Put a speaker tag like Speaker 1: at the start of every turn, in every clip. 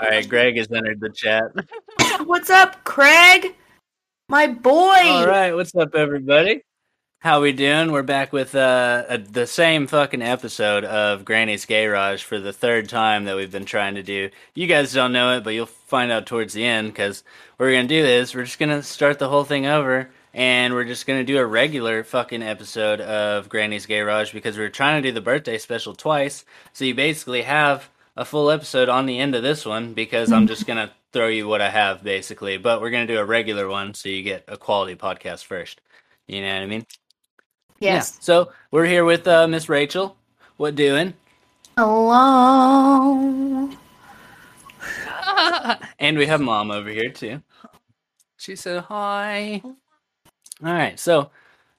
Speaker 1: All right, Greg has entered the chat.
Speaker 2: What's up, Craig? My boy.
Speaker 1: All right, what's up, everybody? How we doing? We're back with uh, a, the same fucking episode of Granny's Garage for the third time that we've been trying to do. You guys don't know it, but you'll find out towards the end because what we're gonna do is we're just gonna start the whole thing over and we're just gonna do a regular fucking episode of Granny's Garage because we we're trying to do the birthday special twice. So you basically have a full episode on the end of this one because I'm just gonna throw you what I have basically. But we're gonna do a regular one so you get a quality podcast first. You know what I mean?
Speaker 2: Yes.
Speaker 1: Yeah. So we're here with uh, Miss Rachel. What doing?
Speaker 2: Hello.
Speaker 1: And we have Mom over here too. She said hi. All right. So,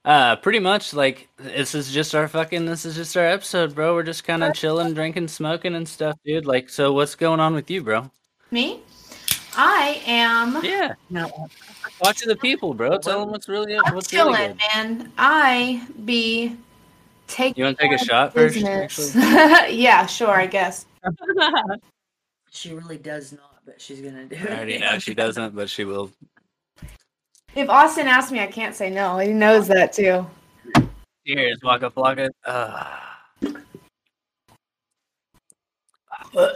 Speaker 1: uh, pretty much like this is just our fucking this is just our episode, bro. We're just kind of chilling, drinking, smoking, and stuff, dude. Like, so what's going on with you, bro?
Speaker 2: Me? I am
Speaker 1: Yeah.
Speaker 2: no,
Speaker 1: Talk to the people, bro. Tell them what's really
Speaker 2: I'm
Speaker 1: what's
Speaker 2: chilling,
Speaker 1: really good.
Speaker 2: man. I be taking
Speaker 1: You want to take a
Speaker 2: care of
Speaker 1: shot first?
Speaker 2: business.
Speaker 1: actually?
Speaker 2: yeah, sure, I guess.
Speaker 3: She really does not, but she's gonna do
Speaker 1: I
Speaker 3: it.
Speaker 1: already know she doesn't, but she will.
Speaker 2: If Austin asks me, I can't say no. He knows that too.
Speaker 1: Cheers, Waka Flocka. Ah.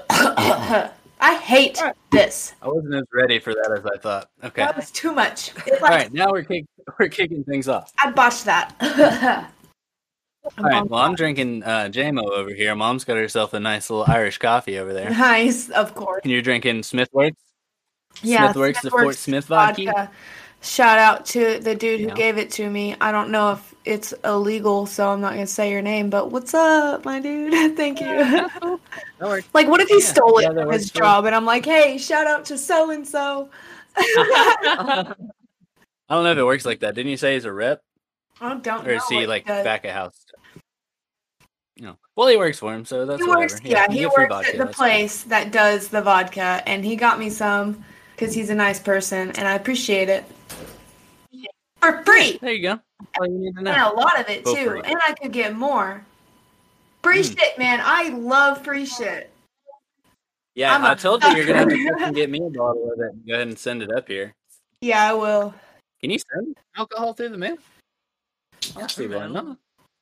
Speaker 2: I hate this.
Speaker 1: I wasn't as ready for that as I thought. Okay.
Speaker 2: That was too much. It's
Speaker 1: All
Speaker 2: like,
Speaker 1: right, now we're kick- we're kicking things off.
Speaker 2: I botched that.
Speaker 1: All right, well, I'm drinking uh, JMO over here. Mom's got herself a nice little Irish coffee over there.
Speaker 2: Nice, of course.
Speaker 1: And you're drinking Smithworks?
Speaker 2: Yeah,
Speaker 1: Smithworks, the Fort Smith vodka.
Speaker 2: Shout out to the dude who
Speaker 1: Yeah.
Speaker 2: gave it to me. I don't know if it's illegal, so I'm not gonna say your name. But what's up, my dude? Thank you.
Speaker 1: That works.
Speaker 2: like, what if he
Speaker 1: Yeah,
Speaker 2: stole it
Speaker 1: yeah, that
Speaker 2: from his
Speaker 1: works, too.
Speaker 2: job? And I'm like, hey, shout out to so and so.
Speaker 1: I don't know if it works like that. Didn't you say he's a rep?
Speaker 2: I don't
Speaker 1: Or
Speaker 2: know.
Speaker 1: is he
Speaker 2: what
Speaker 1: like
Speaker 2: does.
Speaker 1: back of house? stuff? No. Well, he works for him, so that's
Speaker 2: he
Speaker 1: whatever.
Speaker 2: works. Yeah,
Speaker 1: you
Speaker 2: he
Speaker 1: get free
Speaker 2: works
Speaker 1: vodka,
Speaker 2: at the
Speaker 1: that's cool.
Speaker 2: place that does the vodka, and he got me some because he's a nice person, and I appreciate it for free.
Speaker 1: There you go. That's all you need to know.
Speaker 2: and a lot of it
Speaker 1: Go
Speaker 2: too.
Speaker 1: free.
Speaker 2: And I could get more. Free
Speaker 1: Mm.
Speaker 2: shit, man. I love free shit.
Speaker 1: Yeah,
Speaker 2: I'm
Speaker 1: i
Speaker 2: a
Speaker 1: told you you're gonna have to
Speaker 2: sucker.
Speaker 1: fucking get me a bottle of it. Go ahead and send it up here.
Speaker 2: Yeah, I will.
Speaker 1: Can you send alcohol through the mail? I'll see why not.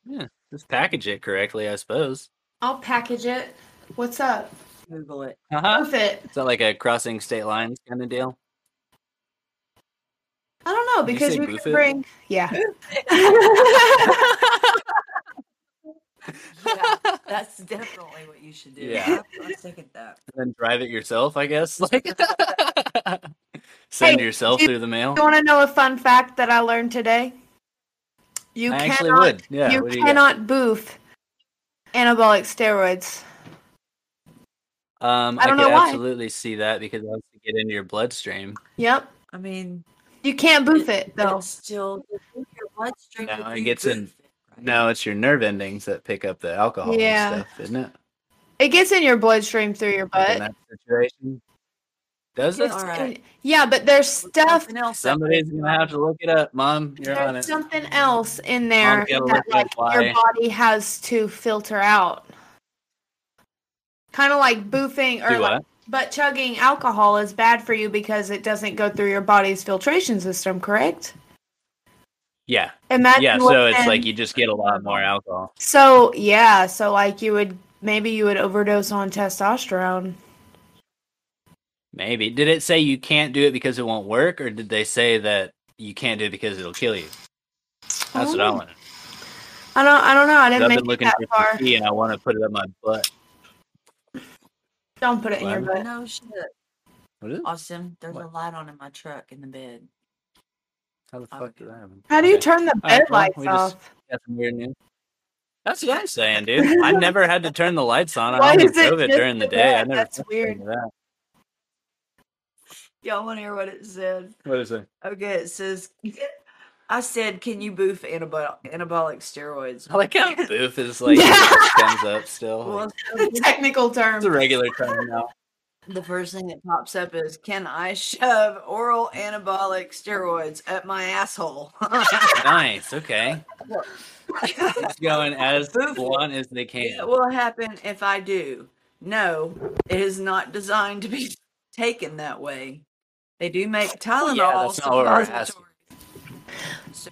Speaker 1: Yeah, just package it correctly, I suppose.
Speaker 2: I'll package it. What's up?
Speaker 3: Google it.
Speaker 1: Uh huh.
Speaker 2: With it.
Speaker 1: Is that like a crossing state lines kind of deal?
Speaker 2: I don't know
Speaker 1: Did you
Speaker 2: because
Speaker 1: say
Speaker 2: we
Speaker 1: boof
Speaker 2: could
Speaker 1: it?
Speaker 2: bring. Yeah.
Speaker 3: Yeah, that's definitely what you should do.
Speaker 1: Yeah.
Speaker 3: I second that.
Speaker 1: And then drive it yourself, I guess. Like send
Speaker 2: Hey,
Speaker 1: yourself
Speaker 2: you-
Speaker 1: through the mail.
Speaker 2: you want to know a fun fact that I learned today? You
Speaker 1: I
Speaker 2: cannot.
Speaker 1: actually would. Yeah.
Speaker 2: you
Speaker 1: what do you got?
Speaker 2: cannot boof anabolic steroids.
Speaker 1: um,
Speaker 2: I
Speaker 1: I,
Speaker 2: don't
Speaker 1: could
Speaker 2: know why.
Speaker 1: absolutely see that because it wants to get into your bloodstream.
Speaker 2: Yep.
Speaker 3: I mean,
Speaker 2: You can't boof it though.
Speaker 3: it's still your bloodstream.
Speaker 1: No,
Speaker 3: would
Speaker 1: it
Speaker 3: be
Speaker 1: gets
Speaker 3: good
Speaker 1: in-
Speaker 3: for it, right?
Speaker 1: No, it's your nerve endings that pick up the alcohol
Speaker 2: Yeah.
Speaker 1: and stuff, isn't it?
Speaker 2: It gets in your bloodstream through your
Speaker 1: Like in
Speaker 2: butt.
Speaker 1: that situation. Does it?
Speaker 3: It's- All right.
Speaker 2: Yeah, but there's
Speaker 3: There's
Speaker 2: stuff
Speaker 3: Something else. that
Speaker 1: Somebody's
Speaker 3: would-
Speaker 1: gonna have to look it up, Mom. You're on
Speaker 2: There's
Speaker 1: it.
Speaker 2: something else in there
Speaker 1: gotta
Speaker 2: that
Speaker 1: look
Speaker 2: like
Speaker 1: up why.
Speaker 2: your body has to filter out. Kind of like boofing or
Speaker 1: Do
Speaker 2: like,
Speaker 1: what?
Speaker 2: but chugging alcohol is bad for you because it doesn't go through your body's filtration system, correct?
Speaker 1: Yeah,
Speaker 2: Imagine
Speaker 1: yeah.
Speaker 2: what
Speaker 1: So it's
Speaker 2: then-
Speaker 1: like you just get a lot more alcohol.
Speaker 2: so yeah, so like you would maybe you would overdose on testosterone.
Speaker 1: Maybe. Did it say you can't do it because it won't work, or did they say that you can't do it because it'll kill you? That's what I
Speaker 2: Oh.
Speaker 1: want.
Speaker 2: I don't I don't know. I
Speaker 1: I've
Speaker 2: didn't
Speaker 1: been
Speaker 2: make it
Speaker 1: looking
Speaker 2: that
Speaker 1: for some
Speaker 2: far.
Speaker 1: tea, and I want to put it up my butt.
Speaker 2: Don't put it in your
Speaker 1: Lemon.
Speaker 2: butt.
Speaker 3: No shit,
Speaker 1: What is? it?
Speaker 3: Austin. There's
Speaker 1: What?
Speaker 3: a light on in my truck in the bed.
Speaker 1: How the fuck did that happen?
Speaker 2: How do you
Speaker 1: Okay.
Speaker 2: turn the
Speaker 1: right,
Speaker 2: bed
Speaker 1: well,
Speaker 2: lights
Speaker 1: we just-
Speaker 2: off?
Speaker 1: Got some weird news. That's what I'm saying, dude. I never had to turn the lights on.
Speaker 2: Why
Speaker 1: I only
Speaker 2: is it
Speaker 1: drove it
Speaker 2: just
Speaker 1: during the
Speaker 2: the
Speaker 1: day. I
Speaker 2: bed?
Speaker 1: never.
Speaker 2: That's
Speaker 1: touched any of that.
Speaker 3: Y'all want to hear what it said?
Speaker 1: What is it?
Speaker 3: Okay, it says, I said, can you boof anabol- anabolic steroids?
Speaker 1: I like how boof is like comes up still.
Speaker 3: Well,
Speaker 2: The technical
Speaker 1: It's a
Speaker 2: term.
Speaker 1: regular term now.
Speaker 3: the first thing that pops up is, can I shove oral anabolic steroids up my asshole?
Speaker 1: nice. Okay. It's going as
Speaker 3: Boof.
Speaker 1: blunt as they
Speaker 3: It
Speaker 1: can.
Speaker 3: will happen if I do. No, it is not designed to be taken that way. They do make
Speaker 1: yeah,
Speaker 3: Tylenol.
Speaker 1: that's not what we're
Speaker 3: suppositories.
Speaker 1: asking.
Speaker 3: So,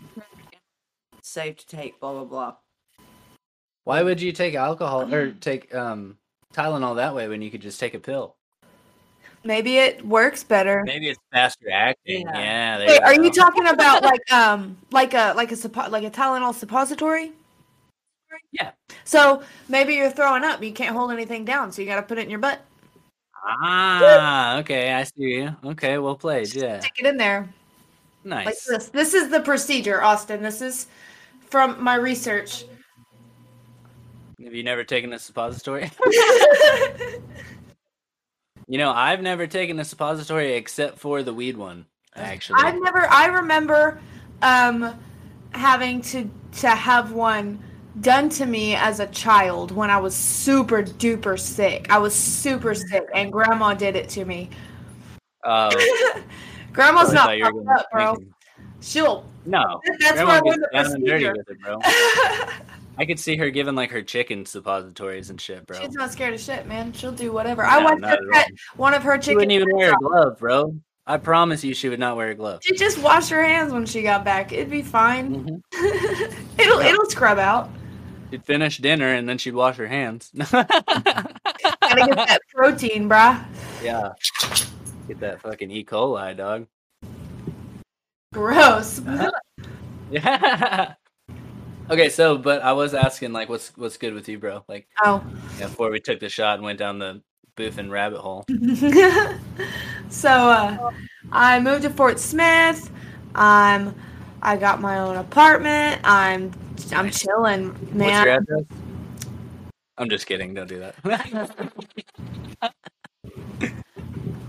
Speaker 3: Safe to take, blah blah blah.
Speaker 1: Why would you take alcohol or take um, Tylenol that way when you could just take a pill?
Speaker 2: Maybe it works better.
Speaker 1: Maybe it's faster acting.
Speaker 3: Yeah.
Speaker 1: Yeah. there
Speaker 2: Wait, are
Speaker 1: go.
Speaker 2: you talking about like um like a like a suppo- like a Tylenol suppository?
Speaker 1: Yeah.
Speaker 2: So maybe you're throwing up, you can't hold anything down, so you got to put it in your butt,
Speaker 1: Ah, okay, I see you. Okay, well played. Yeah,
Speaker 2: stick it in there like
Speaker 1: nice.
Speaker 2: this. This is the procedure, Austin. This is from my research.
Speaker 1: Have you never taken a suppository? you know, I've never taken a suppository except for the weed one. Actually,
Speaker 2: I've never. I remember um, having to to have one done to me as a child when I was super duper sick. I was super sick, and Grandma did it to me.
Speaker 1: Oh, I
Speaker 2: Grandma's
Speaker 1: thought
Speaker 2: not
Speaker 1: you were
Speaker 2: fucked
Speaker 1: gonna
Speaker 2: up, bro.
Speaker 1: sneak in.
Speaker 2: She'll.
Speaker 1: No,
Speaker 2: That's
Speaker 1: Grandma
Speaker 2: why I
Speaker 1: gets
Speaker 2: learned the
Speaker 1: down and dirty
Speaker 2: procedure.
Speaker 1: with it, bro. I could see her giving like her chicken suppositories and shit, bro.
Speaker 2: She's not scared of shit, man. She'll do whatever. I
Speaker 1: No,
Speaker 2: watched
Speaker 1: not
Speaker 2: her
Speaker 1: at all.
Speaker 2: cut one of her
Speaker 1: She wouldn't
Speaker 2: chickens.
Speaker 1: even wear a glove, bro. I promise you, she would not wear a glove.
Speaker 2: She just washed her hands when she got back. It'd be fine.
Speaker 1: Mhm.
Speaker 2: It'll it'll scrub out.
Speaker 1: She'd finish dinner and then she'd wash her hands.
Speaker 2: Gotta get that protein, bruh.
Speaker 1: Yeah. Get that fucking E. coli, dog.
Speaker 2: Gross.
Speaker 1: Yeah. okay, so but I was asking like what's what's good with you, bro? Like
Speaker 2: Oh.
Speaker 1: yeah, before we took the shot and went down the booth and rabbit hole.
Speaker 2: so uh, I moved to Fort Smith. I'm I got my own apartment. I'm I'm chilling,
Speaker 1: What's your
Speaker 2: man.
Speaker 1: address? I'm just kidding, don't do that.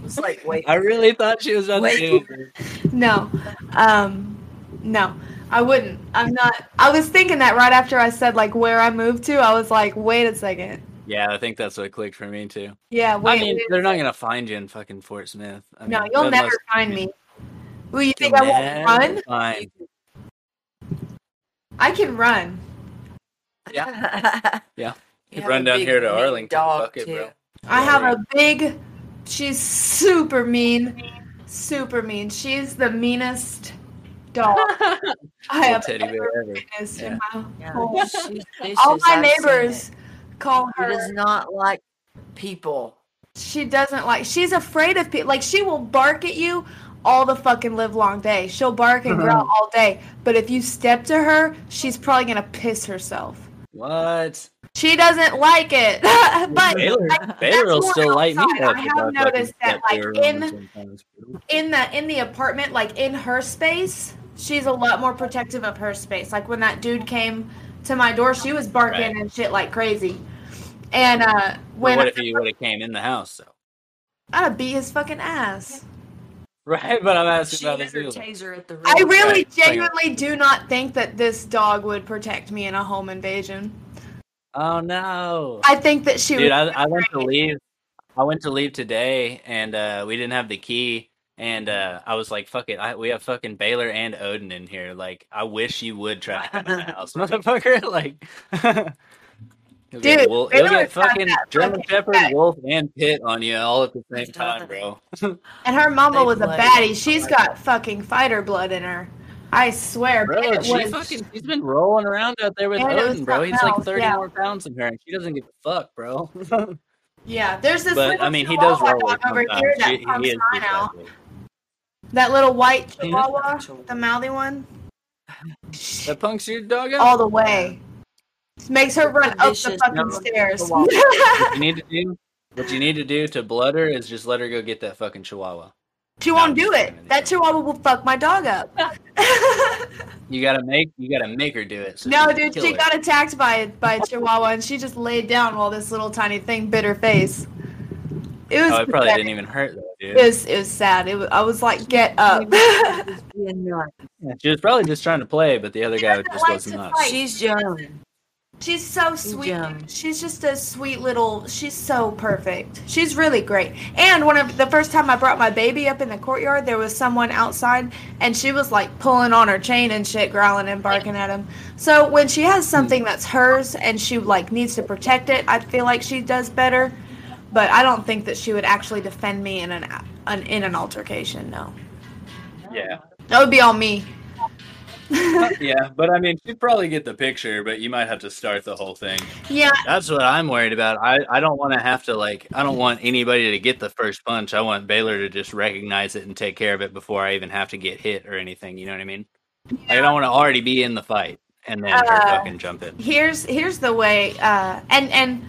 Speaker 3: It's like wait,
Speaker 1: I really thought she was about
Speaker 3: Wait.
Speaker 1: to do it.
Speaker 2: No. Um no. I wouldn't. I'm not I was thinking that right after I said like where I moved to, I was like, wait a second.
Speaker 1: Yeah, I think that's what clicked for me too.
Speaker 2: Yeah, wait.
Speaker 1: I mean,
Speaker 2: wait a
Speaker 1: they're not gonna find you in fucking Fort Smith. I
Speaker 2: No,
Speaker 1: mean,
Speaker 2: you'll
Speaker 1: unless-
Speaker 2: never find me. Will you
Speaker 1: You'll
Speaker 2: think I won't
Speaker 1: never
Speaker 2: run?
Speaker 1: find-
Speaker 2: I can run.
Speaker 3: yeah,
Speaker 1: Yeah.
Speaker 3: You
Speaker 1: You
Speaker 3: have
Speaker 1: run
Speaker 3: a
Speaker 1: down
Speaker 3: big
Speaker 1: here to
Speaker 3: mean
Speaker 1: Arlington.
Speaker 3: dog,
Speaker 1: Fuck it, bro.
Speaker 3: too.
Speaker 2: I
Speaker 1: Yeah,
Speaker 2: have
Speaker 1: right.
Speaker 2: a big. She's super mean, super mean. She's the meanest dog I
Speaker 1: Little
Speaker 2: have
Speaker 1: teddy
Speaker 2: ever
Speaker 1: bear ever.
Speaker 2: witnessed
Speaker 1: Yeah.
Speaker 2: in my
Speaker 3: Yeah,
Speaker 2: whole.
Speaker 3: she's
Speaker 2: All
Speaker 3: vicious.
Speaker 2: my
Speaker 3: I've seen it.
Speaker 2: neighbors call
Speaker 3: She does
Speaker 2: her.
Speaker 3: not like people.
Speaker 2: She doesn't like. She's afraid of people. Like she will bark at you all the fucking live long day. She'll bark and growl
Speaker 1: Uh-huh.
Speaker 2: all day. But if you step to her, she's probably gonna piss herself.
Speaker 1: What?
Speaker 2: She doesn't like it, but
Speaker 1: Baylor, Baylor will
Speaker 2: that's more
Speaker 1: still light me
Speaker 2: outside.
Speaker 1: up.
Speaker 2: I
Speaker 1: if
Speaker 2: have
Speaker 1: fucking
Speaker 2: noticed that,
Speaker 1: step to
Speaker 2: like,
Speaker 1: her on
Speaker 2: in-
Speaker 1: sometimes.
Speaker 2: in the in the apartment, like in her space, she's a lot more protective of her space. Like when that dude came to my door, she was barking
Speaker 1: Right.
Speaker 2: and shit like crazy. And uh
Speaker 1: But
Speaker 2: when
Speaker 1: what
Speaker 2: I,
Speaker 1: if you would have came in the house though?
Speaker 2: I'd beat his fucking ass.
Speaker 1: Right, but I'm asking
Speaker 3: She
Speaker 1: about
Speaker 3: had
Speaker 1: this
Speaker 3: her
Speaker 1: deal.
Speaker 3: taser at the ready.
Speaker 2: I really
Speaker 1: Right.
Speaker 2: genuinely do not think that this dog would protect me in a home invasion.
Speaker 1: Oh no,
Speaker 2: I think that she
Speaker 1: dude!
Speaker 2: would
Speaker 1: I, I went to leave. I went to leave today, and uh, we didn't have the key. And uh, I was like, "Fuck it! I, we have fucking Baylor and Odin in here. Like, I wish you would try to come in the house, motherfucker! Like, you'll
Speaker 2: Dude,
Speaker 1: get, wolf, you'll
Speaker 2: Baylor's
Speaker 1: get
Speaker 2: got
Speaker 1: fucking
Speaker 2: that
Speaker 1: German
Speaker 2: fucking
Speaker 1: Shepherd,
Speaker 2: back.
Speaker 1: Wolf, and Pit on you all at the same time, bro."
Speaker 2: and her mama
Speaker 3: They
Speaker 2: was a
Speaker 3: play.
Speaker 2: baddie. She's got fucking fighter blood in her. I swear,
Speaker 1: Bro,
Speaker 2: it
Speaker 1: she
Speaker 2: was-
Speaker 1: fucking she's been rolling around out there with
Speaker 2: Man, it was
Speaker 1: Odin, bro.
Speaker 2: something
Speaker 1: He's like
Speaker 2: else,
Speaker 1: thirty
Speaker 2: yeah.
Speaker 1: more pounds than her, and she doesn't give a fuck, bro.
Speaker 2: yeah. There's this.
Speaker 1: but
Speaker 2: little
Speaker 1: I mean, he does
Speaker 2: chihuahua
Speaker 1: roll
Speaker 2: dog
Speaker 1: it
Speaker 2: over
Speaker 1: sometimes.
Speaker 2: here that
Speaker 1: She- he
Speaker 2: pumps
Speaker 1: is
Speaker 2: mine
Speaker 1: just
Speaker 2: out.
Speaker 1: like it.
Speaker 2: That little white
Speaker 1: Yeah.
Speaker 2: chihuahua, the mouthy one,
Speaker 1: That punks your dog out.
Speaker 2: all the way. Makes her run up the
Speaker 3: Vicious
Speaker 2: fucking
Speaker 3: mountain
Speaker 2: stairs.
Speaker 3: chihuahua.
Speaker 1: what you need to do, what you need to do to blood her is just let her go get that fucking chihuahua.
Speaker 2: she won't do it. That chihuahua will fuck my dog up.
Speaker 1: You gotta make you gotta make her do it. so
Speaker 2: no,
Speaker 1: you
Speaker 2: dude,
Speaker 1: kill
Speaker 2: she
Speaker 1: her.
Speaker 2: got attacked by a- by a chihuahua and she just laid down while this little tiny thing bit her face. It was
Speaker 1: Oh, it probably
Speaker 2: pathetic.
Speaker 1: didn't even hurt though, dude.
Speaker 2: It was, it was sad. It was, I was like, get up.
Speaker 3: Yeah, no.
Speaker 1: She was probably just trying to play, but the other guy
Speaker 2: doesn't
Speaker 1: just
Speaker 2: like
Speaker 1: wasn't
Speaker 2: to
Speaker 1: up.
Speaker 2: fight.
Speaker 3: She's young.
Speaker 2: She's so sweet.
Speaker 3: Gem.
Speaker 2: She's just a sweet little. She's so perfect. She's really great. And one of the first time I brought my baby up in the courtyard, there was someone outside, and she was like pulling on her chain and shit, growling and barking at him. So when she has something that's hers and she like needs to protect it, I feel like she does better. but I don't think that she would actually defend me in an, an in an altercation. No,
Speaker 1: Yeah. Uh,
Speaker 2: that would be on me.
Speaker 1: Yeah, but I mean, she'd probably get the picture, but you might have to start the whole thing.
Speaker 2: Yeah,
Speaker 1: That's what I'm worried about. I, I don't want to have to, like, I don't want anybody to get the first punch. I want Baylor to just recognize it and take care of it before I even have to get hit or anything. You know what I mean? Like, I don't want to already be in the fight and then her
Speaker 2: Uh,
Speaker 1: fucking jump in.
Speaker 2: here's here's the way uh and and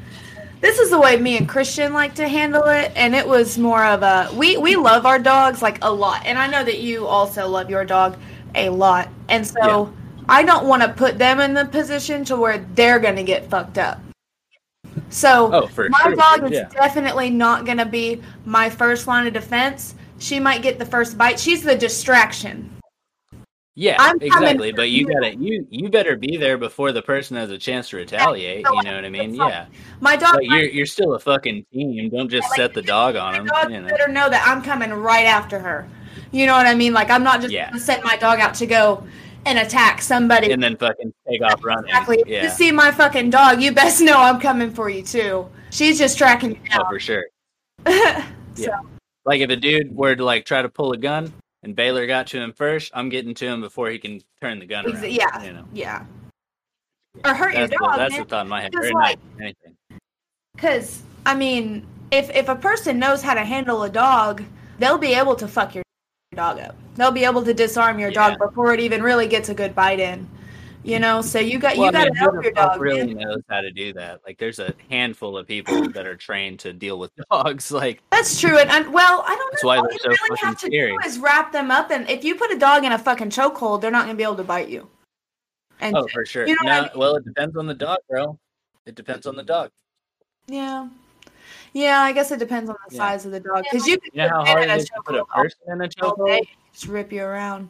Speaker 2: this is the way me and Christian like to handle it and it was more of a we we love our dogs like a lot and I know that you also love your dog a lot and so I don't want to put them in the position to where they're going to get fucked up. So
Speaker 1: Oh, for
Speaker 2: my
Speaker 1: sure.
Speaker 2: dog is
Speaker 1: yeah.
Speaker 2: definitely not going to be my first line of defense. She might get the first bite. She's the distraction.
Speaker 1: Yeah,
Speaker 2: I'm coming
Speaker 1: exactly.
Speaker 2: for
Speaker 1: But you
Speaker 2: you.
Speaker 1: gotta you you better be there before the person has a chance to retaliate.
Speaker 2: no,
Speaker 1: You know what I mean? Yeah.
Speaker 2: My dog
Speaker 1: But
Speaker 2: might
Speaker 1: you're you're still a fucking team. Don't just
Speaker 2: like,
Speaker 1: set the dog on him.
Speaker 2: my dog
Speaker 1: You know.
Speaker 2: better know that I'm coming right after her. You know what I mean? Like I'm not just
Speaker 1: Yeah.
Speaker 2: gonna send my dog out to go and attack somebody.
Speaker 1: And then fucking take off running.
Speaker 2: exactly. If you
Speaker 1: Yeah.
Speaker 2: see my fucking dog, you best know I'm coming for you too. She's just tracking you
Speaker 1: Oh,
Speaker 2: down.
Speaker 1: for sure.
Speaker 2: So-
Speaker 1: Yeah. Like if a dude were to like try to pull a gun and Baylor got to him first, I'm getting to him before he can turn the gun
Speaker 2: Exa-
Speaker 1: around.
Speaker 2: yeah.
Speaker 1: You know.
Speaker 2: Yeah. Or hurt
Speaker 1: That's,
Speaker 2: your
Speaker 1: the,
Speaker 2: dog,
Speaker 1: that's
Speaker 2: man.
Speaker 1: the thought in my head.
Speaker 2: Because,
Speaker 1: Very
Speaker 2: like-
Speaker 1: nice. Anything.
Speaker 2: Because I mean, if if a person knows how to handle a dog, they'll be able to fuck your dog up. They'll be able to disarm your
Speaker 1: Yeah.
Speaker 2: dog before it even really gets a good bite in. You know, so you got
Speaker 1: Well,
Speaker 2: you
Speaker 1: I
Speaker 2: got
Speaker 1: mean,
Speaker 2: to help
Speaker 1: who the
Speaker 2: your
Speaker 1: fuck
Speaker 2: dog. man.
Speaker 1: really knows how to do that. Like there's a handful of people that are trained to deal with dogs. Like
Speaker 2: That's true, and, and well, I don't
Speaker 1: That's
Speaker 2: know.
Speaker 1: why
Speaker 2: All
Speaker 1: they're
Speaker 2: you
Speaker 1: so
Speaker 2: really
Speaker 1: fucking
Speaker 2: have to
Speaker 1: scary.
Speaker 2: do is wrap them up, and if you put a dog in a fucking chokehold, they're not gonna be able to bite you. And
Speaker 1: Oh, for sure.
Speaker 2: You know what
Speaker 1: no,
Speaker 2: I
Speaker 1: well, it depends on the dog, bro. It depends on the dog.
Speaker 2: yeah, yeah, I guess it depends on the
Speaker 1: Yeah.
Speaker 2: size of the dog because you could
Speaker 1: You know how
Speaker 2: put a
Speaker 1: hard
Speaker 2: man in
Speaker 1: it
Speaker 2: a
Speaker 1: is to put a
Speaker 2: chokehold
Speaker 1: person in a
Speaker 2: all day,
Speaker 1: chokehold?
Speaker 2: just rip you around.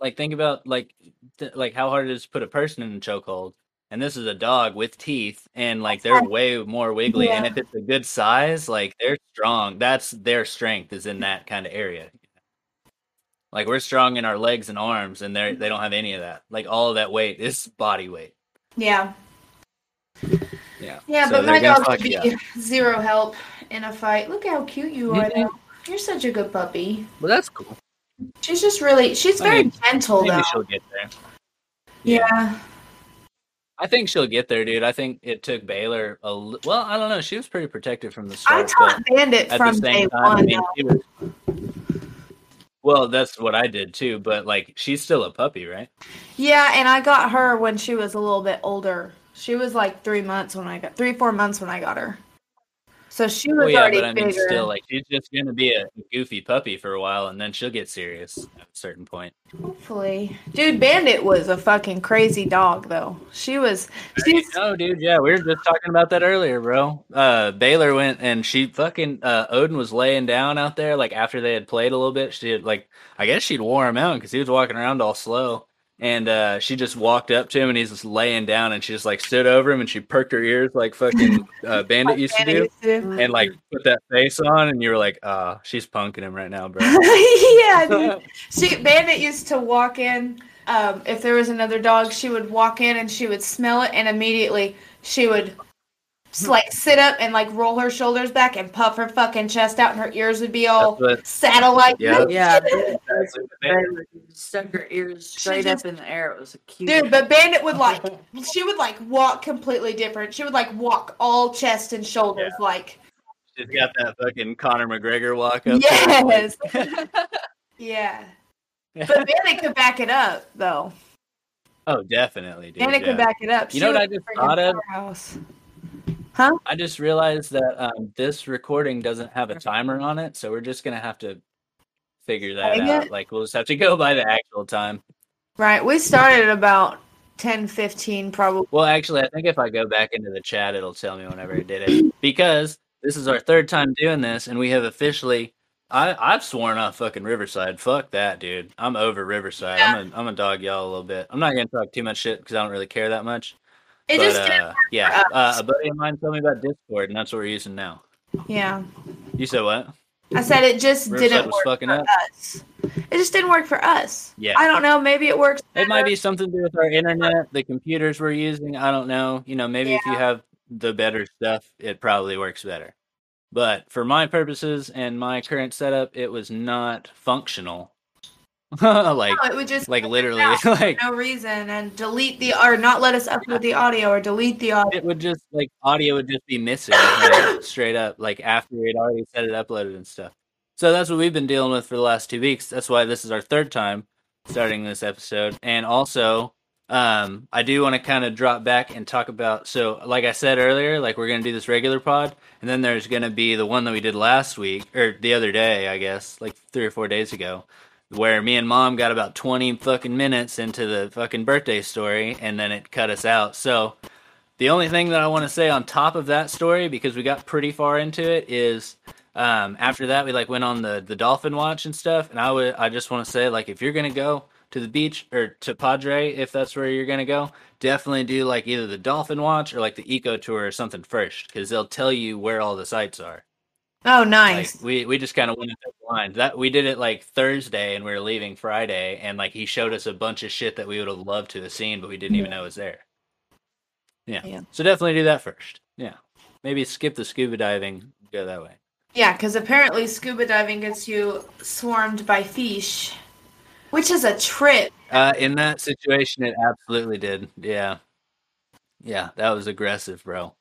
Speaker 1: Like, think about like, th- like how hard it is to put a person in a chokehold. And this is a dog with teeth, and like they're way more wiggly. And
Speaker 2: Yeah.
Speaker 1: if it's a good size, like they're strong. That's their strength is in that kind of area. Like we're strong in our legs and arms, and they they don't have any of that. Like all of that weight is body weight.
Speaker 2: Yeah,
Speaker 1: Yeah.
Speaker 2: yeah,
Speaker 1: So
Speaker 2: but
Speaker 1: they're
Speaker 2: my
Speaker 1: gonna
Speaker 2: dog
Speaker 1: fuck
Speaker 2: would be
Speaker 1: you up.
Speaker 2: zero help in a fight. Look how cute you
Speaker 1: You
Speaker 2: are.
Speaker 1: think?
Speaker 2: though. You're such a good puppy.
Speaker 1: Well, that's cool.
Speaker 2: She's just really, she's
Speaker 1: I
Speaker 2: very
Speaker 1: mean,
Speaker 2: gentle though.
Speaker 1: Maybe she'll get there.
Speaker 2: Yeah,
Speaker 1: I think she'll get there, dude. I think it took Baylor a li- well. I don't know. She was pretty protective from the
Speaker 2: I
Speaker 1: start. but
Speaker 2: taught Bandit
Speaker 1: at
Speaker 2: from
Speaker 1: the
Speaker 2: day
Speaker 1: same time, I
Speaker 2: one.
Speaker 1: mean,
Speaker 2: though.
Speaker 1: she was, well, that's what I did too. But like, she's still a puppy, right?
Speaker 2: Yeah, and I got her when she was a little bit older. She was like three months when I got three, four months when I got her. So she was
Speaker 1: Well, yeah,
Speaker 2: already
Speaker 1: but I mean,
Speaker 2: bigger.
Speaker 1: still, like, she's just gonna be a goofy puppy for a while, and then she'll get serious at a certain point.
Speaker 2: Hopefully, dude, Bandit was a fucking crazy dog though. She was. She's
Speaker 1: No, dude. Yeah, we were just talking about that earlier, bro. Uh, Baylor went and she fucking uh, Odin was laying down out there. Like after they had played a little bit, she had like I guess she'd wore him out because he was walking around all slow. And uh, she just walked up to him and he's just laying down and she just like stood over him and she perked her ears like fucking uh, Bandit used to
Speaker 2: Bandit
Speaker 1: do
Speaker 2: used to do.
Speaker 1: and like put that face on and you were like, ah, she's punking him right now, bro.
Speaker 2: yeah, dude. She Bandit used to walk in. Um, if there was another dog, she would walk in and she would smell it, and immediately she would s- like sit up and like roll her shoulders back and puff her fucking chest out, and her ears would be all
Speaker 1: That's what-
Speaker 2: satellite.
Speaker 1: Yeah.
Speaker 3: Yeah.
Speaker 1: that's what they-
Speaker 3: Baylor Stuck her ears straight up in the air. It was a cute.
Speaker 2: Dude, but Bandit would like she would like walk completely different. She would like walk all chest and shoulders, like
Speaker 1: she's got that fucking Conor McGregor walk up.
Speaker 2: yes, yeah.
Speaker 1: Yeah.
Speaker 2: But Bandit could back it up though.
Speaker 1: Oh, definitely, dude.
Speaker 2: Bandit
Speaker 1: yeah.
Speaker 2: could back it up.
Speaker 1: You know
Speaker 2: She
Speaker 1: what I
Speaker 2: was
Speaker 1: just
Speaker 2: a freaking
Speaker 1: thought of?
Speaker 2: powerhouse.
Speaker 1: I just realized that um, this recording doesn't have a timer on it, so we're just gonna have to figure that
Speaker 2: Dang
Speaker 1: out.
Speaker 2: it.
Speaker 1: Like we'll just have to go by the actual time.
Speaker 2: Right. We started about 10, 15 probably.
Speaker 1: Well, actually, I think if I go back into the chat, it'll tell me whenever it did it because this is our third time doing this, and we have officially. I, I've sworn off fucking Riverside. Fuck that, dude. I'm over Riverside. I'm a I'm a dog y'all a little bit. I'm not gonna talk too much shit because I don't really care that much.
Speaker 2: It
Speaker 1: but
Speaker 2: just
Speaker 1: uh, yeah, uh, a buddy of mine told me about Discord, and that's what we're using now.
Speaker 2: yeah.
Speaker 1: You said what?
Speaker 2: I said it just
Speaker 1: Riverside
Speaker 2: didn't
Speaker 1: was
Speaker 2: work
Speaker 1: fucking
Speaker 2: for
Speaker 1: up.
Speaker 2: us. It just didn't work for us.
Speaker 1: Yeah.
Speaker 2: I don't know, maybe it works.
Speaker 1: It might be something to do with our internet, the computers we're using. I don't know. You know, maybe if you have the better stuff, it probably works better. But for my purposes and my current setup, it was not functional. like
Speaker 2: No, it would just
Speaker 1: like
Speaker 2: kick us
Speaker 1: literally
Speaker 2: out for
Speaker 1: like
Speaker 2: no reason and delete the or not let us upload the audio or delete the audio.
Speaker 1: it would just like audio would just be missing like, straight up like after we'd already set it uploaded and stuff so that's what we've been dealing with for the last two weeks that's why this is our third time starting this episode and also um i do want to kind of drop back and talk about so like i said earlier like we're gonna do this regular pod and then there's gonna be the one that we did last week or the other day i guess like three or four days ago where me and mom got about 20 fucking minutes into the fucking birthday story and then it cut us out so the only thing that I want to say on top of that story, because we got pretty far into it, is um, after that we like went on the the dolphin watch and stuff. And I would I just want to say like if you're gonna go to the beach or to Padre, if that's where you're gonna go, definitely do like either the dolphin watch or like the eco tour or something first, because they'll tell you where all the sites are.
Speaker 2: Oh,
Speaker 1: Like
Speaker 2: nice.
Speaker 1: we we just kind of went into blind. That we did it like Thursday and we were leaving Friday, and like he showed us a bunch of shit that we would have loved to have seen, but we didn't even know was there. Yeah.
Speaker 2: Yeah.
Speaker 1: So definitely do that first. Yeah. Maybe skip the scuba diving, go that way.
Speaker 2: Yeah, because apparently scuba diving gets you swarmed by fish, which is a trip.
Speaker 1: Uh, in that situation, it absolutely did. Yeah. Yeah. That was aggressive, bro.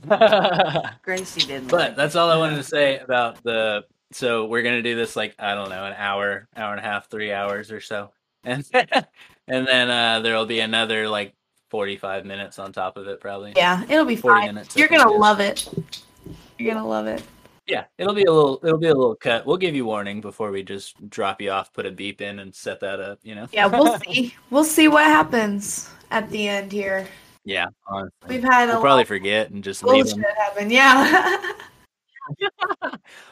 Speaker 1: Yeah.
Speaker 3: Gracie didn't.
Speaker 1: But that's all I wanted to say about the. So we're gonna do this like I don't know, an hour, hour and a half, three hours or so, and and then uh, there'll be another like forty-five minutes on top of it, probably.
Speaker 2: Yeah, it'll be
Speaker 1: 40
Speaker 2: fine.
Speaker 1: minutes, I
Speaker 2: You're
Speaker 1: think
Speaker 2: gonna
Speaker 1: it is.
Speaker 2: love it. You're gonna love it.
Speaker 1: Yeah, it'll be a little, it'll be a little cut. We'll give you warning before we just drop you off, put a beep in, and set that up. You know.
Speaker 2: Yeah, we'll see. We'll see what happens at the end here.
Speaker 1: Yeah. Honestly.
Speaker 2: We've had a
Speaker 1: We'll
Speaker 2: lot
Speaker 1: probably
Speaker 2: of
Speaker 1: forget and just leave
Speaker 2: bullshit
Speaker 1: them.
Speaker 2: happen. Yeah.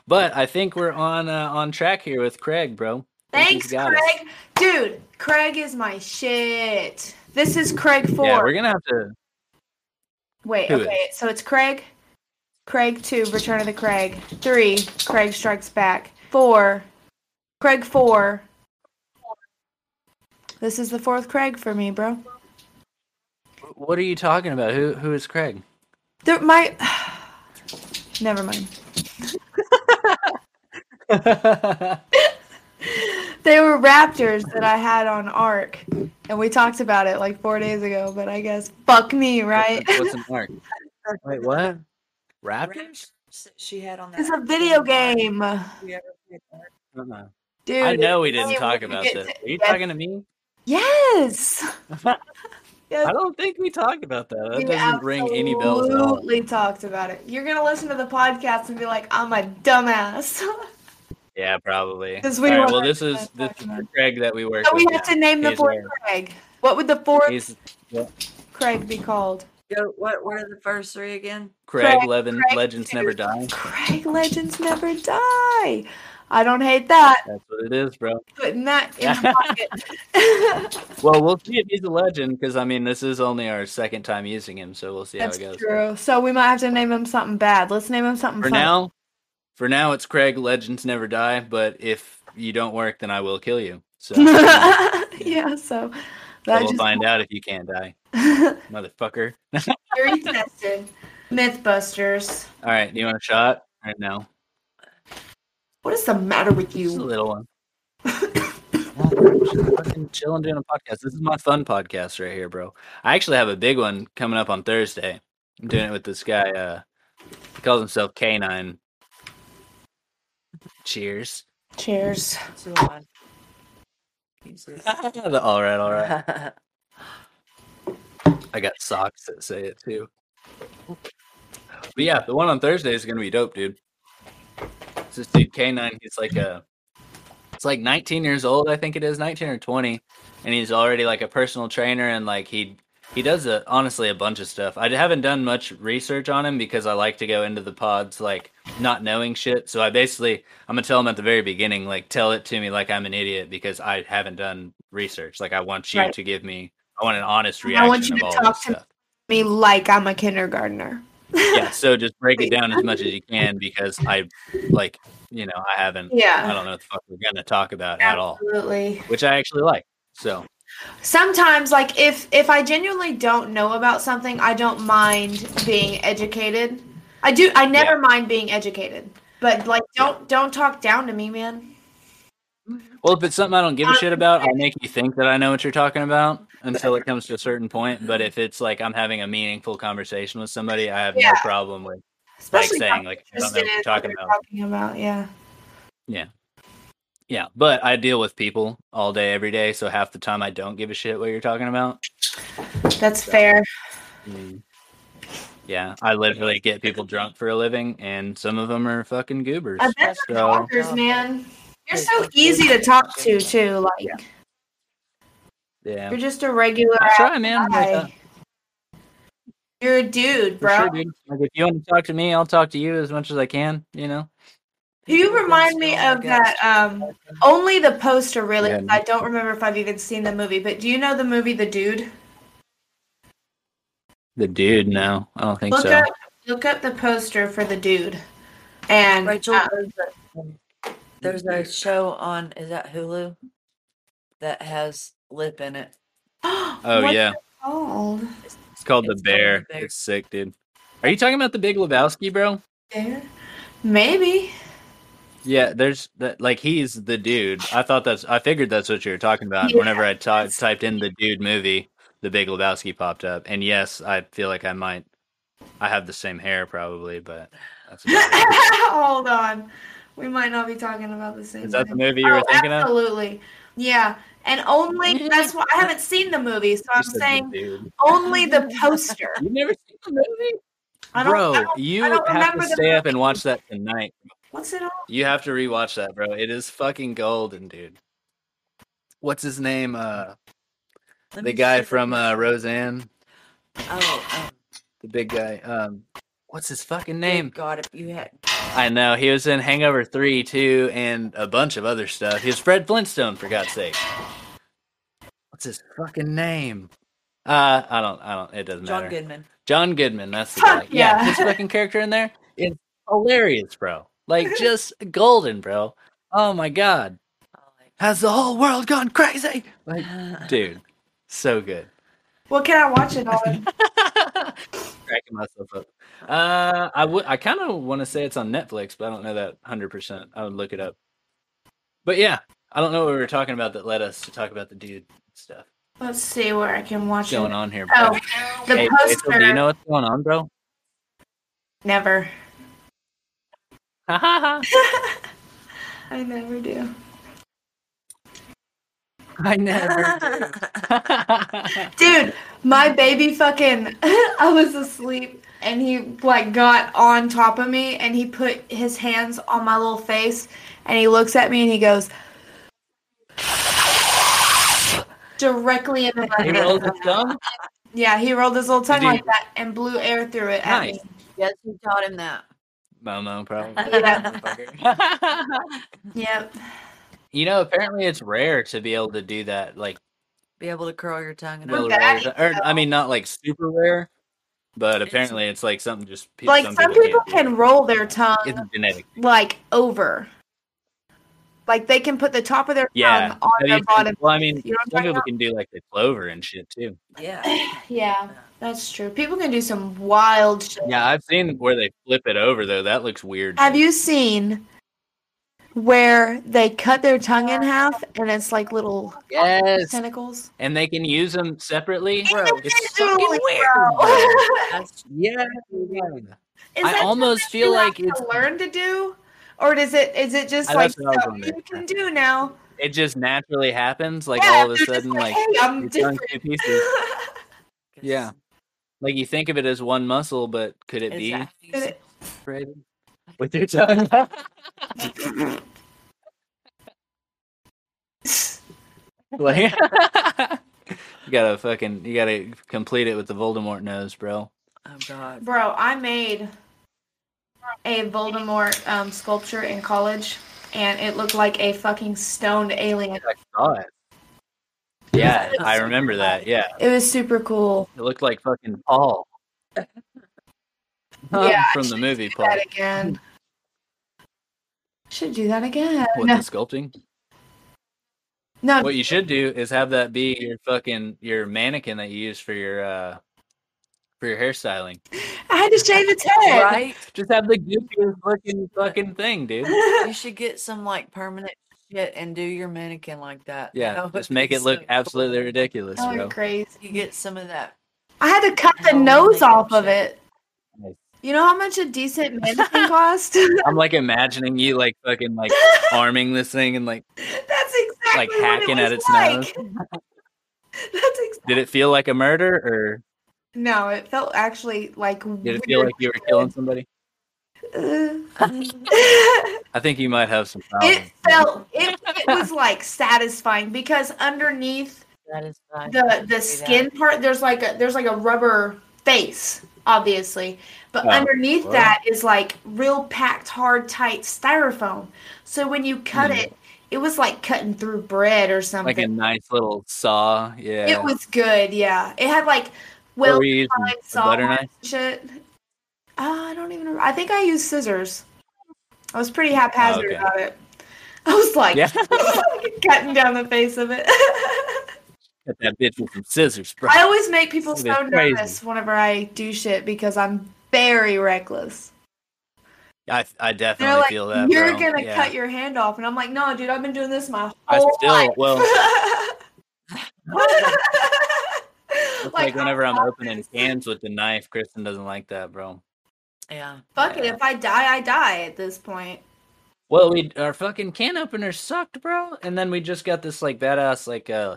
Speaker 1: But I think we're on uh, on track here with Craig, bro. I think
Speaker 2: Thanks,
Speaker 1: he's got us.
Speaker 2: Craig. Dude, Craig is my shit. This is Craig Four.
Speaker 1: Yeah, we're gonna have to.
Speaker 2: Wait,
Speaker 1: Who
Speaker 2: okay, so it's Craig. Craig 2, Return of the Craig. 3, Craig Strikes Back. 4, Craig 4. This is the fourth Craig for me, bro.
Speaker 1: What are you talking about? Who who is Craig?
Speaker 2: There, my. Never mind. They were raptors that I had on ARC, and we talked about it like four days ago, but I guess fuck me, right?
Speaker 1: What's, what's an arc? Wait, what? Raptors?
Speaker 3: That she had on that.
Speaker 2: It's a video game.
Speaker 3: We ever played that.
Speaker 1: Uh-uh.
Speaker 2: Dude.
Speaker 1: I know we
Speaker 2: Hey,
Speaker 1: didn't talk
Speaker 2: we
Speaker 1: about
Speaker 2: get
Speaker 1: this.
Speaker 2: to-
Speaker 1: Are you talking to me?
Speaker 2: Yes!
Speaker 1: I don't think we talked about that. That
Speaker 2: You
Speaker 1: doesn't ring any bells at all.
Speaker 2: absolutely talked about it. You're gonna listen to the podcast and be like, "I'm a dumbass."
Speaker 1: Yeah, probably.
Speaker 2: 'Cause we
Speaker 1: all right,
Speaker 2: were
Speaker 1: well, this
Speaker 2: already
Speaker 1: is this is
Speaker 2: talking about-
Speaker 1: Craig that we work
Speaker 2: so we
Speaker 1: with.
Speaker 2: have to name the
Speaker 1: He's
Speaker 2: fourth
Speaker 1: right.
Speaker 2: Craig. What would the fourth
Speaker 1: He's
Speaker 2: Craig be called?
Speaker 3: Go, what, what are the first three again?
Speaker 1: Craig,
Speaker 2: Craig-
Speaker 1: Levin,
Speaker 2: Craig
Speaker 1: Legends
Speaker 2: two.
Speaker 1: Never Die.
Speaker 2: Craig Legends Never Die. I don't hate that.
Speaker 1: That's what it is, bro.
Speaker 2: Putting that in the pocket.
Speaker 1: Well, we'll see if he's a legend because, I mean, this is only our second time using him, so we'll see
Speaker 2: That's
Speaker 1: how it goes.
Speaker 2: true. So we might have to name him something bad. Let's name him something
Speaker 1: for
Speaker 2: fun.
Speaker 1: now for now it's craig legends never die but if you don't work then i will kill you so so
Speaker 2: yeah. So that
Speaker 1: we'll
Speaker 2: just
Speaker 1: find out if you can't die motherfucker
Speaker 2: jury tested. MythBusters.
Speaker 1: all right do you want a shot or no
Speaker 2: What is the matter with
Speaker 1: just a
Speaker 2: you?
Speaker 1: little one I'm just fucking chilling doing a podcast this is my fun podcast right here bro i actually have a big one coming up on thursday i'm doing it with this guy uh he calls himself canine cheers
Speaker 2: Cheers.
Speaker 3: Two on. Jesus.
Speaker 1: Ah, The- all right all right I got socks that say it too. But yeah, the one on Thursday is gonna be dope, dude. It's this dude K9. He's like a, it's like 19 years old, I think it is, 19 or 20, and he's already like a personal trainer and like he he does a, honestly a bunch of stuff. I haven't done much research on him because I like to go into the pods like not knowing shit. So I basically I'm gonna tell him at the very beginning like tell it to me like I'm an idiot because I haven't done research. Like I want you
Speaker 2: Right.
Speaker 1: to give me I want an honest
Speaker 2: And
Speaker 1: reaction
Speaker 2: I want you
Speaker 1: of
Speaker 2: to
Speaker 1: all
Speaker 2: talk
Speaker 1: this
Speaker 2: to me.
Speaker 1: stuff
Speaker 2: me like I'm a kindergartner.
Speaker 1: yeah so just break it down as much as you can because i like you know i haven't i
Speaker 2: Yeah,
Speaker 1: don't know what the fuck we're gonna talk about at all
Speaker 2: absolutely.
Speaker 1: which i actually like so
Speaker 2: Sometimes, like if if I genuinely don't know about something, I don't mind being educated. I do. I never mind being educated, but like, don't don't talk down to me, man.
Speaker 1: Well, if it's something I don't
Speaker 2: Um,
Speaker 1: give a shit about, I'll make you think that I know what you're talking about until it comes to a certain point. But if it's like I'm having a meaningful conversation with somebody, I have
Speaker 2: Yeah.
Speaker 1: no problem with like
Speaker 2: Especially
Speaker 1: saying like I don't know what you're talking about.
Speaker 2: talking about. Yeah.
Speaker 1: Yeah, but I deal with people all day, every day, so half the time I don't give a shit what you're talking about.
Speaker 2: That's fair.
Speaker 1: Mm. Yeah, I literally get people drunk for a living, and some of them are fucking goobers.
Speaker 2: I bet
Speaker 1: So-
Speaker 2: the talkers, man. You're so easy to talk to too. Like
Speaker 1: Yeah,
Speaker 2: you're just a regular
Speaker 1: I try, man. Like, uh,
Speaker 2: guy. You're a dude,
Speaker 1: for
Speaker 2: bro.
Speaker 1: sure, dude. Like, if you want to talk to me, I'll talk to you as much as I can. You know.
Speaker 2: You remind me of that. Um, only the poster, really.
Speaker 1: Yeah.
Speaker 2: I don't remember if I've even seen the movie, but do you know the movie The Dude?
Speaker 1: The dude, no, I don't think
Speaker 2: Look
Speaker 1: so.
Speaker 2: up, look up the poster for The Dude, and
Speaker 3: Rachel,
Speaker 2: uh,
Speaker 3: there's a- there's a show on is that Hulu that has lip in it.
Speaker 1: Oh
Speaker 2: what's
Speaker 1: yeah,
Speaker 2: it called?
Speaker 1: it's called the
Speaker 3: It's called The
Speaker 1: bear.
Speaker 3: Bear.
Speaker 1: It's sick, dude. Are you talking about the Big Lebowski, bro?
Speaker 2: There, maybe.
Speaker 1: Yeah, there's that. Like he's the dude. I thought that's. I figured that's what you were talking about.
Speaker 2: Yeah,
Speaker 1: Whenever I ty-
Speaker 2: that's-
Speaker 1: typed in the dude movie, the Big Lebowski popped up. And yes, I feel like I might. I have the same hair probably, but that's. about it.
Speaker 2: Hold on. We might not be talking about the same
Speaker 1: Is that the
Speaker 2: thing.
Speaker 1: movie you were
Speaker 2: Oh,
Speaker 1: thinking of?
Speaker 2: absolutely. Yeah. And only that's why I haven't seen the movie, so
Speaker 1: You
Speaker 2: I'm
Speaker 1: said the
Speaker 2: saying
Speaker 1: dude.
Speaker 2: only the poster.
Speaker 1: You've never seen the movie,
Speaker 2: I don't,
Speaker 1: bro.
Speaker 2: I don't-
Speaker 1: you
Speaker 2: don't
Speaker 1: have to
Speaker 2: remember the
Speaker 1: stay up and watch that tonight.
Speaker 2: what's it on?
Speaker 1: You have to rewatch that, bro. It is fucking golden, dude. What's his name? Uh,
Speaker 3: Let
Speaker 1: the
Speaker 3: me
Speaker 1: guy
Speaker 3: see.
Speaker 1: from uh, Roseanne,
Speaker 3: oh, um,
Speaker 1: the big guy. Um, what's his fucking
Speaker 3: dear
Speaker 1: name?
Speaker 3: God, if you had
Speaker 1: I know he was in Hangover Three, too, and a bunch of other stuff. He was Fred Flintstone, for God's sake. What's his fucking name? Uh, I don't, I don't. It doesn't
Speaker 3: John
Speaker 1: matter.
Speaker 3: Goodman,
Speaker 1: John Goodman. That's the
Speaker 2: Fuck
Speaker 1: guy. Yeah.
Speaker 2: yeah.
Speaker 1: his fucking character in there is hilarious, bro. Like just golden, bro. Oh my god. Has the whole world gone crazy? Like,
Speaker 3: I'll like-
Speaker 1: dude, so good.
Speaker 2: Well, can I watch it on?
Speaker 1: Cracking myself up. Uh, I would. I kind of want to say it's on Netflix, but I don't know that hundred percent. I would look it up. But yeah, I don't know what we were talking about that led us to talk about the dude stuff
Speaker 2: Let's see where I can watch
Speaker 1: going
Speaker 2: it.
Speaker 1: on here. Bro.
Speaker 2: Oh, the
Speaker 1: hey, Rachel,
Speaker 2: poster.
Speaker 1: do you know what's going on, bro?
Speaker 2: Never.
Speaker 1: Ha ha ha.
Speaker 2: I never do.
Speaker 1: I never.
Speaker 2: Dude, my baby fucking I was asleep and he like got on top of me and he put his hands on my little face and he looks at me and he goes directly into my
Speaker 1: he rolls
Speaker 2: face.
Speaker 1: his thumb.
Speaker 2: Yeah, he rolled his little tongue
Speaker 1: Did he-
Speaker 2: like that and blew air through it at
Speaker 1: Nice.
Speaker 2: me.
Speaker 3: yes, who taught him that?
Speaker 1: Momo,
Speaker 2: Yeah.
Speaker 1: probably.
Speaker 2: Yep.
Speaker 1: you know, apparently it's rare to be able to do that. Like,
Speaker 3: Be able to curl your tongue and
Speaker 1: be able
Speaker 2: Well,
Speaker 1: to roll
Speaker 2: that
Speaker 1: your- or, I mean, not like super rare, but apparently it's like something just pe-
Speaker 2: Like some people
Speaker 1: can't do.
Speaker 2: can roll their tongue
Speaker 1: It's genetic.
Speaker 2: like over. Like they can put the top of their tongue
Speaker 1: Yeah.
Speaker 2: on
Speaker 1: Have
Speaker 2: their
Speaker 1: you seen-
Speaker 2: bottom.
Speaker 1: well, I mean,
Speaker 2: You know what
Speaker 1: some
Speaker 2: I'm talking
Speaker 1: people
Speaker 2: about?
Speaker 1: can do like the clover and shit too.
Speaker 3: yeah,
Speaker 2: Yeah, that's true. People can do some wild shit.
Speaker 1: Yeah, I've seen where they flip it over though. That looks weird.
Speaker 2: Have you seen where they cut their tongue in half and it's like little
Speaker 1: Yes.
Speaker 2: tentacles?
Speaker 1: And they can use them separately.
Speaker 3: bro,
Speaker 1: It's fucking
Speaker 2: Individually,
Speaker 1: weird.
Speaker 2: bro.
Speaker 3: that's
Speaker 1: Yeah.
Speaker 2: Is
Speaker 1: I
Speaker 2: that
Speaker 1: almost
Speaker 2: something
Speaker 1: feel
Speaker 2: you have
Speaker 1: like it's-
Speaker 2: to learn to do, or does it? Is it just
Speaker 1: I-
Speaker 2: like
Speaker 1: that's what I was
Speaker 2: something you
Speaker 1: wondering.
Speaker 2: can do now?
Speaker 1: It just naturally happens. Like
Speaker 2: Yeah,
Speaker 1: all of a
Speaker 2: they're just
Speaker 1: sudden, like,
Speaker 2: hey, I'm
Speaker 1: your tongue's
Speaker 2: different.
Speaker 1: two pieces. Yeah. Like you think of it as one muscle, but could it be
Speaker 3: Exactly.
Speaker 1: separated with your tongue? like you gotta fucking you gotta complete it with the Voldemort nose, bro.
Speaker 3: Oh God.
Speaker 2: Bro, I made a Voldemort um, sculpture in college, and it looked like a fucking stoned alien.
Speaker 1: I saw it. Yeah,
Speaker 3: That's
Speaker 1: I
Speaker 3: so
Speaker 1: remember that. Yeah,
Speaker 2: It was super cool.
Speaker 1: it looked like fucking Paul.
Speaker 2: Yeah, I
Speaker 1: from the movie
Speaker 2: Do
Speaker 1: Paul
Speaker 2: that again. Should do that again.
Speaker 1: with Mm. the sculpting.
Speaker 2: No,
Speaker 1: What you should do is have that be your fucking your mannequin that you use for your uh for your hairstyling.
Speaker 2: I had to shave its head.
Speaker 3: right?
Speaker 1: Just have the goofiest looking fucking thing, dude.
Speaker 3: You should get some like permanent shit and do your mannequin like that.
Speaker 1: Yeah,
Speaker 3: That would
Speaker 1: just make
Speaker 3: be
Speaker 1: it look
Speaker 3: so cool.
Speaker 1: absolutely ridiculous,
Speaker 2: Y'all are
Speaker 1: bro.
Speaker 2: crazy.
Speaker 3: You get some of that.
Speaker 2: Oh, I had to cut the
Speaker 3: Oh,
Speaker 2: nose
Speaker 3: my
Speaker 2: off of
Speaker 3: gosh.
Speaker 2: it. You know how much a decent mannequin cost?
Speaker 1: I'm like imagining you like fucking like arming this thing and like
Speaker 2: That's exactly
Speaker 1: like
Speaker 2: what
Speaker 1: hacking
Speaker 2: it
Speaker 1: at
Speaker 2: was
Speaker 1: its
Speaker 2: like.
Speaker 1: nose.
Speaker 2: That's ex-
Speaker 1: Did it feel like a murder or
Speaker 2: no. It felt actually like.
Speaker 1: did it feel like you were killing somebody?
Speaker 2: weird.
Speaker 1: I think you might have some problems.
Speaker 2: it felt it, it was like satisfying because underneath
Speaker 3: That is fine.
Speaker 2: the the
Speaker 3: that.
Speaker 2: skin part there's like a there's like a rubber face obviously but
Speaker 1: Oh,
Speaker 2: underneath
Speaker 1: wow.
Speaker 2: that is like real packed hard tight styrofoam so when you cut
Speaker 1: Mm.
Speaker 2: it it was like cutting through bread or
Speaker 1: like
Speaker 2: something
Speaker 1: a nice little saw. Yeah.
Speaker 2: it was good yeah it had like
Speaker 1: What
Speaker 2: well
Speaker 1: were you using?
Speaker 2: defined
Speaker 1: A butter
Speaker 2: saw
Speaker 1: knife?
Speaker 2: shit Ah, i don't even remember. i think i used scissors i was pretty haphazard
Speaker 1: okay.
Speaker 2: about it i was like
Speaker 1: Yeah.
Speaker 2: cutting down the face of it.
Speaker 1: Cut that bitch with some scissors, bro.
Speaker 2: I always make people
Speaker 1: That is
Speaker 2: so
Speaker 1: crazy.
Speaker 2: nervous whenever I do shit because I'm very reckless.
Speaker 1: I, I
Speaker 2: They're
Speaker 1: definitely
Speaker 2: like,
Speaker 1: feel that.
Speaker 2: you're
Speaker 1: bro.
Speaker 2: gonna
Speaker 1: Yeah.
Speaker 2: cut your hand off, and I'm like, no, dude, I've been doing this my whole
Speaker 1: I still-
Speaker 2: life.
Speaker 1: well-
Speaker 2: like,
Speaker 1: It's like, whenever I'm
Speaker 2: I'll-
Speaker 1: opening cans with the knife, Kristen doesn't like that, bro.
Speaker 3: yeah.
Speaker 2: fuck it, if I die, I die at this point.
Speaker 1: Well, we our fucking can opener sucked, bro, and then we just got this like badass like uh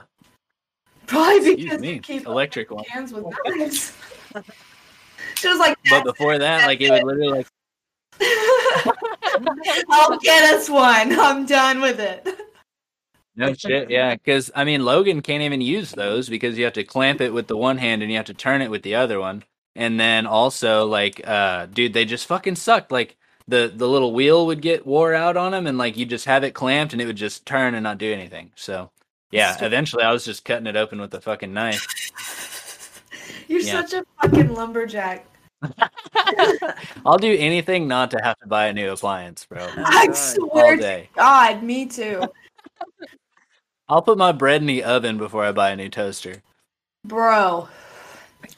Speaker 2: Probably
Speaker 1: excuse
Speaker 2: because you
Speaker 1: me
Speaker 2: keep
Speaker 1: electric one.
Speaker 2: cans with knives. she was like,
Speaker 1: But before that, like it would literally like
Speaker 2: I'll get us one. I'm done with it.
Speaker 1: no shit, yeah. Because I mean, Logan can't even use those because you have to clamp it with the one hand and you have to turn it with the other one. And then also like, uh, dude, they just fucking sucked. Like the the little wheel would get wore out on them, and like you just have it clamped and it would just turn and not do anything. So yeah,
Speaker 3: Stupid.
Speaker 1: eventually I was just cutting it open with a fucking knife.
Speaker 2: You're
Speaker 1: Yeah.
Speaker 2: such a fucking lumberjack.
Speaker 1: I'll do anything not to have to buy a new appliance, bro.
Speaker 2: I
Speaker 3: God.
Speaker 1: All
Speaker 2: swear to
Speaker 1: day.
Speaker 2: God, me too.
Speaker 1: I'll put my bread in the oven before I buy a new toaster.
Speaker 2: Bro,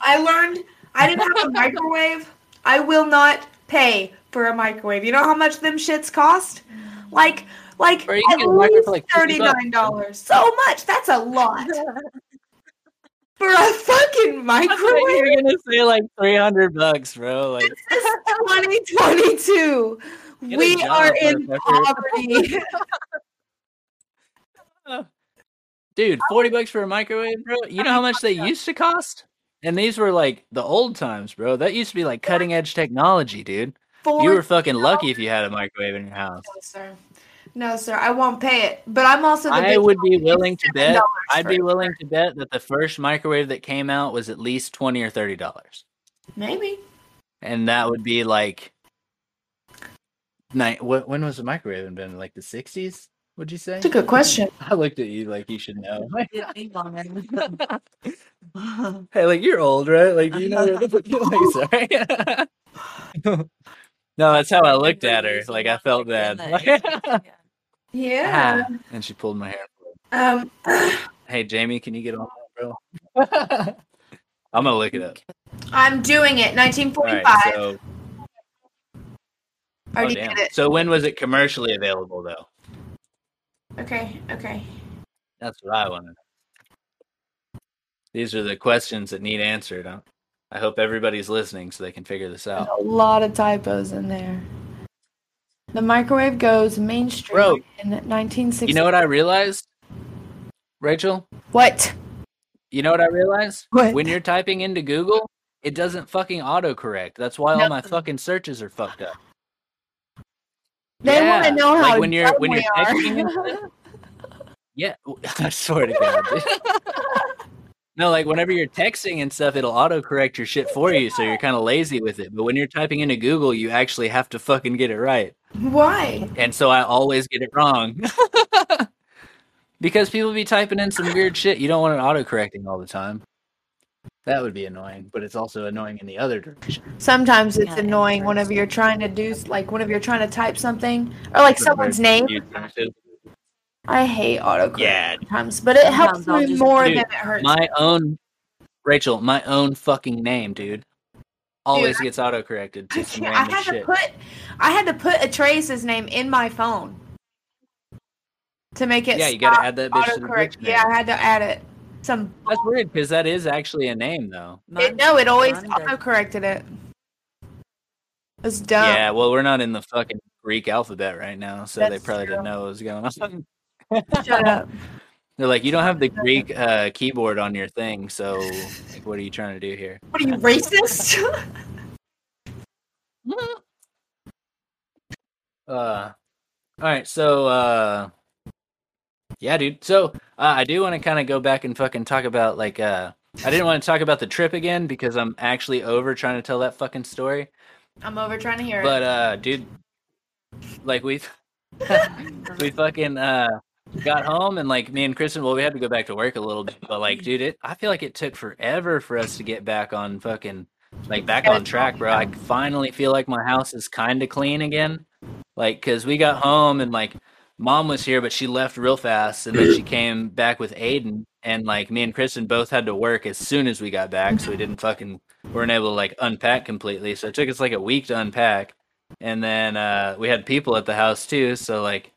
Speaker 2: I learned I didn't have a microwave. I will not pay for a microwave. You know how much them shits cost? Like, like
Speaker 1: Bro, you can
Speaker 2: at
Speaker 1: get a microwave
Speaker 2: least
Speaker 1: for like 50 bucks.
Speaker 2: thirty-nine dollars. So much. That's a lot for a fucking microwave.
Speaker 1: You're gonna say like three hundred bucks, bro. Like
Speaker 2: This is 2022.
Speaker 1: Get a
Speaker 2: We
Speaker 1: job,
Speaker 2: are in
Speaker 1: motherfucker.
Speaker 2: poverty.
Speaker 1: Dude, forty bucks for a microwave, bro. You know how much they used to cost? And these were like the old times, bro. That used to be like cutting edge technology, dude. You were fucking lucky if you had a microwave in your house.
Speaker 2: No, sir. No, sir. I won't pay it. But I'm also the
Speaker 1: I
Speaker 2: bitch
Speaker 1: would
Speaker 2: that'll
Speaker 1: be
Speaker 2: pay
Speaker 1: willing to bet.
Speaker 2: $7
Speaker 1: I'd
Speaker 2: for
Speaker 1: be
Speaker 2: it.
Speaker 1: willing to bet that the first microwave that came out was at least twenty or thirty dollars.
Speaker 2: Maybe.
Speaker 1: and that would be like night what when was the microwave invented like the 60s would you say
Speaker 2: That's a good question.
Speaker 1: i looked at you like you should know
Speaker 3: Yeah, Elon Musk.
Speaker 1: hey like you're old right like you know sorry no that's how i looked at her like i felt bad
Speaker 2: Yeah.
Speaker 1: and she pulled my hair Ah.
Speaker 2: Um,
Speaker 1: hey jamie can you get on that bro i'm gonna look it up
Speaker 2: I'm doing it. 1945.
Speaker 1: so
Speaker 2: I
Speaker 1: oh,
Speaker 2: already
Speaker 1: damn.
Speaker 2: did it.
Speaker 1: so when was it commercially available though
Speaker 2: Okay. Okay.
Speaker 1: That's what I want to know. These are the questions that need answered. I I hope everybody's listening so they can figure this out.
Speaker 2: A lot of typos in there. The microwave goes mainstream
Speaker 1: Bro,
Speaker 2: in 1960.
Speaker 1: You know what I realized, Rachel?
Speaker 2: What?
Speaker 1: You know what I realized?
Speaker 2: What?
Speaker 1: When you're typing into Google, it doesn't fucking autocorrect. That's why all my
Speaker 2: No.
Speaker 1: fucking searches are fucked up.
Speaker 2: They want
Speaker 1: Yeah,
Speaker 2: to know
Speaker 1: like
Speaker 2: how
Speaker 1: when you're-
Speaker 2: dumb
Speaker 1: when
Speaker 2: we
Speaker 1: you're
Speaker 2: are.
Speaker 1: texting and Yeah, I swear to God. dude. no, like whenever you're texting and stuff, it'll autocorrect your shit for you, so you're kind of lazy with it. But when you're typing into Google, you actually have to fucking get it right.
Speaker 2: Why?
Speaker 1: and so I always get it wrong. because people be typing in some weird shit. You don't want it autocorrecting all the time. That would be annoying, but it's also annoying in the other direction.
Speaker 2: Sometimes it's
Speaker 3: Yeah, and
Speaker 2: annoying
Speaker 3: first.
Speaker 2: whenever you're trying to do like whenever you're trying to type something or like someone's name. I hate autocorrect
Speaker 1: Yeah.
Speaker 2: sometimes, but it
Speaker 3: Sometimes
Speaker 2: helps
Speaker 3: I'll
Speaker 2: me
Speaker 3: just-
Speaker 2: more
Speaker 1: Dude,
Speaker 2: than it hurts.
Speaker 1: My own Rachel, my own fucking name, dude. always gets auto corrected to some
Speaker 2: I had
Speaker 1: random
Speaker 2: to
Speaker 1: shit.
Speaker 2: put I had to put Atreus's name in my phone to make it
Speaker 1: Yeah, you gotta
Speaker 2: stop
Speaker 1: add that bitch to the
Speaker 2: autocorrect.
Speaker 1: dictionary.
Speaker 2: Yeah, I had to add it. Some
Speaker 1: That's weird because that is actually a name though.
Speaker 2: it, no, it always
Speaker 3: Mine does.
Speaker 2: auto corrected it. It's dumb.
Speaker 1: Yeah, well, we're not in the fucking Greek alphabet right now, so they
Speaker 2: That's
Speaker 1: probably
Speaker 2: true.
Speaker 1: didn't know what was going on.
Speaker 2: Shut up.
Speaker 1: They're like, you don't have the Greek uh, keyboard on your thing, so like, what are you trying to do here?
Speaker 2: What are you racist?
Speaker 1: Uh, all right, so uh, yeah, dude. So uh, I do want to kind of go back and fucking talk about like uh, I didn't want to talk about the trip again because I'm actually over trying to tell that fucking story.
Speaker 2: I'm over trying to hear
Speaker 1: But uh, dude, like we we fucking uh got home and like me and Kristen, well, we had to go back to work a little bit, but like, dude, it I feel like it took forever for us to get back on fucking like back on track, bro. I finally feel like my house is kind of clean again, like because we got home and like mom was here, but she left real fast, and then she came back with Aiden. And like me and Kristen both had to work as soon as we got back, so we didn't fucking weren't able to like unpack completely. So it took us like a week to unpack, and then uh, we had people at the house too. So like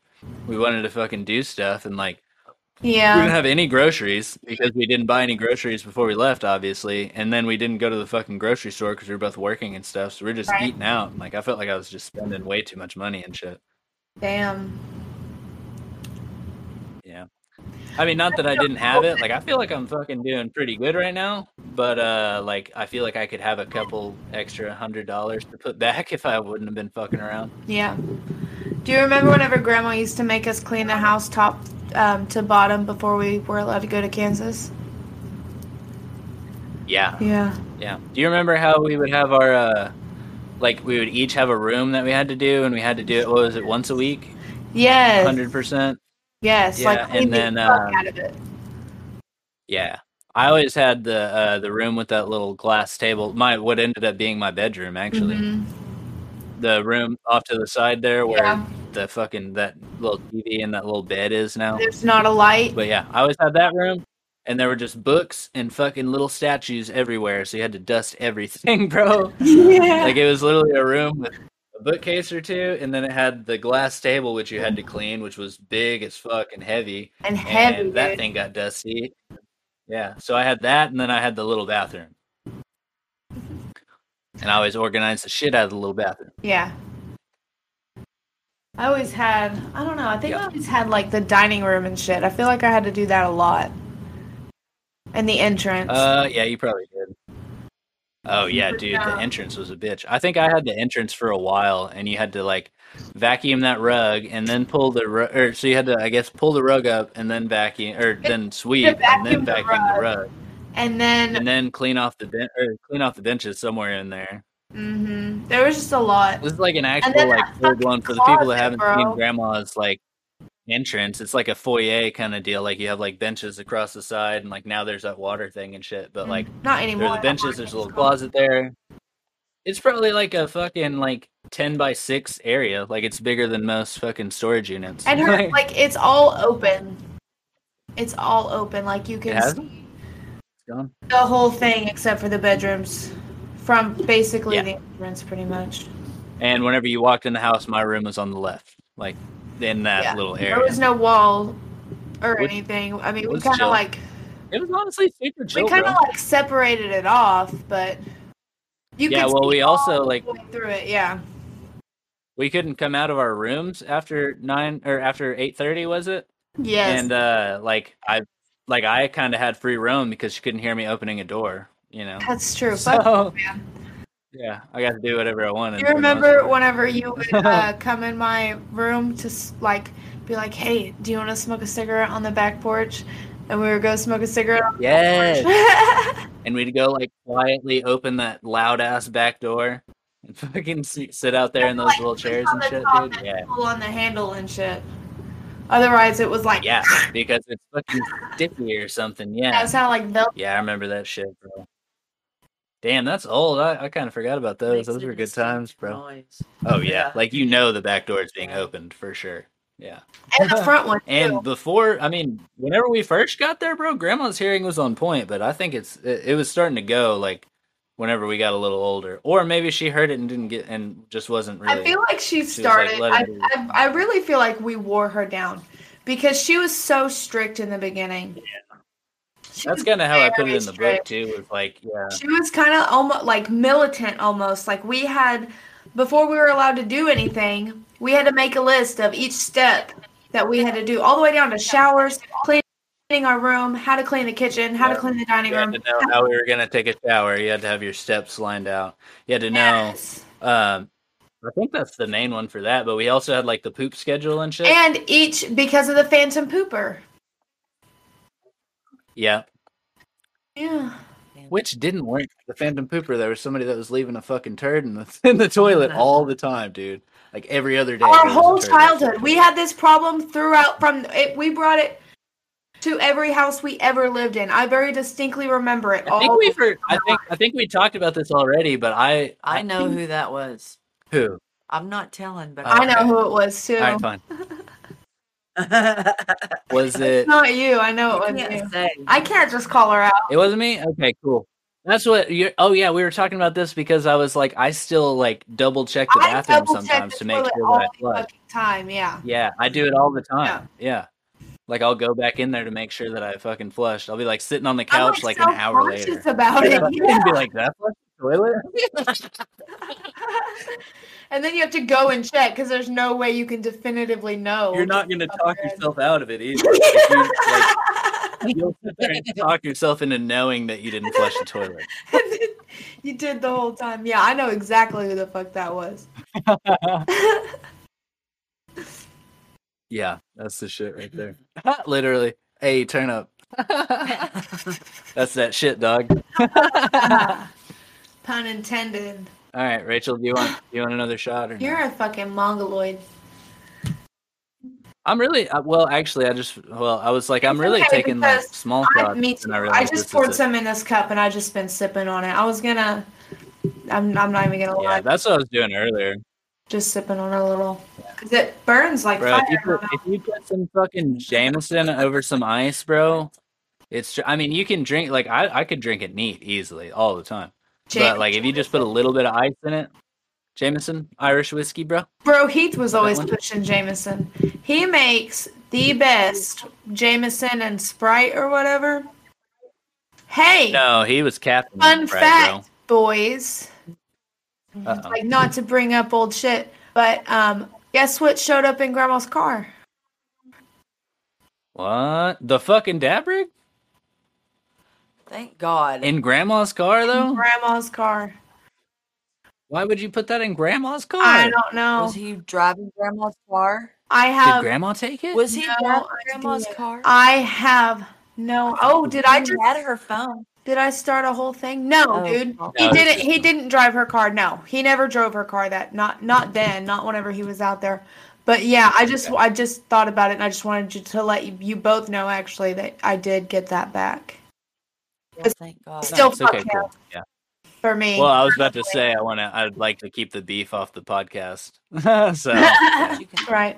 Speaker 1: we wanted to fucking do stuff, and like
Speaker 2: it.
Speaker 1: we didn't
Speaker 2: Yeah.
Speaker 1: have any groceries because we didn't buy any groceries before we left, obviously. And then we didn't go to the fucking grocery store because we were both working and stuff. So we are just
Speaker 2: Right.
Speaker 1: eating out. Like I felt like I was just spending way too much money and shit.
Speaker 2: Damn.
Speaker 1: I mean, not that I didn't have it. Like, I feel like I'm fucking doing pretty good right now. But uh, like, I feel like I could have a couple extra hundred dollars to put back if I wouldn't have been fucking around.
Speaker 2: Yeah. Do you remember whenever Grandma used to make us clean the house top um, to bottom before we were allowed to go to Kansas?
Speaker 1: Yeah,
Speaker 2: Yeah.
Speaker 1: yeah. Do you remember how we would have our uh, like we would each have a room that we had to do, and we had to do it. What was it once a week?
Speaker 2: Yes.
Speaker 1: Hundred percent.
Speaker 2: Yes.
Speaker 1: Yeah,
Speaker 2: like
Speaker 1: and
Speaker 2: clean
Speaker 1: then,
Speaker 2: the fuck
Speaker 1: um,
Speaker 2: out of it.
Speaker 1: Yeah. I always had the uh, the room with that little glass table. My what ended up being my bedroom actually.
Speaker 2: Mhm.
Speaker 1: The room off to the side there where
Speaker 2: Yeah.
Speaker 1: the fucking that little TV and that little bed is now.
Speaker 2: There's not a light.
Speaker 1: But yeah, I always had that room, and there were just books and fucking little statues everywhere. So you had to dust everything, bro.
Speaker 2: yeah.
Speaker 1: Like it was literally a room with a bookcase or two, and then it had the glass table which you had to clean, which was big as fuck and heavy.
Speaker 2: and heavy.
Speaker 1: and that
Speaker 2: dude.
Speaker 1: thing got dusty. Yeah, so I had that, and then I had the little bathroom. And I always organized the shit out of the little bathroom.
Speaker 2: Yeah. I always had, I don't know, I think I
Speaker 1: Yeah.
Speaker 2: always had like the dining room and shit. I feel like I had to do that a lot. And the entrance.
Speaker 1: Uh, yeah, you probably did. Oh yeah,
Speaker 2: But
Speaker 1: dude, the
Speaker 2: no.
Speaker 1: entrance was a bitch. I think I had the entrance for a while, and you had to like vacuum that rug, and then pull the ru- or so you had to, I guess, pull the rug up, and then vacuum or then sweep, and
Speaker 2: vacuum
Speaker 1: then
Speaker 2: the
Speaker 1: vacuum the
Speaker 2: rug.
Speaker 1: rug,
Speaker 2: and then
Speaker 1: and then clean off the ben- or clean off the benches somewhere in there.
Speaker 2: mhm, there was just a lot.
Speaker 1: This is like an actual
Speaker 2: then
Speaker 1: like
Speaker 2: that
Speaker 1: full blown for the
Speaker 2: fucking
Speaker 1: people that
Speaker 2: closet,
Speaker 1: haven't
Speaker 2: bro.
Speaker 1: seen grandma's like entrance. It's like a foyer kind of deal. Like you have like benches across the side, and like now there's that water thing and shit. But like
Speaker 2: Mm, not
Speaker 1: there
Speaker 2: anymore.
Speaker 1: are the
Speaker 2: that
Speaker 1: benches.
Speaker 2: market
Speaker 1: There's
Speaker 2: is
Speaker 1: a little
Speaker 2: gone.
Speaker 1: closet there. It's probably like a fucking like ten by six area. Like it's bigger than most fucking storage units.
Speaker 2: And her,
Speaker 1: Like,
Speaker 2: like, it's all open. It's all open. Like, you
Speaker 1: it
Speaker 2: can
Speaker 1: has
Speaker 2: see
Speaker 1: It's gone.
Speaker 2: the whole thing except for the bedrooms from basically
Speaker 1: Yeah.
Speaker 2: the entrance, pretty much.
Speaker 1: And whenever you walked in the house, my room was on the left, like in that
Speaker 2: Yeah.
Speaker 1: little
Speaker 2: There
Speaker 1: area.
Speaker 2: was no wall or
Speaker 1: Which
Speaker 2: anything. I mean, we
Speaker 1: was
Speaker 2: kind of
Speaker 1: chill.
Speaker 2: like
Speaker 1: it was honestly super chill.
Speaker 2: we kind
Speaker 1: bro.
Speaker 2: of like separated it off, but you
Speaker 1: yeah.
Speaker 2: could
Speaker 1: Well, we also like
Speaker 2: see going through it. Yeah,
Speaker 1: we couldn't come out of our rooms after nine or after eight thirty, was it?
Speaker 2: yes,
Speaker 1: And uh, like I, like I kind of had free roam because she couldn't hear me opening a door. You know.
Speaker 2: that's true.
Speaker 1: um,
Speaker 2: But
Speaker 1: So,
Speaker 2: man.
Speaker 1: yeah, I got to do whatever I wanted.
Speaker 2: you
Speaker 1: pretty much.
Speaker 2: remember whenever you would uh, come in my room to s- like be like, "Hey, do you want to smoke a cigarette on the back porch?" And we would go smoke a cigarette. on the
Speaker 1: Yes,
Speaker 2: porch.
Speaker 1: and we'd go like quietly open that loud ass back door and fucking se- sit out there in those
Speaker 2: Like,
Speaker 1: little chairs
Speaker 2: on
Speaker 1: and
Speaker 2: the
Speaker 1: shit,
Speaker 2: top
Speaker 1: dude.
Speaker 2: and
Speaker 1: Yeah,
Speaker 2: pull on the handle and shit. Otherwise, it was like
Speaker 1: yeah, because it's fucking sticky or something. Yeah,
Speaker 2: That sounded like velvet.
Speaker 1: Yeah, I remember that shit, bro. Damn, that's old. I, I kind of forgot about those.
Speaker 3: Makes
Speaker 1: Those
Speaker 3: a
Speaker 1: were good
Speaker 3: distinct
Speaker 1: times, bro.
Speaker 3: noise.
Speaker 1: Oh
Speaker 3: Yeah.
Speaker 1: yeah, like you know the back door is being opened for sure. Yeah,
Speaker 2: and the front one.
Speaker 1: and
Speaker 2: too.
Speaker 1: before, I mean, whenever we first got there, bro, Grandma's hearing was on point, but I think it's it, it was starting to go like whenever we got a little older, or maybe she heard it and didn't get and just wasn't really.
Speaker 2: I feel like she
Speaker 1: was like,
Speaker 2: started.
Speaker 1: "Let him
Speaker 2: I, I, I really feel like we wore her down because she was so strict in the beginning. She
Speaker 1: that's
Speaker 2: was
Speaker 1: kind of how I put it
Speaker 2: very
Speaker 1: in the book
Speaker 2: strict.
Speaker 1: too. Was like, yeah,
Speaker 2: She was kind of almost like militant, almost like we had before we were allowed to do anything. We had to make a list of each step that we had to do, all the way down to showers, cleaning our room, how to clean the kitchen, how to
Speaker 1: Yeah.
Speaker 2: clean the dining
Speaker 1: you had
Speaker 2: room.
Speaker 1: to know how we were gonna take a shower. You had to have your steps lined out. You had to know.
Speaker 2: Yes.
Speaker 1: Um, I think that's the main one for that. But we also had like the poop schedule and shit.
Speaker 2: And each because of the phantom pooper.
Speaker 1: yeah,
Speaker 2: Yeah.
Speaker 1: which didn't work. The Phantom Pooper. There was somebody that was leaving a fucking turd in the in the toilet all the time, dude. Like every other day.
Speaker 2: Our
Speaker 1: there was a
Speaker 2: whole
Speaker 1: turd in the
Speaker 2: childhood, we had this problem throughout. From it, we brought it to every house we ever lived in. I very distinctly remember it.
Speaker 1: I think
Speaker 2: all
Speaker 1: we've heard, I think I think we talked about this already, but I
Speaker 3: I know who that was.
Speaker 1: who.
Speaker 3: I'm not telling, but
Speaker 2: I know
Speaker 1: okay.
Speaker 2: who it was too.
Speaker 1: All right, fine.
Speaker 3: I
Speaker 1: Was it?
Speaker 2: Not you. I know it wasn't you.
Speaker 3: can't say.
Speaker 2: I can't just call her out.
Speaker 1: It wasn't me. Okay, cool. That's what you're. Oh yeah, we were talking about this because I was like, I still like double check the
Speaker 2: I
Speaker 1: bathroom
Speaker 2: double check
Speaker 1: sometimes
Speaker 2: the
Speaker 1: to make
Speaker 2: toilet
Speaker 1: sure
Speaker 2: all
Speaker 1: that I
Speaker 2: the
Speaker 1: flush.
Speaker 2: fucking time. Yeah.
Speaker 1: Yeah, I do it all the time. Yeah. like I'll go back in there to make sure that I fucking flushed. I'll be like sitting on the couch like, an hour
Speaker 2: self-conscious
Speaker 1: later.
Speaker 2: about it. Yeah.
Speaker 1: and be like, "Did I flush the toilet?
Speaker 2: and then you have to go and check because there's no way you can definitively know.
Speaker 1: You're not gonna talk
Speaker 2: Okay.
Speaker 1: yourself out of it either. If you, like, You'll sit there and talk yourself into knowing that you didn't flush the toilet.
Speaker 2: you did the whole time. Yeah, I know exactly who the fuck that was.
Speaker 1: Yeah, that's the shit right there. Literally, hey, turn up. That's that shit, dog.
Speaker 2: Pun intended.
Speaker 1: All right, Rachel, do you want do you want another shot or? no?
Speaker 2: You're a fucking mongoloid.
Speaker 1: I'm really uh, well. Actually, I just well, I was like, I'm
Speaker 2: It's
Speaker 1: really
Speaker 2: okay,
Speaker 1: taking like
Speaker 2: because
Speaker 1: small
Speaker 2: I,
Speaker 1: shots.
Speaker 2: me
Speaker 1: and
Speaker 2: too. I,
Speaker 1: realized this
Speaker 2: just
Speaker 1: is
Speaker 2: poured
Speaker 1: a-
Speaker 2: some in this cup and I just been sipping on it. I was gonna. I'm, I'm not even gonna
Speaker 1: Yeah,
Speaker 2: lie.
Speaker 1: that's what I was doing earlier,
Speaker 2: Just sipping on it a little because it burns like
Speaker 1: bro. If you,
Speaker 2: fire.
Speaker 1: put, if you put some fucking Jameson over some ice, bro, it's. tr- I mean, you can drink like I I could drink it neat easily all the time.
Speaker 2: Jam-
Speaker 1: but like if you just put a little bit of ice in it, Jameson Irish whiskey, bro.
Speaker 2: Bro, Heath was always
Speaker 1: one?
Speaker 2: pushing Jameson. He makes the best Jameson and Sprite or whatever. Hey,
Speaker 1: No, he was captain.
Speaker 2: fun
Speaker 1: Brad,
Speaker 2: fact, boys.
Speaker 1: bro. Uh-uh. Uh-oh.
Speaker 2: Like, not to bring up old shit, but um, guess what showed up in Grandma's car?
Speaker 1: What the fucking dab rig
Speaker 3: Thank God.
Speaker 1: in Grandma's car
Speaker 2: Mm-hmm.
Speaker 1: though?
Speaker 2: Grandma's car.
Speaker 1: Why would you put that in Grandma's car?
Speaker 2: I don't know.
Speaker 3: was he driving grandma's car?
Speaker 2: I
Speaker 1: Did
Speaker 2: have.
Speaker 1: Grandma take it?
Speaker 3: Was he
Speaker 2: No
Speaker 3: driving grandma's
Speaker 2: idea.
Speaker 3: car?
Speaker 2: I have no. Oh, did I
Speaker 3: He
Speaker 2: just
Speaker 3: had her phone.
Speaker 2: Did I start a whole thing? No,
Speaker 3: Oh,
Speaker 2: dude.
Speaker 3: no.
Speaker 2: He
Speaker 1: No,
Speaker 2: didn't
Speaker 1: it's-
Speaker 2: he didn't drive her car. No. He never drove her car that not not then, not whenever he was out there. But yeah, I just I just thought about it and I just wanted you to let you, you both know actually that I did get that back
Speaker 3: Yeah, thank God.
Speaker 2: Still
Speaker 1: it's okay,
Speaker 2: fuck
Speaker 1: cool. Yeah.
Speaker 2: for me.
Speaker 1: Well, I was about to say I want to. I'd like to keep the beef off the podcast. so, yeah.
Speaker 3: You can-
Speaker 2: right.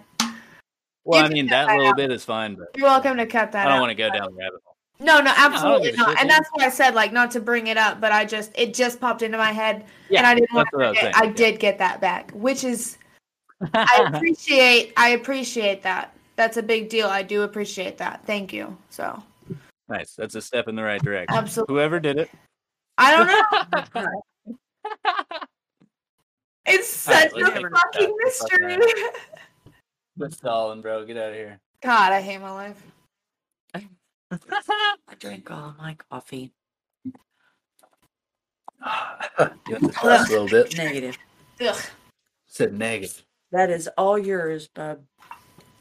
Speaker 1: well,
Speaker 2: You
Speaker 1: I
Speaker 2: can
Speaker 1: mean
Speaker 2: cut that
Speaker 1: that little bit is fine, but
Speaker 2: You're welcome to cut
Speaker 1: I
Speaker 2: that
Speaker 1: don't
Speaker 2: out.
Speaker 1: want to go down the rabbit hole.
Speaker 2: no, no, absolutely
Speaker 1: give a
Speaker 2: not.
Speaker 1: shit,
Speaker 2: and
Speaker 1: dude.
Speaker 2: that's why I said like not to bring it up, but I just it just popped into my head
Speaker 1: Yeah,
Speaker 2: and I didn't want
Speaker 1: that's what I was
Speaker 2: to
Speaker 1: saying.
Speaker 2: I
Speaker 1: yeah. Uh-huh.
Speaker 2: did get that back, which is I appreciate I appreciate that. That's a big deal. I do appreciate that. Thank you. So
Speaker 1: nice. That's a step in the right direction.
Speaker 2: Absolutely.
Speaker 1: Whoever did it,
Speaker 2: I don't know. It's
Speaker 1: All right,
Speaker 2: such
Speaker 1: let's
Speaker 2: a
Speaker 1: take a shot.
Speaker 2: fucking
Speaker 1: Let's fucking
Speaker 2: mystery.
Speaker 1: have Quit stalling, bro. Get out of here.
Speaker 2: God, I hate my life.
Speaker 3: I drank all of my coffee.
Speaker 1: you have to stress a little bit.
Speaker 3: Negative.
Speaker 2: Ugh.
Speaker 1: Said negative.
Speaker 3: That is all yours, bub.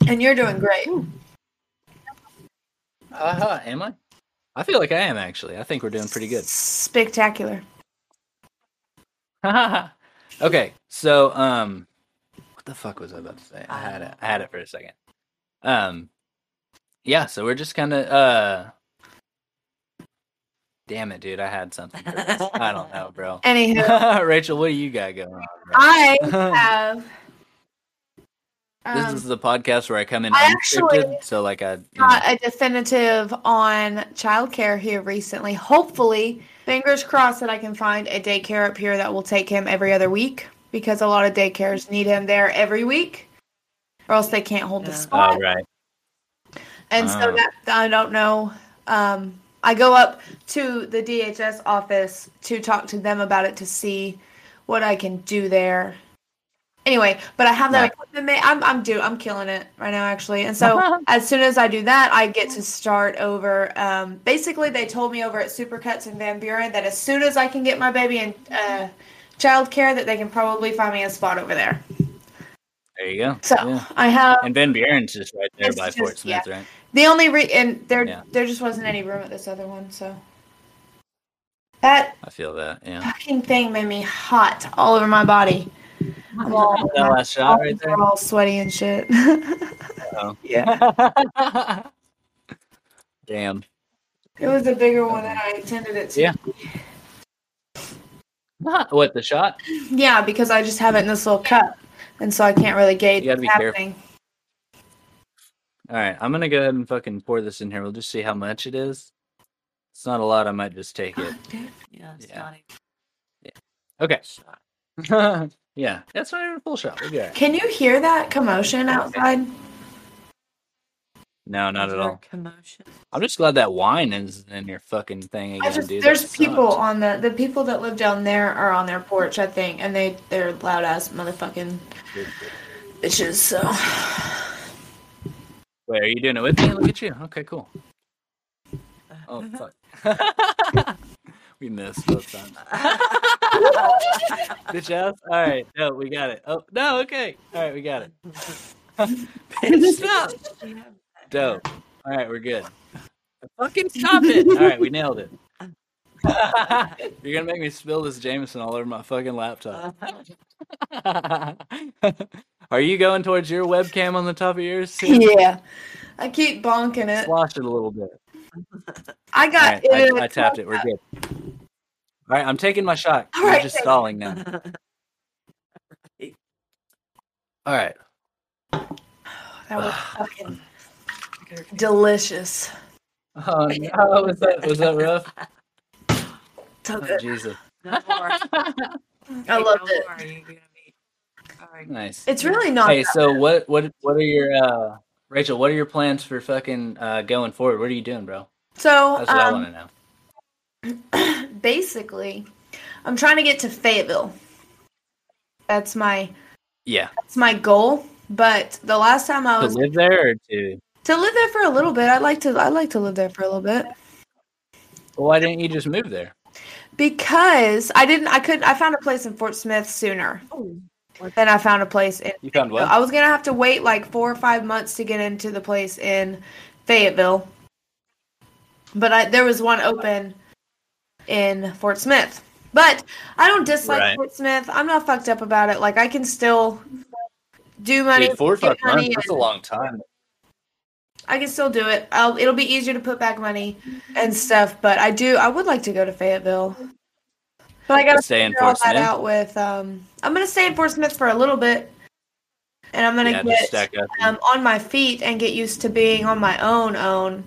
Speaker 2: And you're doing great.
Speaker 1: Uh-huh. Am I? I feel like I am actually. I think we're doing pretty good.
Speaker 2: Spectacular.
Speaker 1: okay, so um, what the fuck was I about to say? I had it. I had it for a second. Um, yeah. So we're just kind of uh. Damn it, dude! I had something. for this. I don't know, bro.
Speaker 2: Anywho,
Speaker 1: Rachel, what do you got going on? bro?
Speaker 2: I have.
Speaker 1: this
Speaker 2: Um,
Speaker 1: is the podcast where I come in
Speaker 2: I
Speaker 1: unscripted,
Speaker 2: actually
Speaker 1: so like I. you know,
Speaker 2: got a definitive on childcare here recently. Hopefully, Fingers crossed that I can find a daycare up here that will take him every other week because a lot of daycares need him there every week, or else they can't hold the
Speaker 3: Yeah.
Speaker 2: spot.
Speaker 1: Oh, right.
Speaker 2: And so
Speaker 1: Oh.
Speaker 2: that I don't know. Um, I go up to the DHS office to talk to them about it to see what I can do there. Anyway, but I have that
Speaker 1: Right.
Speaker 2: appointment made. I'm I'm due. I'm killing it right now, actually. And so as soon as I do that, I get to start over. Um, basically, they told me over at Supercuts in Van Buren that as soon as I can get my baby in uh, childcare, that they can probably find me a spot over there.
Speaker 1: There you go.
Speaker 2: So
Speaker 1: Yeah.
Speaker 2: I have
Speaker 1: And Ben Buren's just right there
Speaker 2: It's
Speaker 1: by
Speaker 2: just-
Speaker 1: Fort Smith, right?
Speaker 2: The only re- and there
Speaker 1: Yeah.
Speaker 2: there just wasn't any room at this other one, so that
Speaker 1: I feel that. Yeah.
Speaker 2: fucking thing made me hot all over my body. I'm all,
Speaker 1: That
Speaker 2: my
Speaker 1: last shot right Oh.
Speaker 2: arms are all sweaty and shit. it
Speaker 3: Yeah.
Speaker 1: there. Damn.
Speaker 2: was a bigger one than I intended it to.
Speaker 1: Yeah. What the shot?
Speaker 2: Yeah, because I just have it in this little cup, and so I can't really gauge
Speaker 1: You gotta
Speaker 2: what's
Speaker 1: be careful.
Speaker 2: happening.
Speaker 1: All right, I'm gonna go ahead and fucking pour this in here. We'll just see how much it is. It's not a lot. I might just take it.
Speaker 3: Yeah. It's
Speaker 1: Yeah.
Speaker 3: not even
Speaker 1: Okay.
Speaker 3: a shot.
Speaker 1: yeah, that's not even a full shot. We'll be all right.
Speaker 2: Can you hear that commotion outside?
Speaker 1: No, not
Speaker 3: Is
Speaker 1: at
Speaker 3: there
Speaker 1: all.
Speaker 3: Commotion.
Speaker 1: I'm just glad that wine is in your fucking thing again,
Speaker 2: I just
Speaker 1: dude. That
Speaker 2: there's people
Speaker 1: sucks.
Speaker 2: on the the people that live down there are on their porch, I think, and they they're loud ass motherfucking bitches. So.
Speaker 1: Wait, are you doing it with me? Look at you. Okay, cool. Oh fuck. we missed both times. Bitch ass. All right, no, we got it. Oh no, okay. All right, we got it. Bitch, stop. Dope. All right, we're good. Fucking stop it. All right, we nailed it. You're gonna make me spill this Jameson all over my fucking laptop. Are you going towards your webcam on the top of yours? Sid?
Speaker 2: Yeah. I keep bonking it.
Speaker 1: Slosh it a little bit.
Speaker 2: I
Speaker 1: All
Speaker 2: got
Speaker 1: right, I, I tapped it. We're good. All right, I'm taking my shot.
Speaker 2: All
Speaker 1: You're
Speaker 2: right,
Speaker 1: just
Speaker 2: take it.
Speaker 1: stalling now. All right.
Speaker 2: That was fucking delicious.
Speaker 1: Oh, no. was that was that rough?
Speaker 2: So
Speaker 1: Oh,
Speaker 2: good.
Speaker 1: Jesus.
Speaker 3: No more.
Speaker 2: I loved it.
Speaker 3: Are you gonna be? All right.
Speaker 1: Nice.
Speaker 2: It's really not.
Speaker 1: Hey, so what what what are your uh Rachel, what are your plans for fucking uh going forward? What are you doing, bro?
Speaker 2: So
Speaker 1: That's what I
Speaker 2: um,
Speaker 1: want to know.
Speaker 2: basically, I'm trying to get to Fayetteville. That's my
Speaker 1: Yeah.
Speaker 2: that's my goal. But the last time I
Speaker 1: To
Speaker 2: was
Speaker 1: live there or to
Speaker 2: to live there for a little bit, I'd like to I'd like to live there for a little bit.
Speaker 1: well, why didn't you just move there?
Speaker 2: Because I didn't I couldn't I found a place in Fort Smith sooner
Speaker 3: Oh,
Speaker 2: than I found a place in
Speaker 1: You found
Speaker 2: I
Speaker 1: what?
Speaker 2: was gonna have to wait like four or five months to get into the place in Fayetteville, but I, there was one open in Fort Smith. But I don't dislike
Speaker 1: Right.
Speaker 2: Fort Smith. I'm not fucked up about it. Like I can still do money.
Speaker 1: Dude, four or
Speaker 2: get
Speaker 1: five
Speaker 2: money
Speaker 1: months. That's a
Speaker 2: and-
Speaker 1: long time.
Speaker 2: I can still do it. I'll, it'll be easier to put back money and stuff. But I do. I would like to go to Fayetteville. But I gotta
Speaker 1: stay in
Speaker 2: figure all
Speaker 1: Fort
Speaker 2: that
Speaker 1: Smith?
Speaker 2: out with. Um, I'm gonna stay in Fort Smith for a little bit, and I'm gonna
Speaker 1: Yeah,
Speaker 2: get
Speaker 1: just stack up.
Speaker 2: um, on my feet and get used to being on my own own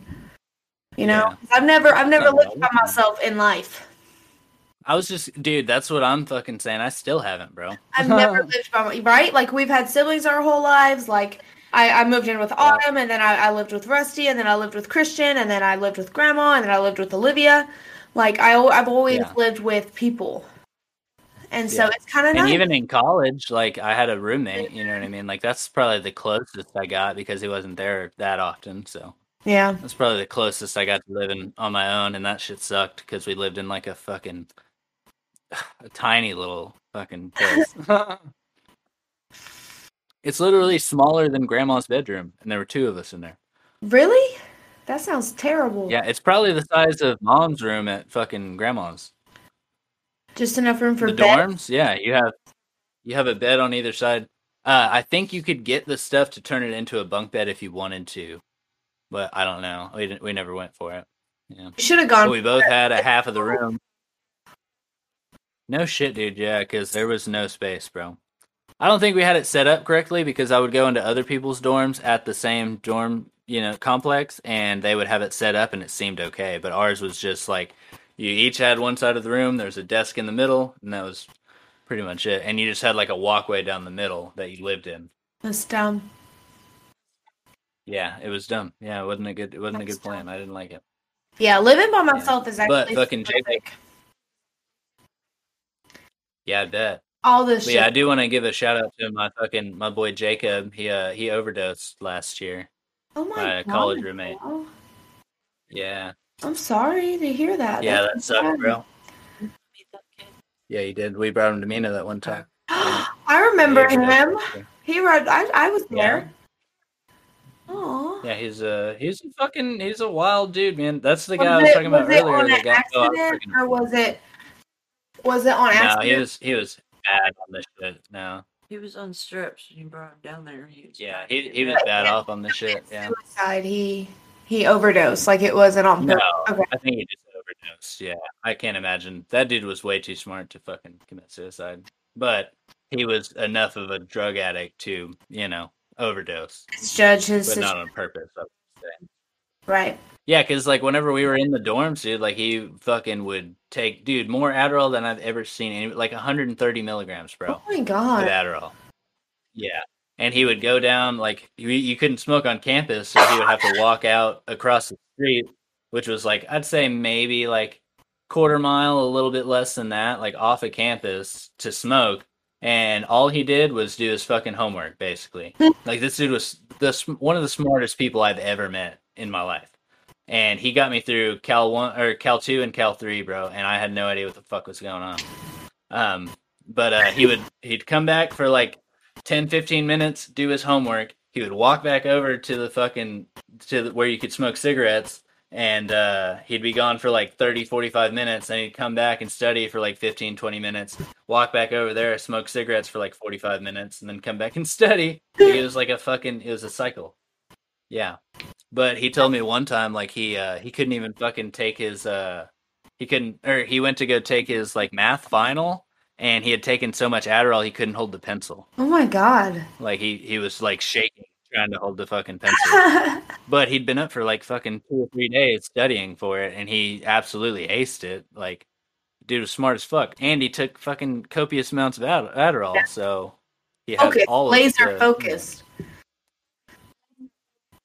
Speaker 2: you know
Speaker 1: Yeah.
Speaker 2: i've never i've never
Speaker 1: Not
Speaker 2: lived by
Speaker 1: wrong.
Speaker 2: myself in life
Speaker 1: I was just dude, that's what I'm fucking saying. I still haven't, bro.
Speaker 2: i've never lived by my right like we've had siblings our whole lives like i, I moved in with autumn and then I, I lived with rusty and then i lived with christian and then i lived with grandma and then i lived with olivia like I, al- i've always
Speaker 1: Yeah.
Speaker 2: lived with people and so
Speaker 1: Yeah.
Speaker 2: it's kind of
Speaker 1: and
Speaker 2: nice
Speaker 1: even in college, like I had a roommate, you know what I mean? Like that's probably the closest I got because he wasn't there that often. So
Speaker 2: yeah
Speaker 1: that's probably the closest I got to living on my own, and that shit sucked because we lived in like a fucking a tiny little fucking place. it's literally smaller than grandma's bedroom, and there were two of us in there.
Speaker 2: really that sounds terrible
Speaker 1: Yeah, it's probably the size of mom's room at fucking grandma's.
Speaker 2: just enough room for
Speaker 1: the
Speaker 2: bed
Speaker 1: dorms yeah you have you have a bed on either side uh i think you could get the stuff to turn it into a bunk bed if you wanted to but i don't know we didn't we never went for it Oh, yeah
Speaker 2: should have gone
Speaker 1: but we both had a half of the room no shit dude yeah because there was no space bro i don't think we had it set up correctly because i would go into other people's dorms at the same dorm you know complex and they would have it set up and it seemed okay but ours was just like You each had one side of the room. There's a desk in the middle, and that was pretty much it. And you just had like a walkway down the middle that you lived in.
Speaker 2: That's dumb.
Speaker 1: Yeah, it was dumb. Yeah, it wasn't a good. It wasn't a good plan. I didn't like it.
Speaker 2: Yeah, living by myself is actually
Speaker 1: But fucking Jake. Yeah, I bet.
Speaker 2: all this
Speaker 1: But
Speaker 2: shit.
Speaker 1: yeah, I do want to give a shout out to my fucking my boy Jacob. He uh he overdosed last year.
Speaker 2: oh
Speaker 1: my
Speaker 2: my God,
Speaker 1: college roommate.
Speaker 2: bro.
Speaker 1: Yeah,
Speaker 2: I'm sorry to hear that.
Speaker 1: yeah, that
Speaker 2: That's
Speaker 1: sucked,
Speaker 2: sad.
Speaker 1: bro. Yeah, you did. We brought him to Mina that one time.
Speaker 2: I remember him. He rode. I, I was
Speaker 1: Yeah.
Speaker 2: there. Oh.
Speaker 1: Yeah, he's a he's a fucking he's a wild dude, man. That's the guy I
Speaker 2: Was
Speaker 1: was
Speaker 2: it-
Speaker 1: talking about
Speaker 2: was it
Speaker 1: earlier.
Speaker 2: on
Speaker 1: that
Speaker 2: an
Speaker 1: got- oh, I'm
Speaker 2: accident,
Speaker 1: freaking-
Speaker 2: or was it? Was it on
Speaker 1: no,
Speaker 2: accident?
Speaker 1: he was he was bad on this shit. No,
Speaker 3: He was on strips when you brought him down there. He was
Speaker 1: yeah,
Speaker 3: trying to
Speaker 1: he
Speaker 3: get
Speaker 1: he was
Speaker 3: back.
Speaker 1: bad off on this shit. Yeah,
Speaker 2: Suicide. He he overdosed. Like it wasn't on
Speaker 1: no,
Speaker 2: purpose. Okay.
Speaker 1: I think he just overdosed. Yeah, I can't imagine that dude was way too smart to fucking commit suicide. But he was enough of a drug addict to you know overdose,
Speaker 2: Let's judge his
Speaker 1: but
Speaker 2: situ-
Speaker 1: not on purpose. I would say.
Speaker 2: right.
Speaker 1: Yeah, because like whenever we were in the dorms, dude, like he fucking would take, dude, more Adderall than I've ever seen. Any, like 130 milligrams, bro,
Speaker 2: Oh my
Speaker 1: with
Speaker 2: god.
Speaker 1: Adderall. Yeah. And he would go down, like, you, you couldn't smoke on campus, so he would have to walk out across the street, which was like, I'd say maybe like quarter mile, a little bit less than that, like off of campus to smoke. And all he did was do his fucking homework, basically. like, this dude was the, sm- one of the smartest people I've ever met in my life and he got me through Cal one or Cal two and Cal three, bro. And I had no idea what the fuck was going on. Um, but uh, he would he'd come back for like 10, 15 minutes, do his homework. He would walk back over to the fucking to the, where you could smoke cigarettes, and uh, he'd be gone for like 30, 45 minutes. Then he'd come back and study for like 15, 20 minutes. Walk back over there, smoke cigarettes for like forty five minutes, and then come back and study. It was like a fucking it was a cycle. Yeah but he told me one time like he uh he couldn't even fucking take his uh he couldn't or he went to go take his like math final and he had taken so much Adderall he couldn't hold the pencil.
Speaker 2: Oh my god.
Speaker 1: Like he he was like shaking trying to hold the fucking pencil. but he'd been up for like fucking 2 or 3 days studying for it and he absolutely aced it. Like dude was smart as fuck and he took fucking copious amounts of Ad- Adderall so he had
Speaker 2: Focus.
Speaker 1: all of
Speaker 2: Laser
Speaker 1: the-
Speaker 2: focused.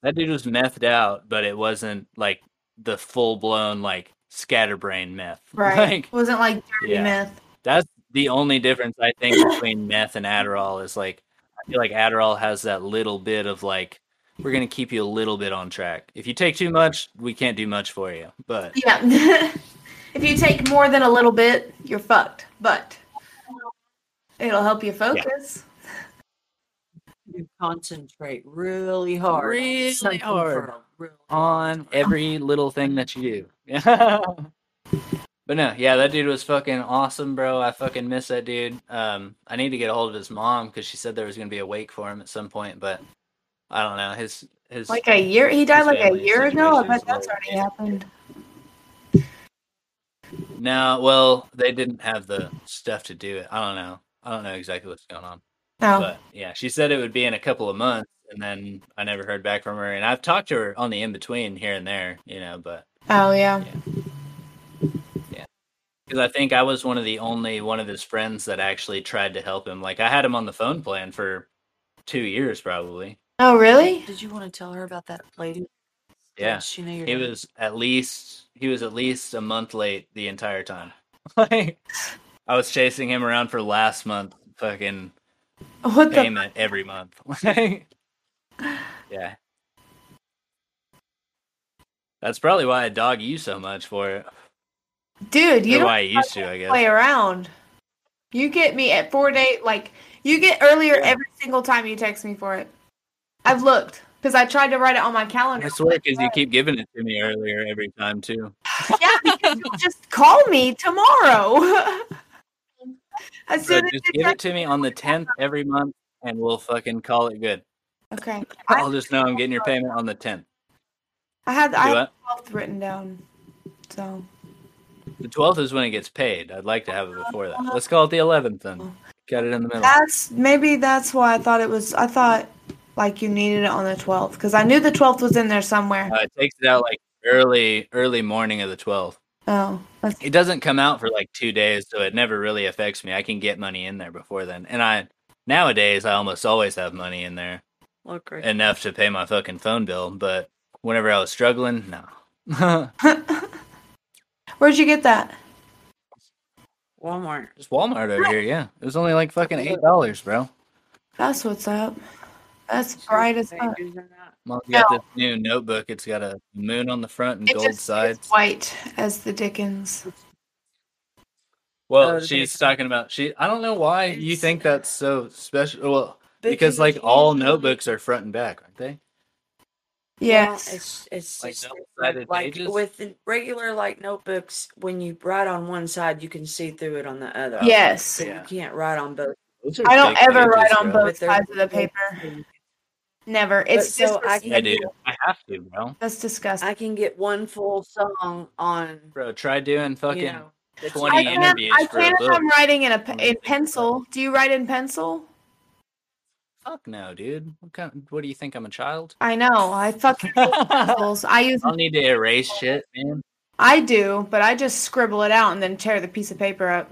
Speaker 1: That dude was methed out, but it wasn't like the full blown like scatterbrain meth.
Speaker 2: Right.
Speaker 1: Like
Speaker 2: wasn't like dirty
Speaker 1: Yeah.
Speaker 2: myth.
Speaker 1: that's the only difference I think between meth and Adderall is like I feel like Adderall has that little bit of like we're gonna keep you a little bit on track. If you take too much, we can't do much for you. But
Speaker 2: Yeah. if you take more than a little bit, you're fucked. But it'll help you focus.
Speaker 3: You concentrate really hard. on
Speaker 1: Really
Speaker 3: something for
Speaker 1: hard.
Speaker 3: a really
Speaker 1: on every little thing that you do. but no, yeah, that dude was fucking awesome, bro. I fucking miss that dude. Um, I need to get a hold of his mom because she said there was gonna be a wake for him at some point, but I don't know. His his
Speaker 2: Like a year, he died
Speaker 1: His
Speaker 2: like a
Speaker 1: family
Speaker 2: year ago. I bet
Speaker 1: situation's
Speaker 2: that's
Speaker 1: like-
Speaker 2: already happened.
Speaker 1: no, well, they didn't have the stuff to do it. I don't know. I don't know exactly what's going on.
Speaker 2: No.
Speaker 1: But yeah, she said it would be in a couple of months, and then I never heard back from her. And I've talked to her on the in between here and there, you know, but
Speaker 2: oh yeah.
Speaker 1: because I think I was one of the only one of his friends that actually tried to help him. Like I had him on the phone plan for two years, probably.
Speaker 2: Oh really?
Speaker 3: Did you want to tell her about that lady?
Speaker 1: Yeah,
Speaker 3: Did she knew your
Speaker 1: he
Speaker 3: name?
Speaker 1: was at least he was at least a month late the entire time. like I was chasing him around for last month, fucking
Speaker 2: What the?
Speaker 1: payment every month. Like, yeah. That's probably why I dog you so much for it.
Speaker 2: Dude, you
Speaker 1: Or
Speaker 2: don't
Speaker 1: why I used to, I guess.
Speaker 2: play around. You get me at four day like you get earlier every single time you text me for it. I've looked because I tried to write it on my calendar.
Speaker 1: I swear, because you keep giving it to me earlier every time too.
Speaker 2: yeah, because you just call me tomorrow. as
Speaker 1: Bro,
Speaker 2: soon as
Speaker 1: just
Speaker 2: you
Speaker 1: give it
Speaker 2: text-
Speaker 1: to me on the tenth every month, and we'll fucking call it good.
Speaker 2: okay, I,
Speaker 1: I'll just know I'm getting your payment on the tenth.
Speaker 2: I had I
Speaker 1: Do
Speaker 2: had
Speaker 1: it.
Speaker 2: twelfth written down. So
Speaker 1: The twelfth is when it gets paid. I'd like to have it before that. Let's call it the eleventh then. Got it in the middle.
Speaker 2: that's maybe that's why I thought it was. I thought like you needed it on the twelfth because I knew the twelfth was in there somewhere.
Speaker 1: Uh, it takes it out like early, early morning of the twelfth.
Speaker 2: Oh, that's-
Speaker 1: It doesn't come out for like two days, so it never really affects me. I can get money in there before then, and I nowadays I almost always have money in there
Speaker 3: Well, great.
Speaker 1: enough to pay my fucking phone bill. But whenever I was struggling, no,
Speaker 2: where'd you get that?
Speaker 3: Walmart.
Speaker 1: it's Walmart over here. Yeah, it was only like fucking eight dollars, bro.
Speaker 2: That's what's up. That's bright as fuck.
Speaker 1: Mom's got this new notebook. It's got a moon on the front and
Speaker 2: It
Speaker 1: gold
Speaker 2: just is
Speaker 1: sides.
Speaker 2: white as the Dickens.
Speaker 1: Well,
Speaker 3: Oh,
Speaker 1: she's
Speaker 3: okay.
Speaker 1: talking about she. I don't know why you
Speaker 3: It's-
Speaker 1: think that's so special. Well, because like all notebooks are front and back, aren't they?
Speaker 2: Yes.
Speaker 3: it's it's
Speaker 1: Like
Speaker 3: just
Speaker 1: double-sided
Speaker 3: different. like
Speaker 1: pages?
Speaker 3: with the regular like notebooks. When you write on one side, you can see through it on the other.
Speaker 2: yes.
Speaker 3: but
Speaker 1: Oh, Yeah.
Speaker 3: you can't write on both.
Speaker 1: Those are
Speaker 2: I don't
Speaker 1: big
Speaker 2: ever
Speaker 1: pages,
Speaker 2: write on
Speaker 1: bro.
Speaker 2: both
Speaker 3: But they're-
Speaker 2: sides of the paper. Never. It's
Speaker 3: so I
Speaker 2: just
Speaker 3: can-
Speaker 1: I do. I have to, bro.
Speaker 2: that's disgusting.
Speaker 3: I can get one full song on
Speaker 1: Bro, try doing fucking.
Speaker 3: you know the
Speaker 1: 20
Speaker 3: two-
Speaker 2: I can't,
Speaker 1: interviews
Speaker 2: I
Speaker 1: for a
Speaker 2: can't if
Speaker 1: book.
Speaker 2: I'm writing in a
Speaker 1: I'm
Speaker 2: pe-
Speaker 1: gonna
Speaker 2: in
Speaker 1: think about it.
Speaker 2: pencil. Do you write in pencil?
Speaker 1: Fuck no, dude. What kind? What do you think? I'm a child.
Speaker 2: I know. I fucking hate
Speaker 1: I
Speaker 2: pencils. I use
Speaker 1: don't need to erase shit, man.
Speaker 2: I do, but I just scribble it out and then tear the piece of paper up.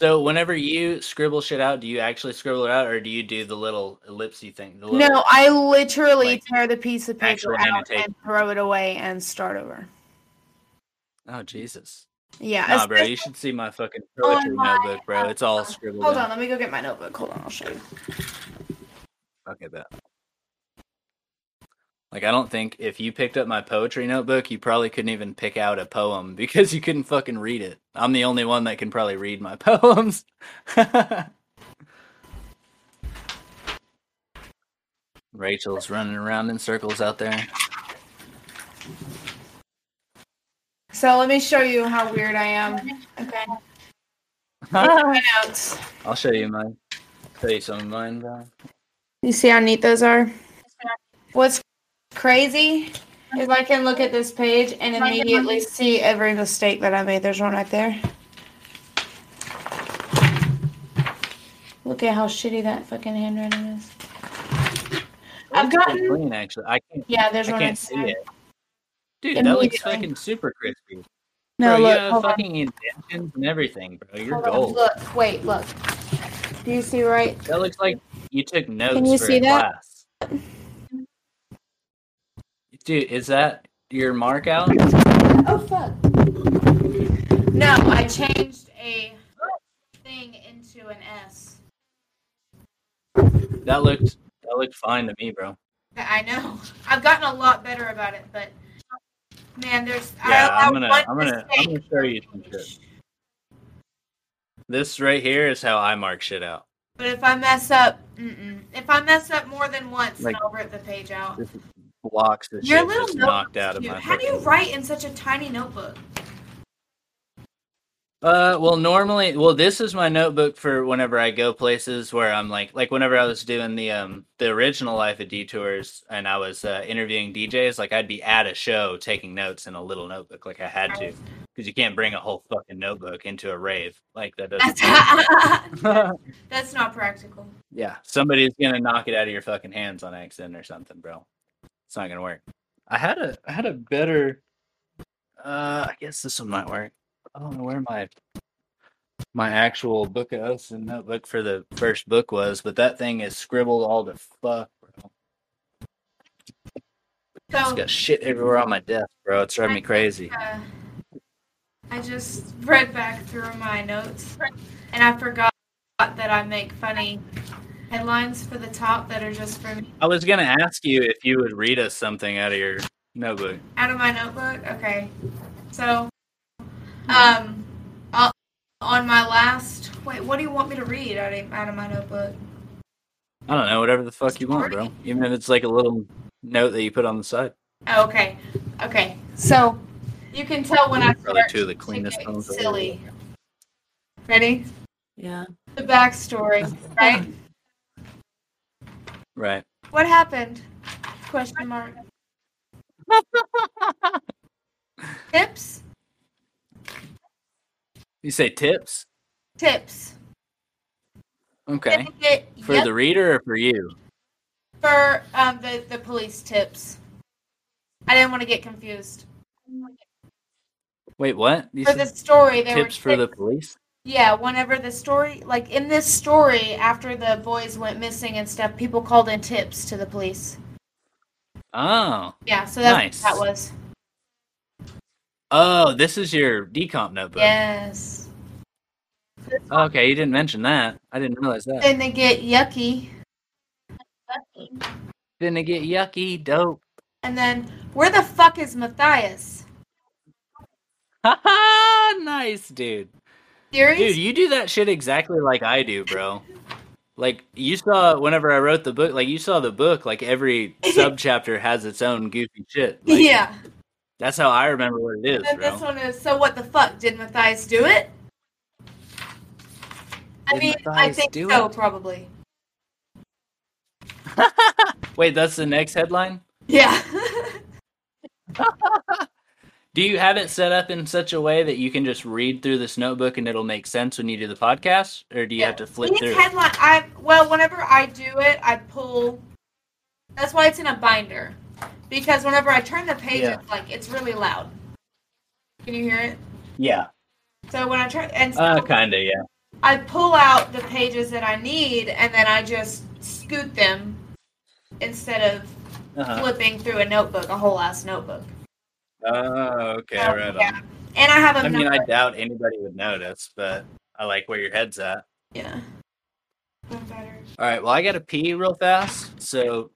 Speaker 1: So whenever you scribble shit out, do you actually scribble it out, or do you do the little ellipsy thing? The little,
Speaker 2: No, I literally
Speaker 1: like,
Speaker 2: tear the piece of
Speaker 1: actual
Speaker 2: paper out
Speaker 1: annotation.
Speaker 2: and throw it away and start over.
Speaker 1: Oh Jesus.
Speaker 2: Yeah.
Speaker 1: Nah, bro.
Speaker 2: especially-
Speaker 1: You should see my fucking
Speaker 2: on
Speaker 1: poetry
Speaker 2: my,
Speaker 1: notebook, bro.
Speaker 2: uh,
Speaker 1: It's all scribbled.
Speaker 2: Hold
Speaker 1: out.
Speaker 2: on, let me go get my notebook. Hold on, I'll show you.
Speaker 1: Okay, bet. Like, I don't think if you picked up my poetry notebook, you probably couldn't even pick out a poem because you couldn't fucking read it. I'm the only one that can probably read my poems. Rachel's running around in circles out there.
Speaker 2: So let me show you how weird I am. Okay. My notes.
Speaker 1: I'll show you mine. Show you some of mine, bro.
Speaker 2: You see how neat those are? What's crazy is I can look at this page and immediately see every mistake that I made. There's one right there. Look at how shitty that fucking handwriting is. I've
Speaker 1: It's pretty
Speaker 2: gotten.
Speaker 1: clean, actually. I can't.
Speaker 2: Yeah, there's
Speaker 1: I
Speaker 2: one.
Speaker 1: can't
Speaker 2: right
Speaker 1: see
Speaker 2: there.
Speaker 1: it. Dude, that looks
Speaker 2: Immediately.
Speaker 1: fucking super crispy.
Speaker 2: No,
Speaker 1: bro,
Speaker 2: look.
Speaker 1: you have
Speaker 2: hold on.
Speaker 1: fucking inventions and everything, bro. You're
Speaker 2: Hold on,
Speaker 1: gold.
Speaker 2: Look, wait, look. Do you see right?
Speaker 1: That looks like you took notes
Speaker 2: you
Speaker 1: for
Speaker 2: see
Speaker 1: a
Speaker 2: that?
Speaker 1: class. Dude, is that your mark out?
Speaker 2: Oh fuck. No, I changed a thing into an S.
Speaker 1: That looked that looked fine to me, bro.
Speaker 2: I know. I've gotten a lot better about it, but man, there's
Speaker 1: Yeah,
Speaker 2: I
Speaker 1: I'm gonna
Speaker 2: allowed one
Speaker 1: I'm gonna I'm
Speaker 2: mistake.
Speaker 1: gonna show you some shit. This right here is how I mark shit out.
Speaker 2: But if I mess up, mm-mm. if I mess up more than once,
Speaker 1: Like-
Speaker 2: then I'll rip the page out.
Speaker 1: This blocks the
Speaker 2: Your
Speaker 1: shit
Speaker 2: little
Speaker 1: just
Speaker 2: note-
Speaker 1: knocked out of
Speaker 2: Dude,
Speaker 1: my.
Speaker 2: how do you
Speaker 1: fucking-
Speaker 2: write in such a tiny notebook?
Speaker 1: Uh, well, normally, well, this is my notebook for whenever I go places where I'm like, like whenever I was doing the um the original Life of Detours and I was uh, interviewing DJs, like I'd be at a show taking notes in a little notebook, like I had to, because you can't bring a whole fucking notebook into a rave, like that
Speaker 2: That's
Speaker 1: doesn't.
Speaker 2: that's not practical.
Speaker 1: yeah, somebody's gonna knock it out of your fucking hands on accident or something, bro. It's not gonna work. I had a, I had a better. Uh, I guess this one might work. I don't know where my my actual book of oaths and notebook for the first book was, but that thing is scribbled all to fuck, bro. It's
Speaker 2: So
Speaker 1: got shit everywhere on my desk, bro. It's driving me crazy.
Speaker 2: Uh, I just read back through my notes and I forgot that I make funny headlines for the top that are just for me
Speaker 1: I was gonna ask you if you would read us something out of your notebook.
Speaker 2: out of my notebook. Okay. So, um, I'll, on my last, wait, what do you want me to read out of, out of my notebook?
Speaker 1: I don't know, whatever the fuck you want, bro. Even if it's like a little note that you put on the side.
Speaker 2: Oh, okay. Okay. So, you can tell when I
Speaker 1: Probably
Speaker 2: start
Speaker 1: two of the
Speaker 2: to
Speaker 1: cleanest
Speaker 2: get
Speaker 1: phones I've ever
Speaker 2: silly. Ready?
Speaker 3: Yeah.
Speaker 2: The backstory, right?
Speaker 1: Right.
Speaker 2: What happened? Question mark. tips?
Speaker 1: You say tips?
Speaker 2: Tips.
Speaker 1: Okay.
Speaker 2: Didn't get-
Speaker 1: For
Speaker 2: yep,
Speaker 1: the reader or for you?
Speaker 2: for um, the, the police tips. I didn't want to get confused.
Speaker 1: Wait, what? You
Speaker 2: for
Speaker 1: said
Speaker 2: the story. There
Speaker 1: tips
Speaker 2: were
Speaker 1: for the police?
Speaker 2: Yeah, whenever the story, like in this story, after the boys went missing and stuff, people called in tips to the police.
Speaker 1: Oh.
Speaker 2: Yeah, so
Speaker 1: Nice.
Speaker 2: that's what that was.
Speaker 1: Oh, this is your decomp notebook.
Speaker 2: Yes.
Speaker 1: Okay, you didn't mention that. I didn't realize that.
Speaker 2: Then they get yucky.
Speaker 1: Didn't it get yucky? Dope.
Speaker 2: And then, where the fuck is Matthias?
Speaker 1: Haha, nice, dude. Dude,
Speaker 2: Serious?
Speaker 1: you do that shit exactly like I do, bro. Like you saw whenever I wrote the book, like you saw the book, like every sub chapter has its own goofy shit. Like,
Speaker 2: yeah.
Speaker 1: That's how I remember what it is,
Speaker 2: And
Speaker 1: bro.
Speaker 2: this one is, so what the fuck? Did Matthias do it? I
Speaker 1: Did
Speaker 2: mean, I
Speaker 1: Matthias
Speaker 2: think
Speaker 1: do
Speaker 2: so,
Speaker 1: it?
Speaker 2: probably.
Speaker 1: Wait, that's the next headline?
Speaker 2: Yeah.
Speaker 1: Do you have it set up in such a way that you can just read through this notebook and it'll make sense when you do the podcast? Or do you have to flip
Speaker 2: These
Speaker 1: through?
Speaker 2: headline, I well, whenever I do it, I pull. That's why it's in a binder, because whenever I turn the page,
Speaker 1: Yeah.
Speaker 2: it's like it's really loud. Can you hear it?
Speaker 1: Yeah.
Speaker 2: So when I turn and so
Speaker 1: Uh, kinda, yeah.
Speaker 2: I pull out the pages that I need, and then I just scoot them instead of
Speaker 1: Uh-huh.
Speaker 2: flipping through a notebook, a whole ass notebook.
Speaker 1: Oh, okay,
Speaker 2: So,
Speaker 1: right
Speaker 2: yeah.
Speaker 1: on.
Speaker 2: And I have a
Speaker 1: I mean, I
Speaker 2: number-
Speaker 1: doubt anybody would notice, but I like where your head's at.
Speaker 2: yeah. One better.
Speaker 1: All right, well, I gotta pee real fast, so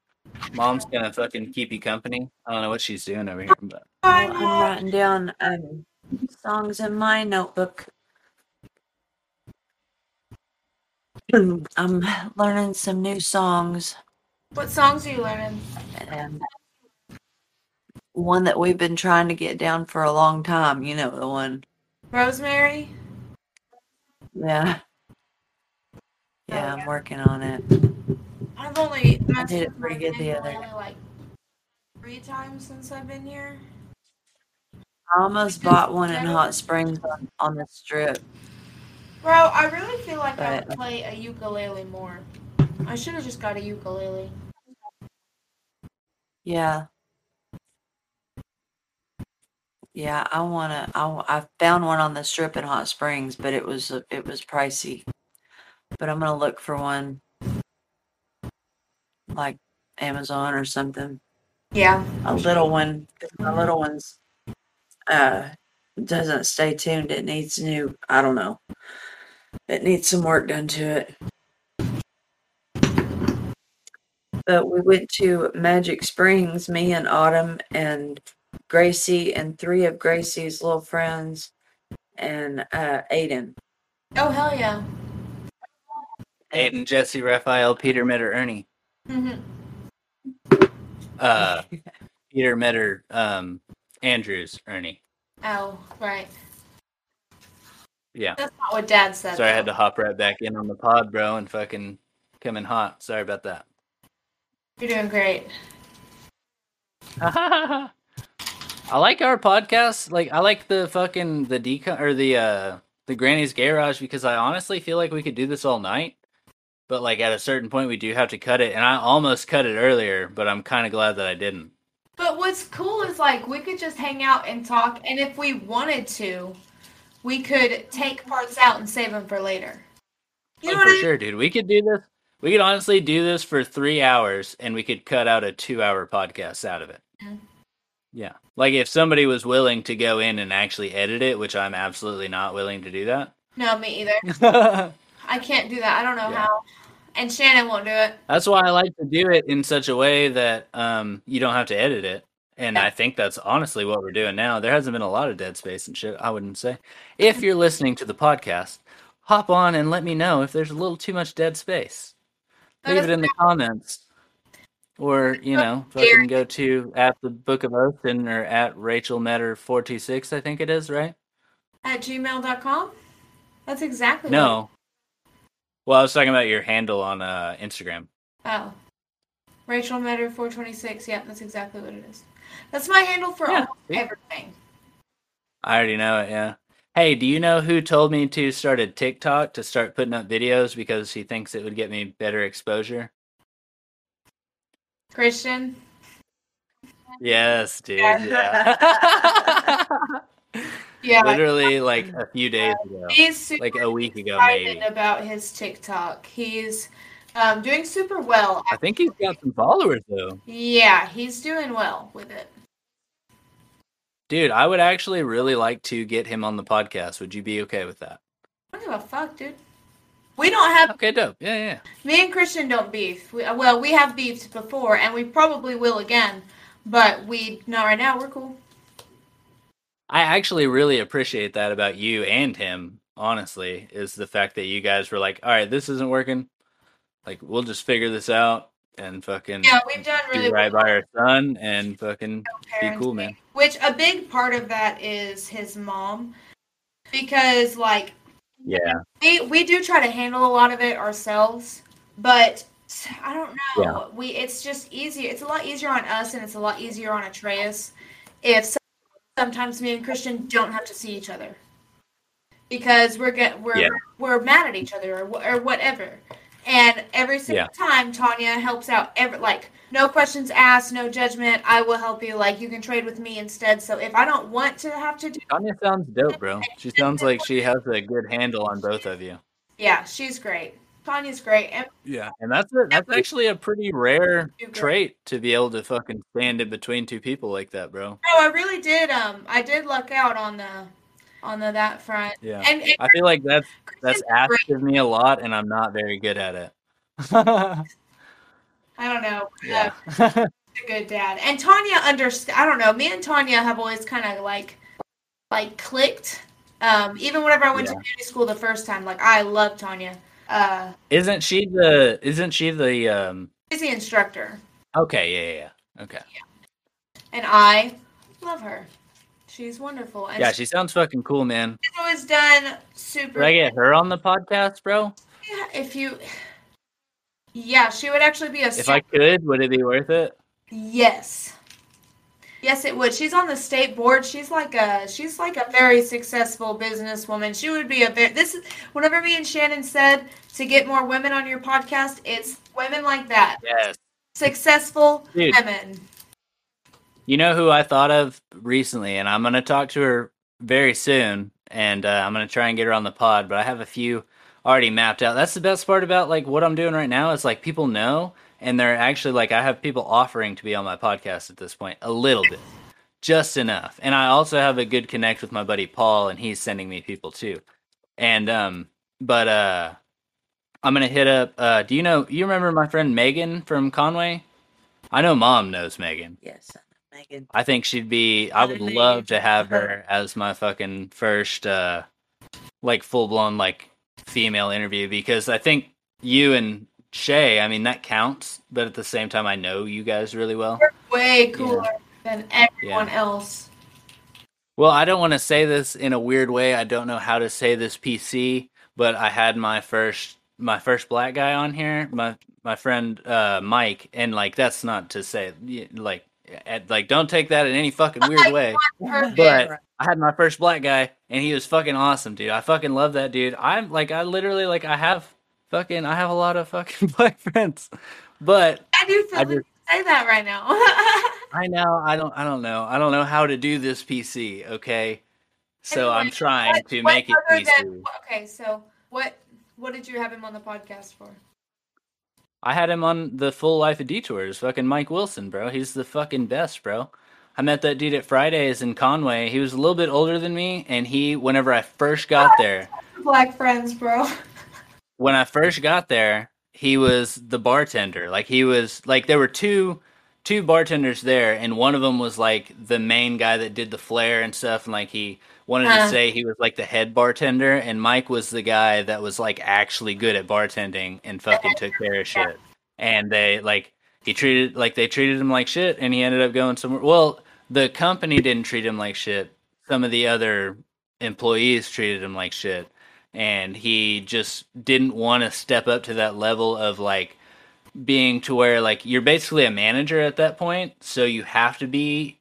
Speaker 1: mom's gonna fucking keep you company. I don't know what she's doing over here, but
Speaker 3: Well,
Speaker 2: Bye,
Speaker 3: I'm
Speaker 2: Mom.
Speaker 3: writing down um, songs in my notebook. I'm learning some new songs.
Speaker 2: What songs are you learning?
Speaker 3: And one that we've been trying to get down for a long time. You know the one.
Speaker 2: Rosemary.
Speaker 3: Yeah. Yeah, I'm working on it.
Speaker 2: I've only
Speaker 3: I
Speaker 2: I've
Speaker 3: did it pretty good the other
Speaker 2: only like three times since I've been here.
Speaker 3: I almost bought one in Hot Springs on, on the strip.
Speaker 2: Bro, I really feel like I
Speaker 3: But-
Speaker 2: would play a ukulele more. I should have just got a ukulele.
Speaker 3: Yeah. Yeah, I wanna. I w- I found one on the strip in Hot Springs, but it was it was pricey. But I'm gonna look for one, like Amazon or something.
Speaker 2: Yeah.
Speaker 3: A little one. 'cause My little one's uh doesn't stay tuned. It needs new. I don't know. It needs some work done to it. But we went to Magic Springs, me and Autumn and Gracie and three of Gracie's little friends and uh Aiden.
Speaker 2: Oh hell yeah.
Speaker 1: Aiden, Jesse, Raphael, Peter, Mitter, Ernie,
Speaker 2: Mhm.
Speaker 1: uh, Peter, Mitter, um, Andrews, Ernie.
Speaker 2: Oh right.
Speaker 1: Yeah.
Speaker 2: That's not what Dad said.
Speaker 1: Sorry, I had
Speaker 2: though.
Speaker 1: to hop right back in on the pod, bro, and fucking come in hot. Sorry about that.
Speaker 2: You're doing great.
Speaker 1: I like our podcast. Like I like the fucking the decon or the uh the granny's garage because I honestly feel like we could do this all night. But like at a certain point we do have to cut it and I almost cut it earlier, but I'm kind of glad that I didn't.
Speaker 2: But what's cool is like we could just hang out and talk, and if we wanted to, we could take parts out and save them for later. You know
Speaker 1: Oh,
Speaker 2: what
Speaker 1: for
Speaker 2: I mean?
Speaker 1: sure, dude. We could do this. We could honestly do this for 3 hours and we could cut out a 2-hour podcast out of it.
Speaker 2: Mhm.
Speaker 1: Yeah. Like if somebody was willing to go in and actually edit it, which I'm absolutely not willing to do
Speaker 2: No, me either.
Speaker 1: that.
Speaker 2: I can't do that. I don't know
Speaker 1: Yeah.
Speaker 2: how. And Shannon won't do it.
Speaker 1: That's why I like to do it in such a way that um, you don't have to edit it. And I think that's honestly what we're doing now. There hasn't been a lot of dead space and shit, I wouldn't say. If you're listening to the podcast, hop on and let me know if there's a little too much dead space.
Speaker 2: Let
Speaker 1: Leave
Speaker 2: us
Speaker 1: it in the comments. Or, you know,
Speaker 2: Gary.
Speaker 1: fucking go to at the Book of Oath and or at Rachel Metter 426, I think it is, right?
Speaker 2: At gmail.com? That's exactly what-
Speaker 1: No. Well, I was talking about your handle on uh, Instagram.
Speaker 2: Oh. Rachel Metter 426. Yep, that's exactly what it is. That's my handle for
Speaker 1: Yeah,
Speaker 2: almost
Speaker 1: see?
Speaker 2: everything.
Speaker 1: I already know it, yeah. Hey, do you know who told me to start a TikTok to start putting up videos because he thinks it would get me better exposure?
Speaker 2: Christian?
Speaker 1: Yes, dude. Yeah.
Speaker 2: Yeah,
Speaker 1: literally like a few days ago,
Speaker 2: he's super
Speaker 1: like a week ago
Speaker 2: excited
Speaker 1: maybe.
Speaker 2: about his TikTok. He's um, doing super well.
Speaker 1: I think he's got some followers though.
Speaker 2: Yeah, he's doing well with it.
Speaker 1: Dude, I would actually really like to get him on the podcast. Would you be okay with that?
Speaker 2: I don't give a fuck, dude. We don't have
Speaker 1: Okay, dope. Yeah, yeah.
Speaker 2: me and Christian don't beef. We, uh, well, we have beefed before, and we probably will again. But we not right now. We're cool.
Speaker 1: I actually really appreciate that about you and him, honestly, is the fact that you guys were like, all right, this isn't working. Like, we'll just figure this out and fucking
Speaker 2: Yeah, we've done
Speaker 1: do
Speaker 2: really
Speaker 1: right
Speaker 2: well.
Speaker 1: by our son and fucking be
Speaker 2: parenting,
Speaker 1: cool, man.
Speaker 2: Which a big part of that is his mom, because like
Speaker 1: Yeah.
Speaker 2: we we do try to handle a lot of it ourselves, but I don't know. We it's just easier. It's a lot easier on us, and it's a lot easier on Atreus. If so- sometimes me and Christian don't have to see each other because we're get we're
Speaker 1: Yeah.
Speaker 2: we're mad at each other or, wh- or whatever. And every single time, Tanya helps out. Every like no questions asked, no judgment. I will help you. Like you can trade with me instead. So if I don't want to have to do
Speaker 1: Tanya sounds dope, bro. She sounds like she has a good handle on both of you.
Speaker 2: Yeah, she's great. Tanya's great. And
Speaker 1: Yeah. And that's a, that's actually a pretty rare trait to be able to fucking stand in between two people like that, bro.
Speaker 2: no, Oh, I really did um I did luck out on the on the that front.
Speaker 1: Yeah.
Speaker 2: And, and
Speaker 1: I feel like that's that's
Speaker 2: Kristen's
Speaker 1: asked
Speaker 2: great.
Speaker 1: of me a lot and I'm not very good at it.
Speaker 2: I don't know.
Speaker 1: yeah.
Speaker 2: Uh, a good dad. And Tanya understand I don't know. Me and Tanya have always kind of like like clicked. Um even whenever I went to beauty school the first time, like I love Tanya. Uh
Speaker 1: Isn't she the isn't she the um
Speaker 2: she's the instructor
Speaker 1: okay, yeah, yeah, yeah. Okay.
Speaker 2: and I love her. She's wonderful. And
Speaker 1: Yeah, she sounds fucking cool, man.
Speaker 2: she's always done super
Speaker 1: Could I get her on the podcast, bro?
Speaker 2: Yeah, if you Yeah, she would actually be a
Speaker 1: If I could, would it be worth it?
Speaker 2: Yes. Yes, it would. She's on the state board. She's like a she's like a very successful businesswoman. She would be a very this is whenever me and Shannon said to get more women on your podcast, it's women like that.
Speaker 1: Yes.
Speaker 2: Successful
Speaker 1: Dude.
Speaker 2: women.
Speaker 1: You know who I thought of recently, and I'm going to talk to her very soon, and uh, I'm going to try and get her on the pod. But I have a few already mapped out. That's the best part about like what I'm doing right now is like people know, and they're actually like I have people offering to be on my podcast at this point a little bit, just enough. And I also have a good connect with my buddy Paul, and he's sending me people too. And um, but uh, I'm gonna hit up. Uh, do you know? You remember my friend Megan from Conway? I know mom knows Megan.
Speaker 3: Yes, Megan.
Speaker 1: I think she'd be. I would
Speaker 3: Totally.
Speaker 1: love to have her as my fucking first, uh, like full blown like female interview because I think you and Shay. I mean that counts, but at the same time, I know you guys really well.
Speaker 2: Way cooler than everyone else.
Speaker 1: Well, I don't want to say this in a weird way. I don't know how to say this PC, but I had my first my first black guy on here, my my friend uh, Mike, and like that's not to say y- like at, like don't take that in any fucking weird way.
Speaker 2: Perfect.
Speaker 1: But I had my first black guy, and he was fucking awesome, dude. I fucking love that dude. I'm like, I literally like, I have fucking, I have a lot of fucking black friends, but
Speaker 2: I do feel
Speaker 1: I
Speaker 2: like you say that right now.
Speaker 1: I know I don't, I don't know, I don't know how to do this PC. Okay, so I'm
Speaker 2: Anyway,
Speaker 1: trying
Speaker 2: what-
Speaker 1: to
Speaker 2: what
Speaker 1: make it
Speaker 2: other
Speaker 1: PC.
Speaker 2: than- okay, so what what did you have him on the podcast for?
Speaker 1: I had him on the Full Life of Detours, fucking Mike Wilson, bro. He's the fucking best, bro. I met that dude at Fridays in Conway. He was a little bit older than me, and he, whenever I first got there,
Speaker 2: Black friends, bro.
Speaker 1: when I first got there, he was the bartender. Like he was like there were two two bartenders there, and one of them was like the main guy that did the flair and stuff, and like he wanted
Speaker 2: Uh.
Speaker 1: to say he was like the head bartender, and Mike was the guy that was like actually good at bartending and fucking took care of shit. And they like he treated like they treated him like shit, and he ended up going somewhere. Well, the company didn't treat him like shit. Some of the other employees treated him like shit and he just didn't want to step up to that level of like being to where like you're basically a manager at that point so you have to be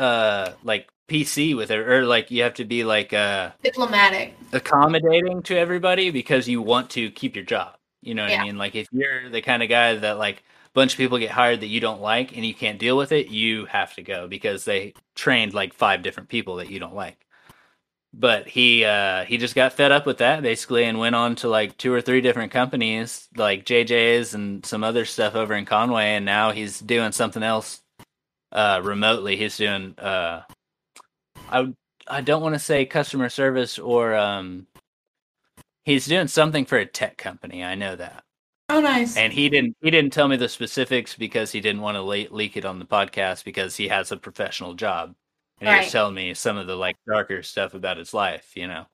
Speaker 1: uh like pc with it or like you have to be like uh
Speaker 2: Diplomatic.
Speaker 1: accommodating to everybody because you want to keep your job you know what
Speaker 2: Yeah.
Speaker 1: i mean like if you're the kind of guy that like a bunch of people get hired that you don't like and you can't deal with it you have to go because they trained like five different people that you don't like but he uh he just got fed up with that basically and went on to like two or three different companies like JJ's and some other stuff over in Conway and now he's doing something else uh remotely he's doing uh I I don't want to say customer service or um he's doing something for a tech company I know that
Speaker 2: Oh, nice.
Speaker 1: and he didn't he didn't tell me the specifics because he didn't want to le- leak it on the podcast because he has a professional job and he
Speaker 2: Right.
Speaker 1: was telling me some of the like darker stuff about his life you know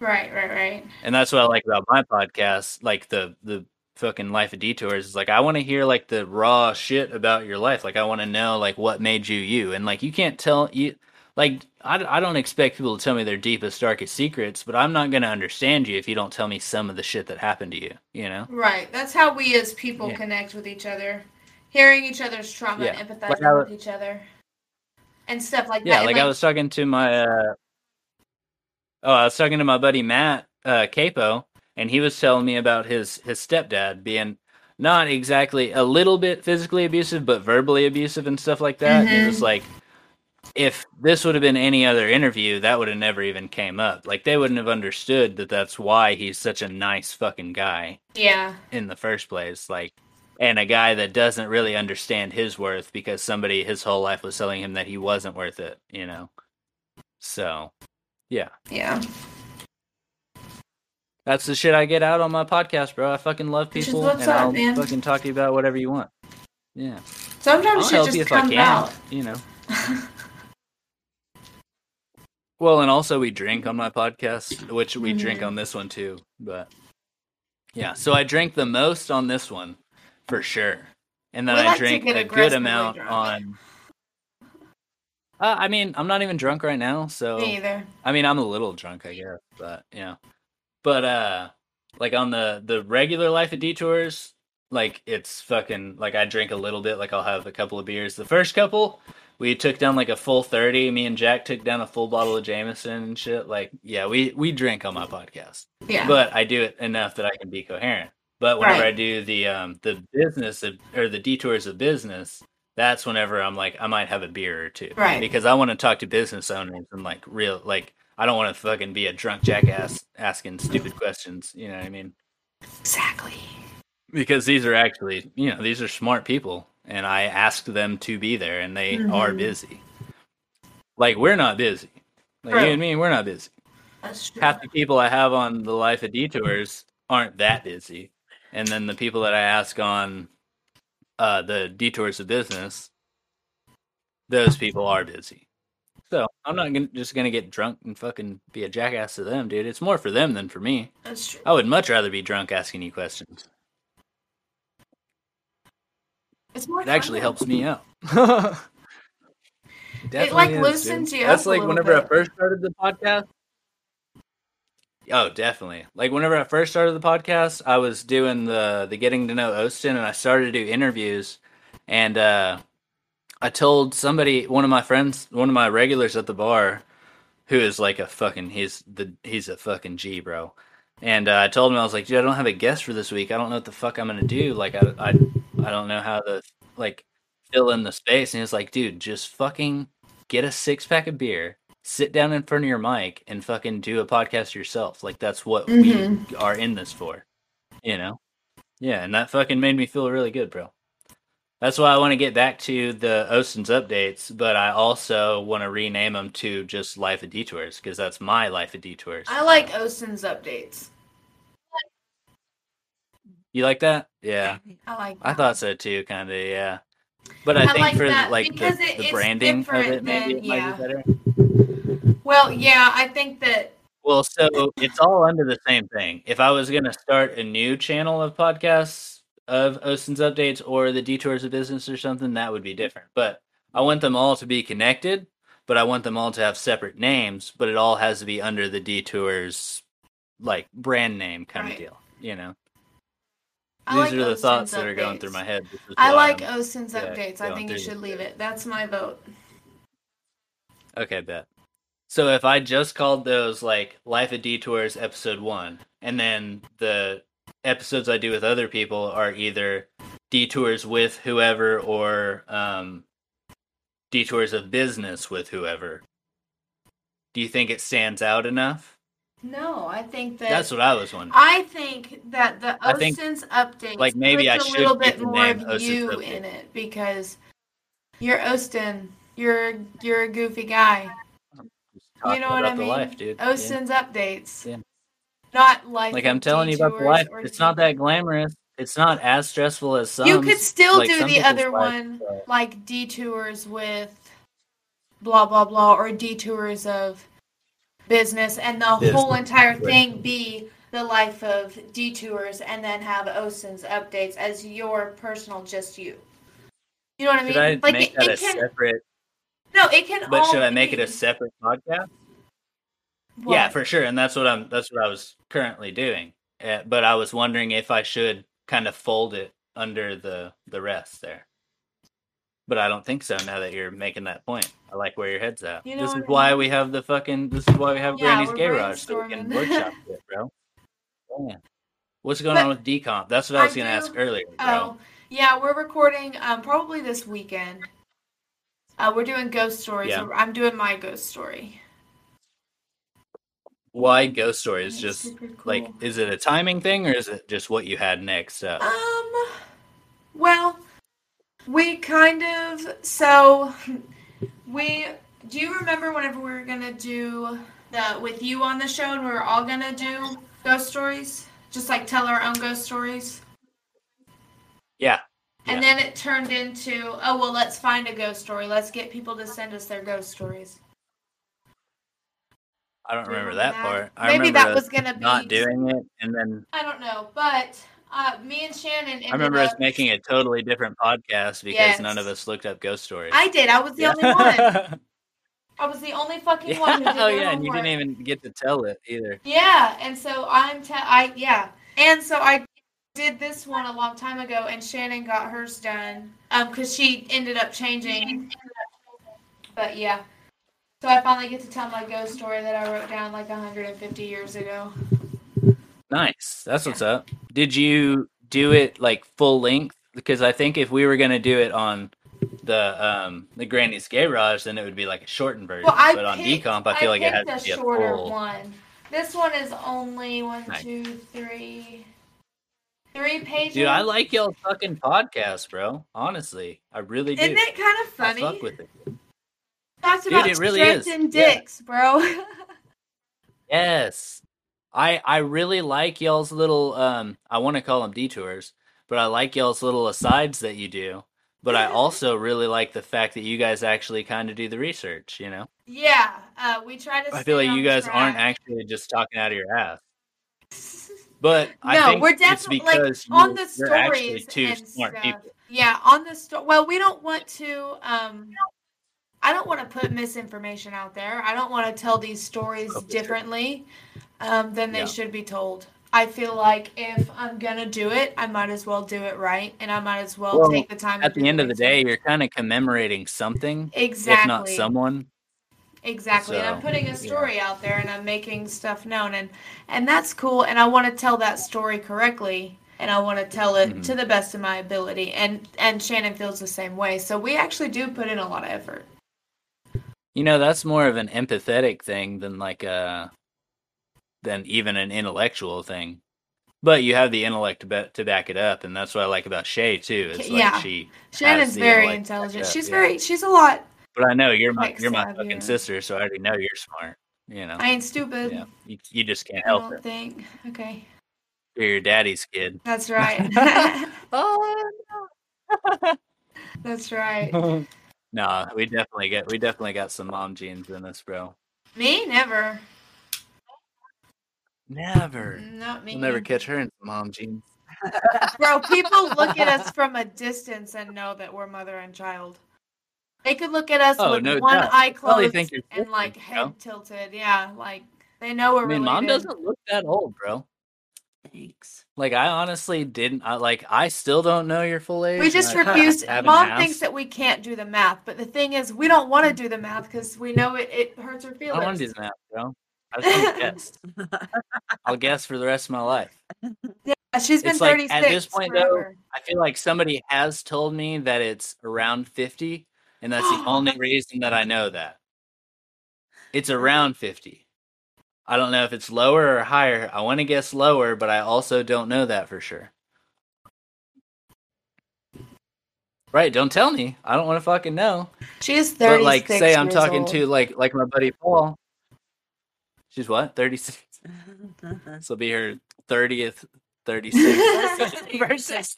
Speaker 2: Right, right, right.
Speaker 1: and that's what i like about my podcast like the the fucking life of detours is like i want to hear like the raw shit about your life like i want to know like what made you you and like you can't tell you like I, d- I don't expect people to tell me their deepest darkest secrets but i'm not going to understand you if you don't tell me some of the shit that happened to you you know
Speaker 2: Right. That's how we as people
Speaker 1: Yeah.
Speaker 2: connect with each other, hearing each other's trauma
Speaker 1: Yeah.
Speaker 2: and empathizing
Speaker 1: Like I-
Speaker 2: with each other, and stuff like
Speaker 1: yeah
Speaker 2: that.
Speaker 1: like i was talking to my uh oh i was talking to my buddy matt uh capo and he was telling me about his his stepdad being not exactly a little bit physically abusive but verbally abusive and stuff like that it
Speaker 2: Mm-hmm.
Speaker 1: was like if this would have been any other interview that would have never even came up like they wouldn't have understood that that's why he's such a nice fucking guy
Speaker 2: yeah.
Speaker 1: in the first place like and a guy that doesn't really understand his worth because somebody his whole life was telling him that he wasn't worth it you know so
Speaker 2: Yeah.
Speaker 1: that's the shit i get out on my podcast bro i fucking love
Speaker 2: Which is
Speaker 1: people
Speaker 2: what's
Speaker 1: and
Speaker 2: up,
Speaker 1: i'll
Speaker 2: man.
Speaker 1: fucking talk to you about whatever you want yeah
Speaker 2: Sometimes
Speaker 1: i'll
Speaker 2: shit
Speaker 1: help you
Speaker 2: just
Speaker 1: if i
Speaker 2: comes
Speaker 1: can
Speaker 2: out.
Speaker 1: you know well and also we drink on my podcast which we
Speaker 2: Mm-hmm.
Speaker 1: drink on this one too but yeah so i drink the most on this one for sure and then
Speaker 2: We
Speaker 1: i
Speaker 2: like to
Speaker 1: drink
Speaker 2: get
Speaker 1: a good
Speaker 2: aggressively
Speaker 1: amount
Speaker 2: drunk.
Speaker 1: on uh, i mean i'm not even drunk right now so
Speaker 2: Me either.
Speaker 1: I mean, I'm a little drunk, I guess, but you know, but uh, like on the the regular life of detours, like it's fucking like I drink a little bit, like I'll have a couple of beers. The first couple, we took down like a full thirty. Me and Jack took down a full bottle of Jameson and shit. Like, yeah, we we drink on my podcast,
Speaker 2: Yeah.
Speaker 1: but I do it enough that I can be coherent. But whenever
Speaker 2: Right.
Speaker 1: I do the um the business of, or the detours of business, that's whenever I'm like I might have a beer or two,
Speaker 2: Right.
Speaker 1: Because I want to talk to business owners and like real like I don't want to fucking be a drunk jackass asking stupid questions. You know what I mean?
Speaker 2: exactly.
Speaker 1: Because these are actually you know these are smart people, and I asked them to be there, and they are
Speaker 2: Mhm.
Speaker 1: busy. Like we're not busy. Like
Speaker 2: True.
Speaker 1: you and me, we're not busy
Speaker 2: That's true.
Speaker 1: half the people I have on the Life of Detours aren't that busy, and then the people that I ask on uh, the Detours of Business, those people are busy. So I'm not gonna, just gonna get drunk and fucking be a jackass to them, dude. It's more for them than for me.
Speaker 2: That's true.
Speaker 1: I would much rather be drunk asking you questions.
Speaker 2: It's more
Speaker 1: It actually
Speaker 2: fun.
Speaker 1: helps me out. it
Speaker 2: like,
Speaker 1: is,
Speaker 2: loosens
Speaker 1: dude.
Speaker 2: you
Speaker 1: That's
Speaker 2: up a
Speaker 1: like
Speaker 2: little
Speaker 1: whenever I
Speaker 2: bit.
Speaker 1: first started the podcast. Oh, definitely. Like whenever I first started the podcast, I was doing the the getting to know Austin, and I started to do interviews, and uh, I told somebody, one of my friends, one of my regulars at the bar, who is like a fucking he's the he's a fucking G, bro. And uh, I told him I was like, dude, I don't have a guest for this week. I don't know what the fuck I'm gonna do. Like, I I, I don't know how to like fill in the space. And he was like, dude, just fucking get a six pack of beer, sit down in front of your mic, and fucking do a podcast yourself. Like that's what
Speaker 2: Mm-hmm.
Speaker 1: we are in this for, you know? Yeah, and that fucking made me feel really good, bro. That's why I want to get back to the Ostin's updates, but I also want to rename them to just Life of Detours because that's my Life of Detours.
Speaker 2: I like Osin's updates.
Speaker 1: You like that? Yeah.
Speaker 2: I like.
Speaker 1: I
Speaker 2: that.
Speaker 1: thought so too, kind of, yeah. But I,
Speaker 2: I
Speaker 1: think
Speaker 2: like
Speaker 1: for
Speaker 2: that
Speaker 1: like the,
Speaker 2: because it-
Speaker 1: the
Speaker 2: it's
Speaker 1: branding of
Speaker 2: different
Speaker 1: it, maybe it
Speaker 2: than-
Speaker 1: might
Speaker 2: yeah.
Speaker 1: be better.
Speaker 2: Well, yeah, I think that.
Speaker 1: Well, so it's all under the same thing. If I was going to start a new channel of podcasts of Austin's updates or the detours of business or something, that would be different. But I want them all to be connected, but I want them all to have separate names, but it all has to be under the detours like brand name kind
Speaker 2: Right.
Speaker 1: of deal, you know.
Speaker 2: I
Speaker 1: These
Speaker 2: like
Speaker 1: are the
Speaker 2: Osin's
Speaker 1: thoughts that are going
Speaker 2: updates.
Speaker 1: through my head. This is
Speaker 2: I
Speaker 1: why
Speaker 2: like
Speaker 1: I'm-
Speaker 2: Osin's
Speaker 1: yeah,
Speaker 2: updates. I
Speaker 1: going
Speaker 2: think you
Speaker 1: through
Speaker 2: should
Speaker 1: this.
Speaker 2: leave it. That's my vote.
Speaker 1: Okay, bet. So if I just called those like Life of Detours episode one, and then the episodes I do with other people are either detours with whoever or um, detours of business with whoever, Do you think it stands out enough?
Speaker 2: No, I think that
Speaker 1: That's what I was wondering.
Speaker 2: I think that the
Speaker 1: I think,
Speaker 2: OSIN's update
Speaker 1: like, maybe
Speaker 2: puts
Speaker 1: I
Speaker 2: a
Speaker 1: should
Speaker 2: little
Speaker 1: get
Speaker 2: bit
Speaker 1: the
Speaker 2: more
Speaker 1: name
Speaker 2: of
Speaker 1: OSIN's
Speaker 2: you
Speaker 1: update.
Speaker 2: in it because you're Ostin. You're you're a goofy guy.
Speaker 1: Talking
Speaker 2: you know what
Speaker 1: about
Speaker 2: I
Speaker 1: the
Speaker 2: mean?
Speaker 1: life, dude. Yeah.
Speaker 2: OSIN's updates.
Speaker 1: Yeah.
Speaker 2: Not life.
Speaker 1: Like I'm telling you about the
Speaker 2: detours
Speaker 1: life.
Speaker 2: or
Speaker 1: It's not that glamorous. It's not as stressful as some.
Speaker 2: You could still
Speaker 1: like,
Speaker 2: do
Speaker 1: some
Speaker 2: the
Speaker 1: people's
Speaker 2: other
Speaker 1: lives,
Speaker 2: one,
Speaker 1: uh,
Speaker 2: like detours with blah blah blah, or detours of business, and the whole
Speaker 1: Business,
Speaker 2: entire
Speaker 1: right.
Speaker 2: thing be the life of detours, and then have OSIN's updates as your personal, just you. You know what I mean?
Speaker 1: Should I
Speaker 2: like
Speaker 1: make
Speaker 2: it,
Speaker 1: that
Speaker 2: it
Speaker 1: a
Speaker 2: can
Speaker 1: separate?
Speaker 2: no, it can.
Speaker 1: But
Speaker 2: all
Speaker 1: should I make it
Speaker 2: be
Speaker 1: a separate podcast?
Speaker 2: what?
Speaker 1: Yeah, for sure. And that's what I'm. That's what I was currently doing. Uh, but I was wondering if I should kind of fold it under the the rest there. But I don't think so. Now that you're making that point, I like where your head's at.
Speaker 2: You know
Speaker 1: this
Speaker 2: what
Speaker 1: is
Speaker 2: I
Speaker 1: why we have the fucking. This is why we have
Speaker 2: Yeah,
Speaker 1: Granny's
Speaker 2: we're
Speaker 1: Garage so we can
Speaker 2: brainstorming.
Speaker 1: workshop it, bro. Yeah. What's going
Speaker 2: But
Speaker 1: on with decomp? That's what I was
Speaker 2: I
Speaker 1: going to
Speaker 2: do-
Speaker 1: ask earlier, bro.
Speaker 2: Oh, yeah, we're recording um, probably this weekend. Uh, we're doing ghost stories.
Speaker 1: Yeah.
Speaker 2: or I'm doing my ghost story.
Speaker 1: why ghost story is
Speaker 2: It's
Speaker 1: just
Speaker 2: super
Speaker 1: like
Speaker 2: cool.
Speaker 1: is it a timing thing or is it just what you had next up
Speaker 2: Um, well, we kind of so we do you remember whenever we were gonna do the with you on the show and we were all gonna do ghost stories, just like tell our own ghost stories,
Speaker 1: yeah
Speaker 2: and then it turned into oh well, let's find a ghost story. Let's get people to send us their ghost stories.
Speaker 1: i don't
Speaker 2: Do you
Speaker 1: remember that, part i
Speaker 2: Maybe
Speaker 1: remember
Speaker 2: that was gonna be
Speaker 1: not doing it and then
Speaker 2: I don't know, but uh, me and Shannon. Ended
Speaker 1: i remember
Speaker 2: up,
Speaker 1: us making a totally different podcast because none of
Speaker 2: Yes.
Speaker 1: us looked up ghost stories
Speaker 2: I did. I was the
Speaker 1: Yeah.
Speaker 2: only one. I was the only fucking
Speaker 1: Yeah.
Speaker 2: one who did
Speaker 1: oh
Speaker 2: their
Speaker 1: yeah and you
Speaker 2: homework.
Speaker 1: didn't even get to tell it either
Speaker 2: Yeah, and so I'm te- I yeah, and so I did this one a long time ago, and Shannon got hers done um because she ended up changing. But yeah, so I finally get to tell my ghost story that I wrote down like 150 years ago.
Speaker 1: nice that's what's up did you do it like full length because i think if we were going to do it on the um the granny's garage then it would be like a shortened version
Speaker 2: Well, I
Speaker 1: but on
Speaker 2: picked-
Speaker 1: decomp i feel like it
Speaker 2: picked
Speaker 1: has to be
Speaker 2: a
Speaker 1: a
Speaker 2: shorter
Speaker 1: full
Speaker 2: one. This one is only one,
Speaker 1: Nice.
Speaker 2: two, three, three pages.
Speaker 1: Dude, I like y'all fucking podcast, bro. Honestly, I really do.
Speaker 2: Isn't it kind of
Speaker 1: I
Speaker 2: funny?
Speaker 1: fuck with it.
Speaker 2: That's
Speaker 1: Dude,
Speaker 2: about
Speaker 1: it really is.
Speaker 2: stripped and
Speaker 1: Yeah.
Speaker 2: dicks, bro.
Speaker 1: Yes, I I really like y'all's little um. I want to call them detours, but I like y'all's little asides that you do. But I also really like the fact that you guys actually kind of do the research. You know,
Speaker 2: yeah, uh, we try to.
Speaker 1: I feel
Speaker 2: stay
Speaker 1: like
Speaker 2: on
Speaker 1: you guys aren't
Speaker 2: track.
Speaker 1: actually just talking out of your ass. But I
Speaker 2: No,
Speaker 1: think
Speaker 2: we're
Speaker 1: it's
Speaker 2: definitely like
Speaker 1: because
Speaker 2: on
Speaker 1: you-
Speaker 2: the
Speaker 1: you're actually
Speaker 2: stories
Speaker 1: two
Speaker 2: and
Speaker 1: smart
Speaker 2: stuff.
Speaker 1: people.
Speaker 2: Yeah, on the story. Well, we don't want to. um I don't want to put misinformation out there. I don't want to tell these stories
Speaker 1: Oh, for sure.
Speaker 2: differently um, than they
Speaker 1: Yeah.
Speaker 2: should be told. I feel like if I'm gonna do it, I might as well do it right, and I might as well,
Speaker 1: Well,
Speaker 2: take the time.
Speaker 1: At
Speaker 2: to
Speaker 1: the
Speaker 2: do
Speaker 1: end of the day,
Speaker 2: research.
Speaker 1: you're kind of commemorating something,
Speaker 2: exactly,
Speaker 1: if not someone.
Speaker 2: Exactly. and I'm
Speaker 1: So,
Speaker 2: putting a
Speaker 1: yeah.
Speaker 2: story out there and I'm making stuff known and and that's cool and I want to tell that story correctly and I want to tell it
Speaker 1: Mhm.
Speaker 2: to the best of my ability and and Shannon feels the same way. So we actually do put in a lot of effort.
Speaker 1: You know, that's more of an empathetic thing than like a than even an intellectual thing. But you have the intellect to, ba- to back it up, and that's what I like about Shay too. It's like
Speaker 2: Yeah.
Speaker 1: she.
Speaker 2: Shannon's
Speaker 1: the
Speaker 2: very
Speaker 1: intellect to back
Speaker 2: intelligent.
Speaker 1: it up,
Speaker 2: she's
Speaker 1: yeah.
Speaker 2: very she's a lot.
Speaker 1: But I know you're my
Speaker 2: Like
Speaker 1: you're my
Speaker 2: savvy.
Speaker 1: fucking sister, so I already know you're smart. You know,
Speaker 2: I ain't stupid.
Speaker 1: yeah, you, you just can't
Speaker 2: I
Speaker 1: help
Speaker 2: don't
Speaker 1: it.
Speaker 2: think. Okay.
Speaker 1: You're your daddy's kid.
Speaker 2: That's right.
Speaker 1: Oh
Speaker 2: that's right.
Speaker 1: no, nah, we definitely get we definitely got some mom genes in us, bro.
Speaker 2: Me never.
Speaker 1: Never,
Speaker 2: Not me.
Speaker 1: we'll never catch her in some mom genes.
Speaker 2: Bro, people look at us from a distance and know that we're mother and child. They could look at us
Speaker 1: Oh,
Speaker 2: with
Speaker 1: no
Speaker 2: one
Speaker 1: doubt.
Speaker 2: eye
Speaker 1: Probably
Speaker 2: closed
Speaker 1: think you're
Speaker 2: and like
Speaker 1: fifty, you
Speaker 2: head
Speaker 1: know?
Speaker 2: tilted. Yeah, like they know we're
Speaker 1: I mean,
Speaker 2: related.
Speaker 1: mom doesn't look that old, bro.
Speaker 3: Thanks.
Speaker 1: Like I honestly didn't. I like I still don't know your full age.
Speaker 2: We just
Speaker 1: and I
Speaker 2: refuse.
Speaker 1: haven't
Speaker 2: Mom
Speaker 1: asked.
Speaker 2: thinks that we can't do the math, but the thing is, we don't want to do the math because we know it, it hurts her
Speaker 1: I don't want to
Speaker 2: feelings.
Speaker 1: do that, bro. I just wanna guess. I'll guess for the rest of my life.
Speaker 2: Uh, She's been
Speaker 1: It's like,
Speaker 2: 36
Speaker 1: at this point, though,
Speaker 2: forever.
Speaker 1: I feel like somebody has told me that it's around fifty, and that's the only reason that I know that. It's around 50. I don't know if it's lower or higher. I want to guess lower, but I also don't know that for sure. Right, don't tell me. I don't want to fucking know.
Speaker 2: She is
Speaker 1: But
Speaker 2: thirty.
Speaker 1: like say I'm talking to like like my buddy Paul. She's what? 36. This will be her 30th 36.
Speaker 3: Versus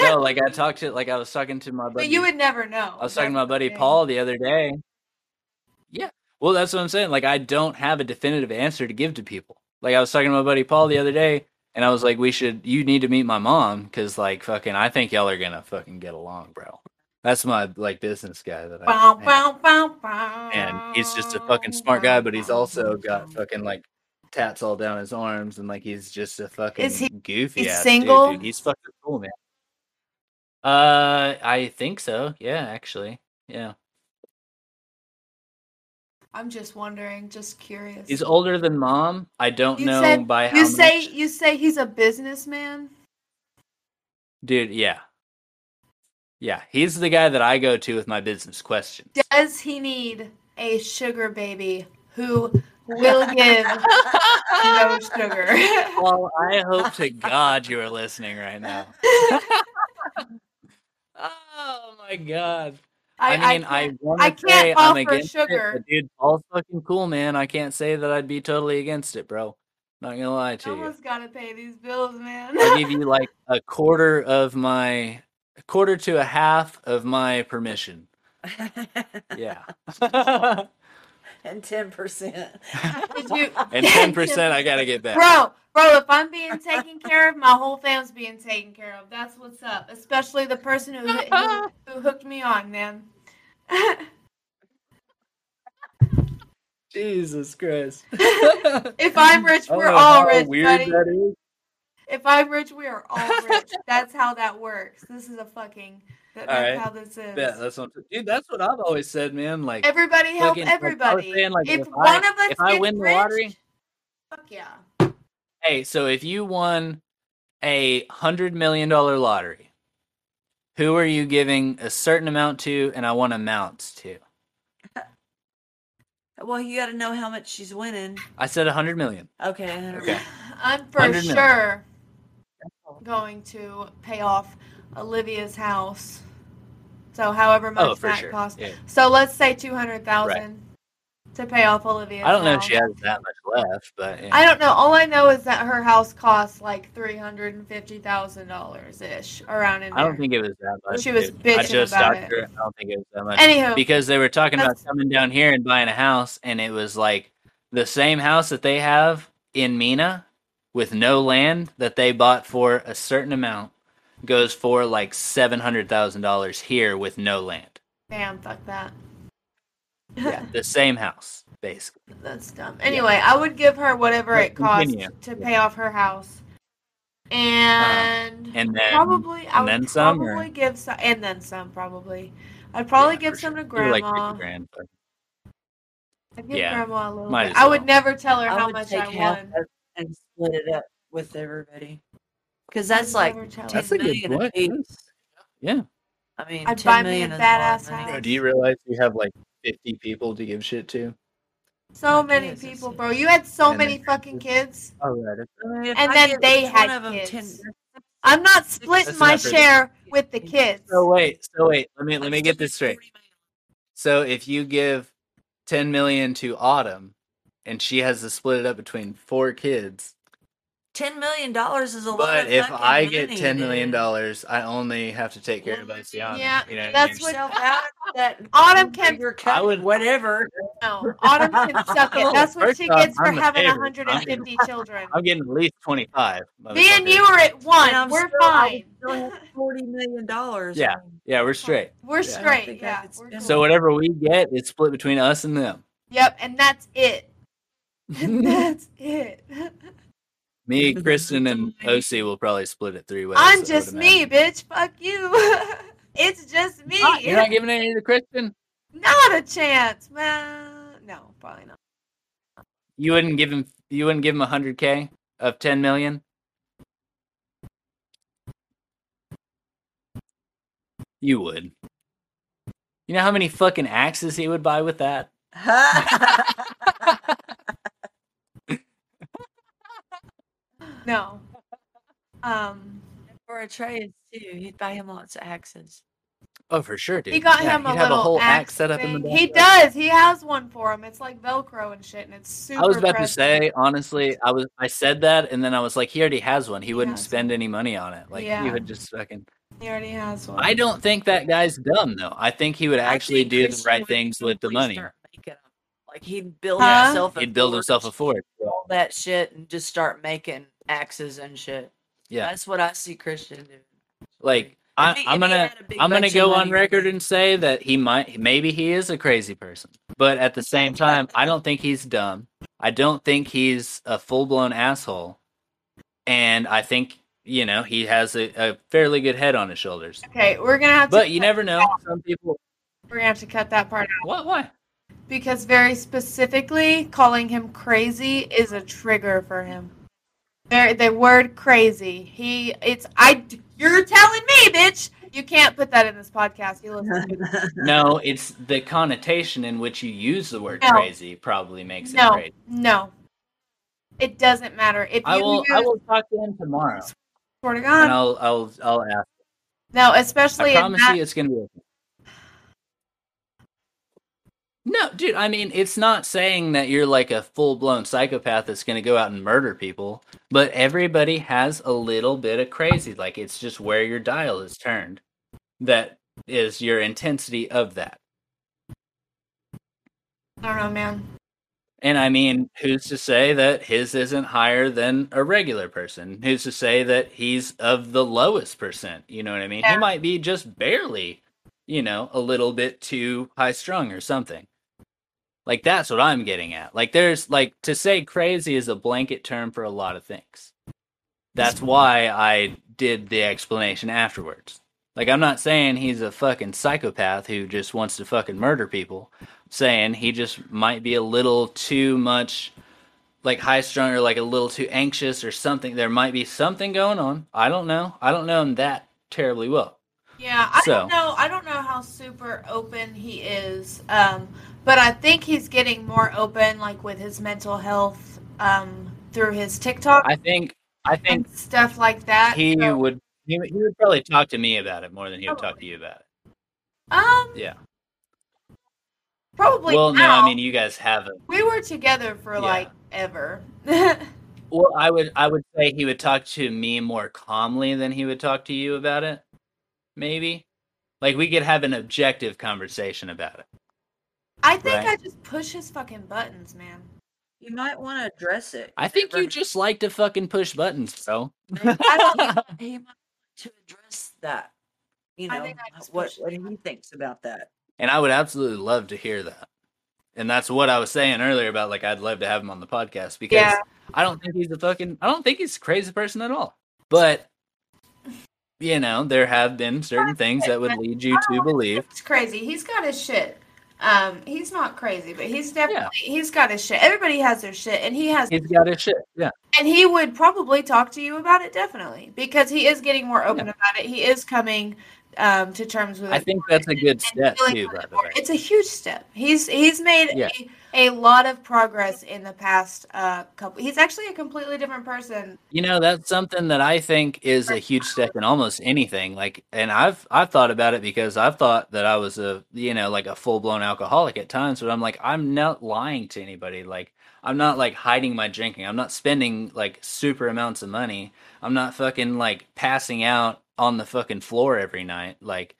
Speaker 1: no, like I talked to like I was talking to my buddy
Speaker 2: but you would never know.
Speaker 1: I was talking to my
Speaker 2: That's the
Speaker 1: buddy
Speaker 2: thing.
Speaker 1: Paul the other day. Yeah. Well, that's what I'm saying. Like, I don't have a definitive answer to give to people. Like, I was talking to my buddy Paul the other day, and I was like, we should, you need to meet my mom because, like, fucking, I think y'all are going to fucking get along, bro. That's my, like, business guy that I.
Speaker 2: Bow,
Speaker 1: hang-
Speaker 2: bow, bow, bow.
Speaker 1: and he's just a fucking smart guy, but he's also
Speaker 2: Oh.
Speaker 1: got fucking like tats all down his arms, and like he's just a fucking
Speaker 2: Is he-
Speaker 1: goofy.
Speaker 2: he's
Speaker 1: ass dude,
Speaker 2: single?
Speaker 1: dude. He's fucking cool, man. Uh, I think so. Yeah, actually, yeah.
Speaker 2: I'm just wondering, just curious.
Speaker 1: He's older than mom. I don't
Speaker 2: You
Speaker 1: know
Speaker 2: said-
Speaker 1: by how
Speaker 2: you say
Speaker 1: much.
Speaker 2: you say he's a businessman.
Speaker 1: dude. Yeah, yeah. He's the guy that I go to with my business questions.
Speaker 2: Does he need a sugar baby who will give no sugar?
Speaker 1: Well, I hope to God you are listening right now. oh my God. I, mean, I,
Speaker 2: can't-
Speaker 1: want
Speaker 2: I
Speaker 1: to
Speaker 2: can't
Speaker 1: say I'm
Speaker 2: offer
Speaker 1: against
Speaker 2: sugar.
Speaker 1: it, but dude. Paul's fucking cool, man. I can't say that I'd be totally against it, bro. Not gonna lie to you.
Speaker 2: someone's gotta pay these bills, man.
Speaker 1: I'll give you like a quarter of my, a quarter to a half of my permission. Yeah, and
Speaker 3: and ten percent.
Speaker 2: Did you-
Speaker 1: ten percent I gotta get back.
Speaker 2: Bro, bro, if I'm being taken care of, my whole fam's being taken care of. That's what's up. Especially the person who who, who hooked me on, man.
Speaker 1: Jesus Christ.
Speaker 2: if I'm rich,
Speaker 1: I don't
Speaker 2: we're
Speaker 1: know
Speaker 2: all
Speaker 1: Oh, how
Speaker 2: rich,
Speaker 1: weird
Speaker 2: buddy.
Speaker 1: that is.
Speaker 2: If I'm rich, we are all rich. That's how that works. This is a fucking. That,
Speaker 1: All
Speaker 2: that's
Speaker 1: right.
Speaker 2: how this is.
Speaker 1: Yeah, that's what I'm- dude. That's what I've always said, man. Like,
Speaker 2: everybody help
Speaker 1: fucking- like, I was
Speaker 2: everybody.
Speaker 1: saying, like,
Speaker 2: if,
Speaker 1: if I-
Speaker 2: one of us
Speaker 1: if I
Speaker 2: gets
Speaker 1: win the
Speaker 2: rich,
Speaker 1: lottery-
Speaker 2: fuck yeah.
Speaker 1: Hey, so if you won a hundred million dollar lottery, who are you giving a certain amount to, and I want amounts to?
Speaker 3: Well, you got to know how much she's winning.
Speaker 1: I said a hundred million.
Speaker 3: Okay. I don't know.
Speaker 1: Okay.
Speaker 2: I'm for
Speaker 1: 100
Speaker 2: sure
Speaker 1: million.
Speaker 2: going to pay off Olivia's house. So however much
Speaker 1: Oh, for
Speaker 2: that
Speaker 1: sure.
Speaker 2: costs.
Speaker 1: Yeah.
Speaker 2: So let's say two hundred thousand to pay off Olivia's.
Speaker 1: I don't know if
Speaker 2: house.
Speaker 1: she has that much left, but yeah.
Speaker 2: I don't know. All I know is that her house costs like three hundred and fifty thousand dollars ish around in there.
Speaker 1: I don't think it was that much.
Speaker 2: She was
Speaker 1: dude. I
Speaker 2: bitching
Speaker 1: just
Speaker 2: about
Speaker 1: talked to her. I don't think it was that much.
Speaker 2: Anywho,
Speaker 1: because they were talking about
Speaker 2: That's-
Speaker 1: coming down here and buying a house, and it was like the same house that they have in Mina with no land that they bought for a certain amount goes for like seven hundred thousand dollars here with no land.
Speaker 2: damn, fuck that.
Speaker 1: Yeah, the same house basically.
Speaker 2: That's dumb. Anyway, I would give her whatever
Speaker 1: But
Speaker 2: it costs
Speaker 1: continue. Um,
Speaker 2: to pay off her house, and
Speaker 1: And then
Speaker 2: probably I
Speaker 1: and
Speaker 2: would
Speaker 1: then some, or-
Speaker 2: probably give some, and then some probably. I'd probably
Speaker 1: Yeah,
Speaker 2: give
Speaker 1: for
Speaker 2: some to
Speaker 1: sure. They were, like,
Speaker 2: grandma.
Speaker 1: 50 grand, but-
Speaker 2: I'd give
Speaker 1: Yeah,
Speaker 2: grandma a little
Speaker 1: might
Speaker 2: bit.
Speaker 1: as
Speaker 2: I would
Speaker 1: well.
Speaker 2: never tell her
Speaker 3: I
Speaker 2: how
Speaker 3: would
Speaker 2: much
Speaker 3: take
Speaker 2: I
Speaker 3: half
Speaker 2: won.
Speaker 3: of it and split it up with everybody. Because
Speaker 2: I would
Speaker 3: that's like
Speaker 2: never tell her.
Speaker 3: ten
Speaker 1: That's a good
Speaker 3: million
Speaker 1: point.
Speaker 3: apiece.
Speaker 1: Yeah.
Speaker 3: I mean,
Speaker 2: I'd
Speaker 3: 10
Speaker 2: buy me a
Speaker 3: million
Speaker 2: badass
Speaker 3: is lot of money.
Speaker 2: house.
Speaker 1: Oh, Do you realize you have like fifty people to give shit to?
Speaker 2: So
Speaker 3: It
Speaker 2: many
Speaker 3: is, it's
Speaker 2: people,
Speaker 3: a-
Speaker 2: bro. You had so
Speaker 1: And
Speaker 2: many
Speaker 1: then-
Speaker 2: fucking kids.
Speaker 1: Oh right.
Speaker 3: I mean, if
Speaker 2: And
Speaker 3: I
Speaker 2: then
Speaker 3: give
Speaker 2: they
Speaker 3: each
Speaker 2: had
Speaker 3: one of 'em
Speaker 2: kids. I'm not splitting
Speaker 1: That's
Speaker 2: my
Speaker 1: not fair.
Speaker 2: share with the kids.
Speaker 1: So wait, so wait. Let me let me get this straight. So if you give 10 million to Autumn and she has to split it up between four kids,
Speaker 3: Ten million dollars is a lot.
Speaker 1: but
Speaker 3: of
Speaker 1: if
Speaker 3: fucking
Speaker 1: I get
Speaker 3: money,
Speaker 1: 10 million
Speaker 3: dude.
Speaker 1: dollars, I only have to take care of Asiana.
Speaker 2: Yeah,
Speaker 1: you know what I
Speaker 2: that's
Speaker 1: mean?
Speaker 2: what-
Speaker 3: Yourself out of that
Speaker 2: Autumn can-
Speaker 3: bigger cut,
Speaker 1: I would-
Speaker 3: whatever.
Speaker 2: No, Autumn can suck it. That's what
Speaker 1: First
Speaker 2: she
Speaker 1: off,
Speaker 2: gets for
Speaker 1: I'm the
Speaker 2: having
Speaker 1: favorite. I'm
Speaker 2: 150 children.
Speaker 1: I'm getting at least 25.
Speaker 2: Me and
Speaker 1: motherfucker.
Speaker 2: you are at
Speaker 3: And
Speaker 2: one.
Speaker 3: I'm
Speaker 2: We're
Speaker 3: still- I
Speaker 2: fine.
Speaker 3: would still have Forty million dollars.
Speaker 1: Yeah. Yeah, we're straight. Yeah.
Speaker 2: We're
Speaker 1: I
Speaker 3: don't
Speaker 2: straight.
Speaker 3: think I
Speaker 2: Yeah.
Speaker 3: could
Speaker 2: we're
Speaker 3: spend
Speaker 1: So
Speaker 2: cool.
Speaker 1: whatever we get is split between us and them.
Speaker 2: Yep, and that's it. that's it.
Speaker 1: me, Kristen, and OC will probably split it three ways. I
Speaker 2: I'm
Speaker 1: would
Speaker 2: just me,
Speaker 1: imagine.
Speaker 2: bitch. Fuck you. it's just me.
Speaker 1: Ah, You're not giving any to Kristen?
Speaker 2: Not a chance, man. No, probably not.
Speaker 1: You wouldn't give him you wouldn't give him 100k of 10 million? You would. You know how many fucking axes he would buy with that?
Speaker 2: No. Um,
Speaker 3: For Atreus too, he'd buy him lots of axes.
Speaker 1: Oh, for sure, dude.
Speaker 2: he got
Speaker 1: Yeah,
Speaker 2: him a
Speaker 1: he'd
Speaker 2: little
Speaker 1: have a whole
Speaker 2: axe,
Speaker 1: axe set up in the
Speaker 2: thing.
Speaker 1: back.
Speaker 2: He does. He has one for him. It's like Velcro and shit, and it's super.
Speaker 1: I was about to
Speaker 2: precious.
Speaker 1: say, honestly, I was I said that and then I was like, he already has one. He wouldn't
Speaker 2: has
Speaker 1: spend any money on it. Like he
Speaker 2: Yeah.
Speaker 1: would just fucking
Speaker 2: he already has one.
Speaker 1: I don't think that guy's dumb though. I think he would
Speaker 3: I
Speaker 1: actually
Speaker 3: think
Speaker 1: do the
Speaker 3: Christian
Speaker 1: right
Speaker 3: would
Speaker 1: things with the
Speaker 3: probably
Speaker 1: money.
Speaker 3: start making 'em. Like he'd build
Speaker 2: Huh?
Speaker 3: himself. a
Speaker 1: He'd build himself a
Speaker 3: forge,
Speaker 1: Ford.
Speaker 3: all that shit and just start making axes and shit.
Speaker 1: Yeah.
Speaker 3: that's what I see Christian doing.
Speaker 1: Like
Speaker 3: If
Speaker 1: I,
Speaker 3: he-
Speaker 1: I'm
Speaker 3: if he
Speaker 1: gonna
Speaker 3: had a big
Speaker 1: I'm gonna
Speaker 3: bunch of
Speaker 1: go on
Speaker 3: money-
Speaker 1: record and say that he might maybe he is a crazy person, but at the same time, I don't think he's dumb. I don't think he's a full blown asshole, and I think you know he has a, a fairly good head on his shoulders.
Speaker 2: Okay, we're gonna have to.
Speaker 1: But you never know. Some people.
Speaker 2: We're gonna have to cut that part out
Speaker 1: What? Why?
Speaker 2: because very specifically, calling him crazy is a trigger for him. There, the word crazy. He, it's I. You're telling me, bitch. You can't put that in this podcast. You listen. to it.
Speaker 1: No, it's the connotation in which you use the word
Speaker 2: No.
Speaker 1: crazy probably makes it
Speaker 2: No,
Speaker 1: crazy.
Speaker 2: no. It doesn't matter if you.
Speaker 1: I will.
Speaker 2: use,
Speaker 1: I will talk to him tomorrow,
Speaker 2: Swear to
Speaker 1: and
Speaker 2: God.
Speaker 1: I'll. I'll. I'll ask.
Speaker 2: No,
Speaker 1: I
Speaker 2: especially in
Speaker 1: promise
Speaker 2: that.
Speaker 1: you, it's gonna be. okay. No, dude. I mean, it's not saying that you're like a full blown psychopath that's gonna go out and murder people, but everybody has a little bit of crazy. Like it's just where your dial is turned. That is your intensity of that.
Speaker 2: I don't know, man.
Speaker 1: And I mean, who's to say that his isn't higher than a regular person? Who's to say that he's of the lowest percent? You know what I mean? He
Speaker 2: Yeah.
Speaker 1: might be just barely, you know, a little bit too high strung or something. Like that's what I'm getting at. Like there's like to say crazy is a blanket term for a lot of things. That's why I did the explanation afterwards. Like I'm not saying he's a fucking psychopath who just wants to fucking murder people saying he just might be a little too much like high strung or like a little too anxious or something there might be something going on i don't know i don't know him that terribly well
Speaker 2: Yeah, I
Speaker 1: So-
Speaker 2: don't know. I don't know how super open he is, um, but I think he's getting more open, like with his mental health um, through his TikTok
Speaker 1: i think i think
Speaker 2: and stuff like that.
Speaker 1: he
Speaker 2: So,
Speaker 1: would he, would- he would probably talk to me about it more than he would talk to you about it
Speaker 2: um,
Speaker 1: yeah
Speaker 2: probably.
Speaker 1: well no
Speaker 2: now.
Speaker 1: i mean you guys haven't
Speaker 2: we were together for
Speaker 1: Yeah.
Speaker 2: like ever. yeah,
Speaker 1: well i would i would say he would talk to me more calmly than he would talk to you about it maybe like we could have an objective conversation about it
Speaker 2: I think
Speaker 1: Right.
Speaker 2: I just push his fucking buttons, man.
Speaker 3: You might want to address it.
Speaker 1: i think you
Speaker 3: Never-
Speaker 1: just like to fucking push buttons bro
Speaker 3: I don't, he might want to address that. You
Speaker 2: I
Speaker 3: know
Speaker 2: think I just
Speaker 3: what
Speaker 2: pushed
Speaker 3: what
Speaker 2: it.
Speaker 3: he thinks about that.
Speaker 1: And I would absolutely love to hear that. And that's what I was saying earlier about like I'd love to have him on the podcast because
Speaker 2: Yeah.
Speaker 1: I don't think he's a fucking I don't think he's a crazy person at all. But you know, there have been certain things that would lead you to believe.
Speaker 2: It's crazy. He's got his shit. Um, he's not crazy, but he's definitely he's got his shit. Everybody has their shit, and he has
Speaker 1: He's got his shit. Yeah.
Speaker 2: And he would probably talk to you about it, definitely, because he is getting more open about it. He is coming um, to terms with
Speaker 1: I
Speaker 2: it.
Speaker 1: think that's a good step
Speaker 2: feeling
Speaker 1: too,
Speaker 2: a
Speaker 1: by
Speaker 2: little
Speaker 1: the
Speaker 2: more.
Speaker 1: way.
Speaker 2: It's a huge step. He's he's made
Speaker 1: Yeah.
Speaker 2: a, a lot of progress in the past uh, couple. He's actually a completely different person.
Speaker 1: You know, that's something that I think is a huge step in almost anything. Like, and I've I've thought about it because I've thought that I was a you know like a full blown alcoholic at times, but I'm like I'm not lying to anybody. Like, I'm not like hiding my drinking. I'm not spending like super amounts of money. I'm not fucking like passing out on the fucking floor every night. Like,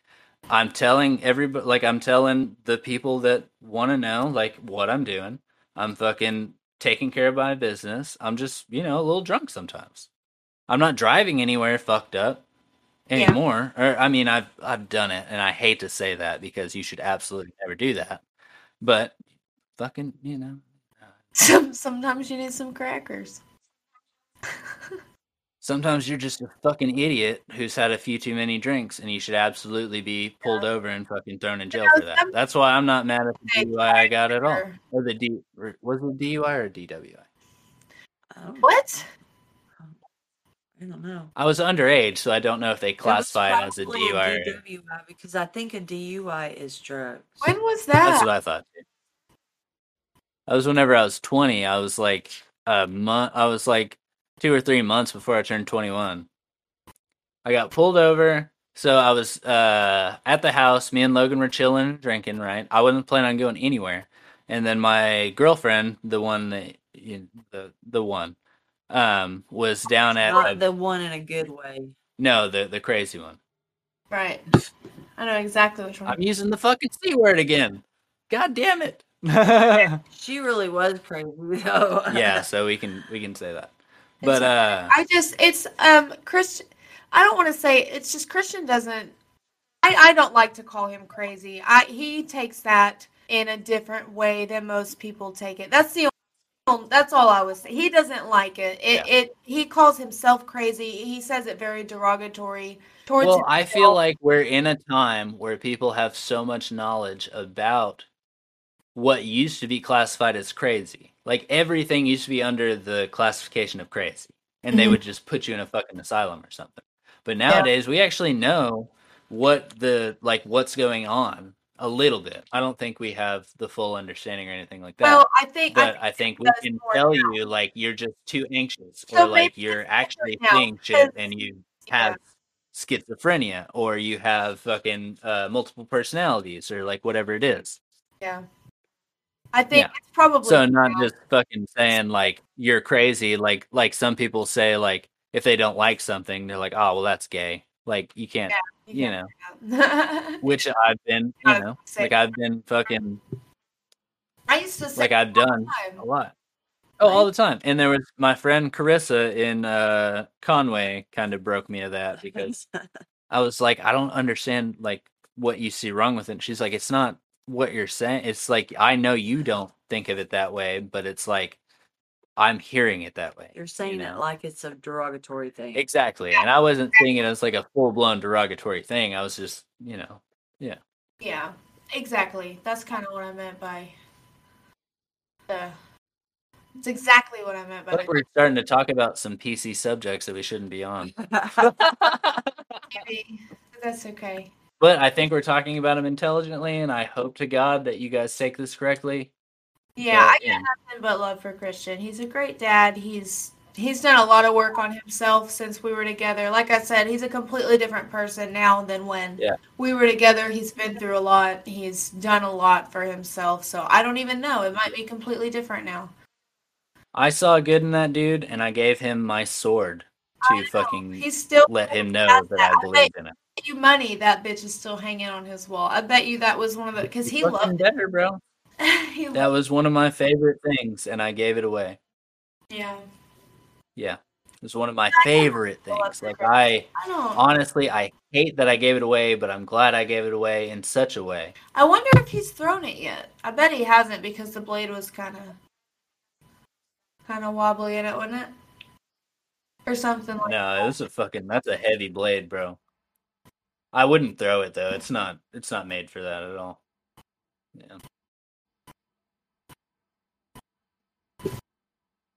Speaker 1: I'm telling everybody. Like, I'm telling the people that want to know like what I'm doing. I'm fucking taking care of my business. I'm just, you know, a little drunk sometimes. I'm not driving anywhere fucked up
Speaker 2: Yeah.
Speaker 1: anymore. Or I mean, I've I've done it, and I hate to say that because you should absolutely never do that. But fucking, you know,
Speaker 2: Some, sometimes you need some crackers.
Speaker 1: sometimes you're just a fucking idiot who's had a few too many drinks, and you should absolutely be pulled over and fucking thrown in jail for that.
Speaker 2: some-
Speaker 1: That's why I'm not mad at the
Speaker 2: Hey,
Speaker 1: DUI I got at all,
Speaker 2: Or-
Speaker 1: or the D or- was it DUI or DWI?
Speaker 3: Um,
Speaker 2: What?
Speaker 3: I don't know.
Speaker 1: I was underage, so I don't know if they classify it, as a
Speaker 3: probably
Speaker 1: DUI. or-
Speaker 3: DWI because I think a DUI is drugs.
Speaker 2: When was
Speaker 1: That's
Speaker 2: that?
Speaker 1: what I thought. too. That was whenever I was 20. I was like a month. I was like two or three months before I turned 21. I got pulled over. So I was uh, at the house. Me and Logan were chilling, drinking. Right. I wasn't planning on going anywhere. And then my girlfriend, the one that you, the the one, um, was down at
Speaker 3: Oh, Not
Speaker 1: a-
Speaker 3: the one in a good way.
Speaker 1: no the the crazy one.
Speaker 2: right. I know exactly which one.
Speaker 3: Mm.
Speaker 1: I'm using the fucking c word again. God damn it.
Speaker 3: She really was crazy though.
Speaker 1: yeah, so we can we can say that. But
Speaker 2: It's-
Speaker 1: uh
Speaker 2: I just it's um Christian. I don't want to say it's just Christian doesn't. I I don't like to call him crazy. I he takes that in a different way than most people take it. That's the only, that's all I was. He doesn't like it. It it he calls himself crazy. He says it very derogatory towards.
Speaker 1: well, I feel
Speaker 2: himself.
Speaker 1: like we're in a time where people have so much knowledge about what used to be classified as crazy. Like everything used to be under the classification of crazy, and they
Speaker 2: Mhm.
Speaker 1: would just put you in a fucking asylum or something. But nowadays, we actually know what the like what's going on a little bit. I don't think we have the full understanding or anything like that.
Speaker 2: well, I think I
Speaker 1: but I think we
Speaker 2: does
Speaker 1: can
Speaker 2: more
Speaker 1: tell you like you're just too anxious
Speaker 2: So
Speaker 1: or like
Speaker 2: maybe
Speaker 1: you're
Speaker 2: it's
Speaker 1: actually
Speaker 2: now,
Speaker 1: seeing shit
Speaker 2: because-
Speaker 1: and you
Speaker 2: yeah.
Speaker 1: have schizophrenia or you have fucking uh, multiple personalities or like whatever it is.
Speaker 2: Yeah. I think
Speaker 1: Yeah.
Speaker 2: it's probably
Speaker 1: So not
Speaker 2: now.
Speaker 1: just fucking saying like you're crazy like like some people say like if they don't like something they're like oh well that's gay. Like you can't you know
Speaker 2: know.
Speaker 1: which I've been you
Speaker 2: I
Speaker 1: know
Speaker 2: say-
Speaker 1: like I've been fucking
Speaker 2: I used to say
Speaker 1: like I've done a lot. Oh, all the time. And there was my friend Carissa in uh, Conway kind of broke me of that because I was like, I don't understand like what you see wrong with it. And she's like, it's not what you're saying. It's like I know
Speaker 3: Uh-huh.
Speaker 1: you don't think of it that way, but it's like I'm hearing it that way.
Speaker 3: you're saying
Speaker 1: know?
Speaker 3: it like it's a derogatory thing.
Speaker 1: Exactly. And I wasn't seeing it as like a full blown derogatory thing. I was just, you know,
Speaker 2: Yeah, exactly. That's kind of what I meant by the. It's exactly what I meant
Speaker 1: I
Speaker 2: by.
Speaker 1: feel like we're starting to talk about some PC subjects that we shouldn't be on.
Speaker 2: Maybe- That's okay.
Speaker 1: But I think we're talking about them intelligently, and I hope to God that you guys take this correctly.
Speaker 2: Yeah, I
Speaker 1: But, yeah.
Speaker 2: nothing but love for Christian. He's a great dad. He's he's done a lot of work on himself since we were together. Like I said, he's a completely different person now than when
Speaker 1: Yeah.
Speaker 2: we were together. He's been through a lot. He's done a lot for himself. So I don't even know. It might be completely different now.
Speaker 1: I saw good in that dude, and I gave him my sword to fucking
Speaker 2: He's still
Speaker 1: let him know
Speaker 2: That's
Speaker 1: that
Speaker 2: that.
Speaker 1: I believe in him.
Speaker 2: bet you money that bitch is still hanging on his wall. I bet you that was one of the because he
Speaker 1: Fucking
Speaker 2: loved
Speaker 1: better, bro.
Speaker 2: it. he
Speaker 1: That was one of my favorite things, and I gave it away.
Speaker 2: yeah.
Speaker 1: Yeah, it was one of my favorite things. Like I
Speaker 2: I don't.
Speaker 1: honestly, I hate that I gave it away, but I'm glad I gave it away in such a way.
Speaker 2: I wonder if he's thrown it yet. I bet he hasn't because the blade was kind of kind of wobbly in it, wasn't it? Or something like
Speaker 1: No, it's a fucking that's a heavy blade, bro. I wouldn't throw it though. It's not it's not made for that at all. Yeah.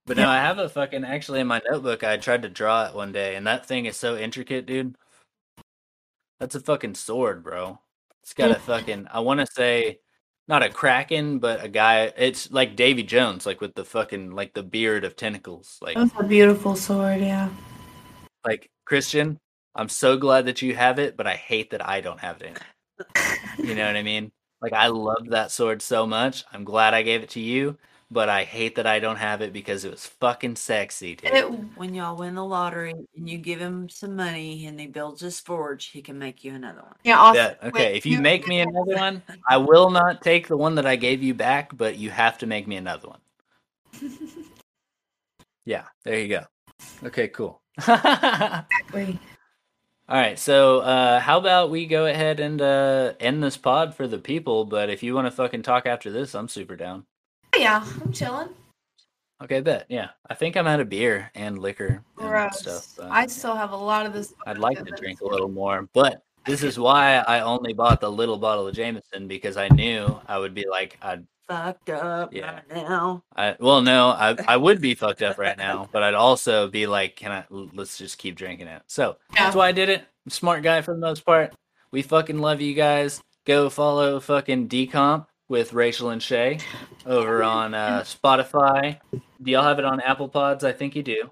Speaker 1: But no, I have a fucking actually in my notebook I tried to draw it one day and that thing is so intricate, dude. That's a fucking sword, bro. It's got a fucking I wanna say not a kraken, but a guy it's like Davy Jones, like with the fucking like the beard of tentacles. Like
Speaker 2: that. It was a beautiful sword, yeah.
Speaker 1: like Christian, I'm so glad that you have it, but I hate that I don't have it. Anymore. you know what I mean? Like I love that sword so much. I'm glad I gave it to you, but I hate that I don't have it because it was fucking sexy, dude.
Speaker 2: It,
Speaker 3: when y'all win the lottery and you give him some money and he builds his forge, he can make you another one.
Speaker 2: yeah, also,
Speaker 1: Yeah, okay,
Speaker 2: wait,
Speaker 1: if you make me another one, I will not take the one that I gave you back, but you have to make me another one. Yeah, there you go. Okay, cool. All
Speaker 2: Exactly.
Speaker 1: right, so uh, how about we go ahead and uh, end this pod for the people? But if you want to fucking talk after this, I'm super down.
Speaker 2: Oh, Yeah, I'm chilling.
Speaker 1: Okay, bet. Yeah, I think I'm out of beer and liquor and
Speaker 2: Gross.
Speaker 1: stuff. but-
Speaker 2: I still have a lot of this.
Speaker 1: I'd like to drink a little more, but this is why I only bought the little bottle of Jameson because I knew I would be like, I'd
Speaker 3: fucked up
Speaker 1: Yeah.
Speaker 3: right now.
Speaker 1: I, well, no, I, I would be fucked up right now, but I'd also be like, can I? l- Let's just keep drinking it. So that's
Speaker 2: Yeah.
Speaker 1: why I did it. I'm a smart guy for the most part. We fucking love you guys. Go follow fucking Decomp with Rachel and Shay over on uh, Spotify. Do y'all have it on Apple Pods? I think you do.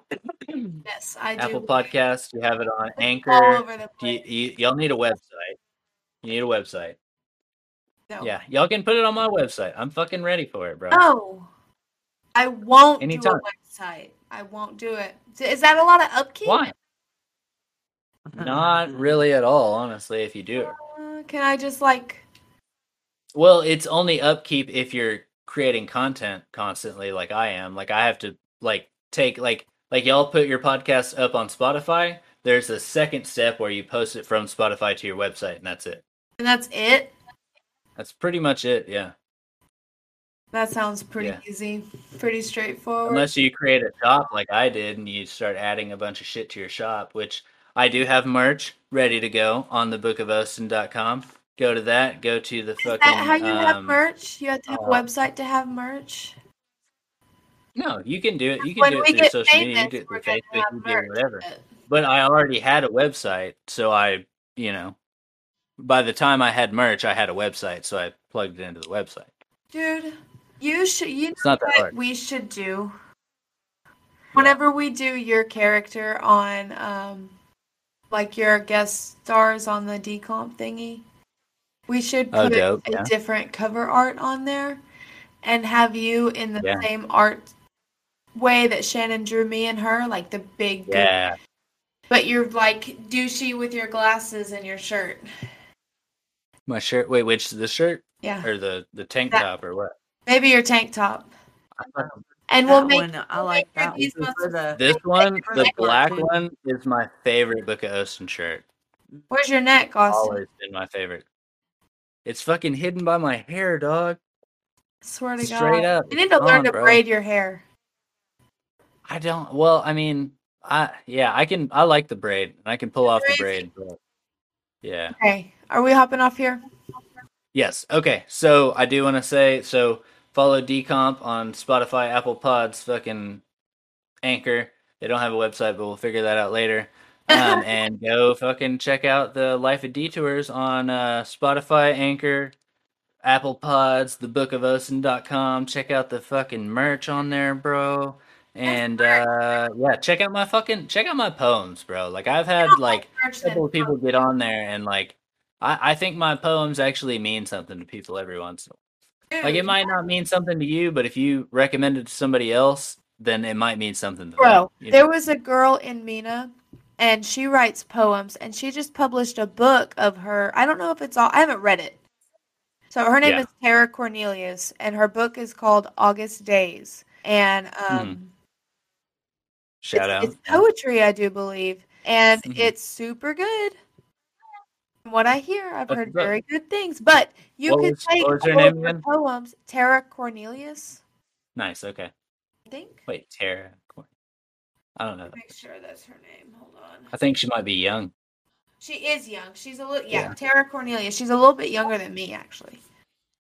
Speaker 2: Yes, I do.
Speaker 1: Apple Podcasts. You have it on Anchor.
Speaker 2: All over the
Speaker 1: Do you,
Speaker 2: place.
Speaker 1: you, y'all need a website. You need a website.
Speaker 2: No.
Speaker 1: Yeah, y'all can put it on my website. I'm fucking ready for it, bro.
Speaker 2: Oh, I won't do
Speaker 1: Anytime.
Speaker 2: a website. I won't do it. Is that a lot of upkeep?
Speaker 1: Why?
Speaker 2: Uh-huh.
Speaker 1: Not really at all, honestly. If you do it
Speaker 2: Uh, can I just like?
Speaker 1: Well, it's only upkeep if you're creating content constantly like I am. Like I have to like take like like y'all put your podcast up on Spotify, there's a second step where you post it from Spotify to your website and that's it.
Speaker 2: And that's it.
Speaker 1: That's pretty much it, yeah.
Speaker 2: That sounds pretty
Speaker 1: Yeah.
Speaker 2: easy, pretty straightforward.
Speaker 1: Unless you create a shop like I did and you start adding a bunch of shit to your shop, which I do have merch ready to go on thebookofostin.com. Go to that, go to the fucking
Speaker 2: Is that how you have
Speaker 1: um,
Speaker 2: merch? You have to have a
Speaker 1: uh,
Speaker 2: website to have merch.
Speaker 1: No, you can do it. You can
Speaker 2: When
Speaker 1: do
Speaker 2: we
Speaker 1: it through
Speaker 2: get
Speaker 1: social media. You
Speaker 2: famous,
Speaker 1: can do it
Speaker 2: we're
Speaker 1: through
Speaker 2: gonna
Speaker 1: Facebook. You
Speaker 2: have
Speaker 1: can do it
Speaker 2: merch.
Speaker 1: whatever. But I already had a website, so I, you know, by the time I had merch, I had a website, so I plugged it into the website.
Speaker 2: Dude, you should. You know
Speaker 1: It's not that
Speaker 2: what
Speaker 1: hard.
Speaker 2: we should do. Whenever we do your character on, um, like your guest stars on the decomp thingy, we should
Speaker 1: Oh,
Speaker 2: put
Speaker 1: dope,
Speaker 2: a
Speaker 1: yeah.
Speaker 2: different cover art on there, and have you in the
Speaker 1: Yeah.
Speaker 2: same art way that Shannon drew me and her, like the big, big-
Speaker 1: Yeah,
Speaker 2: but you're like douchey with your glasses and your shirt.
Speaker 1: my shirt. Wait, which the shirt
Speaker 2: Yeah,
Speaker 1: or the the tank
Speaker 2: That-
Speaker 1: top or what?
Speaker 2: maybe your tank top, and
Speaker 3: That
Speaker 2: we'll make
Speaker 3: one, I
Speaker 2: we'll
Speaker 3: like
Speaker 2: make
Speaker 3: that
Speaker 2: these
Speaker 3: one.
Speaker 2: muscles-
Speaker 3: For the,
Speaker 1: This one,
Speaker 3: for
Speaker 1: the
Speaker 3: that
Speaker 1: black
Speaker 3: cartoon.
Speaker 1: one, is my favorite Book of Ocean shirt.
Speaker 2: Where's your neck, Austin?
Speaker 1: Always been my favorite. It's fucking hidden by my hair, dog.
Speaker 2: Swear to
Speaker 1: Straight
Speaker 2: God.
Speaker 1: up,
Speaker 2: You need to
Speaker 1: gone,
Speaker 2: learn to
Speaker 1: bro.
Speaker 2: braid your hair.
Speaker 1: I don't. Well, I mean, I yeah, I can. I like the braid, and I can pull off the
Speaker 2: Braid's-
Speaker 1: braid. But yeah.
Speaker 2: Okay. Are we hopping off here?
Speaker 1: Yes. Okay. So I do want to say so. Follow Decomp on Spotify, Apple Pods, fucking Anchor. They don't have a website, but we'll figure that out later. Um, and go fucking check out the Life of Detours on uh, Spotify, Anchor, Apple Pods, thebookofocean.com. Check out the fucking merch on there, bro. And uh, yeah, check out my fucking check out my poems, bro. Like I've had like
Speaker 2: Merch
Speaker 1: couple of
Speaker 2: then.
Speaker 1: people get on there and like I, I think my poems actually mean something to people every once in a
Speaker 2: Dude,
Speaker 1: while. Like it might not mean something to you, but if you recommend it to somebody else, then it might mean something to
Speaker 2: Bro,
Speaker 1: them. you
Speaker 2: there
Speaker 1: know?
Speaker 2: was a girl in Mina and she writes poems and she just published a book of her. I don't know if it's all, I haven't read it. So her name
Speaker 1: Yeah.
Speaker 2: is Tara Cornelius and her book is called August Days. And um,
Speaker 1: Mm-hmm. Shout out.
Speaker 2: It's poetry, I do believe, and
Speaker 1: Mhm.
Speaker 2: it's super good. From what I hear, I've
Speaker 1: That's
Speaker 2: heard
Speaker 1: good.
Speaker 2: very good things. But you
Speaker 1: What
Speaker 2: could
Speaker 1: was-
Speaker 2: take
Speaker 1: what was her
Speaker 2: all
Speaker 1: name
Speaker 2: of her
Speaker 1: again?
Speaker 2: poems, Tara Cornelius,
Speaker 1: nice. Okay.
Speaker 2: I think.
Speaker 1: Wait, Tara. Corn- I don't know.
Speaker 2: Make sure that's her name. Hold on.
Speaker 1: I think she might be young.
Speaker 2: She is young. She's a little yeah,
Speaker 1: Yeah.
Speaker 2: Tara Cornelius. She's a little bit younger than me, actually.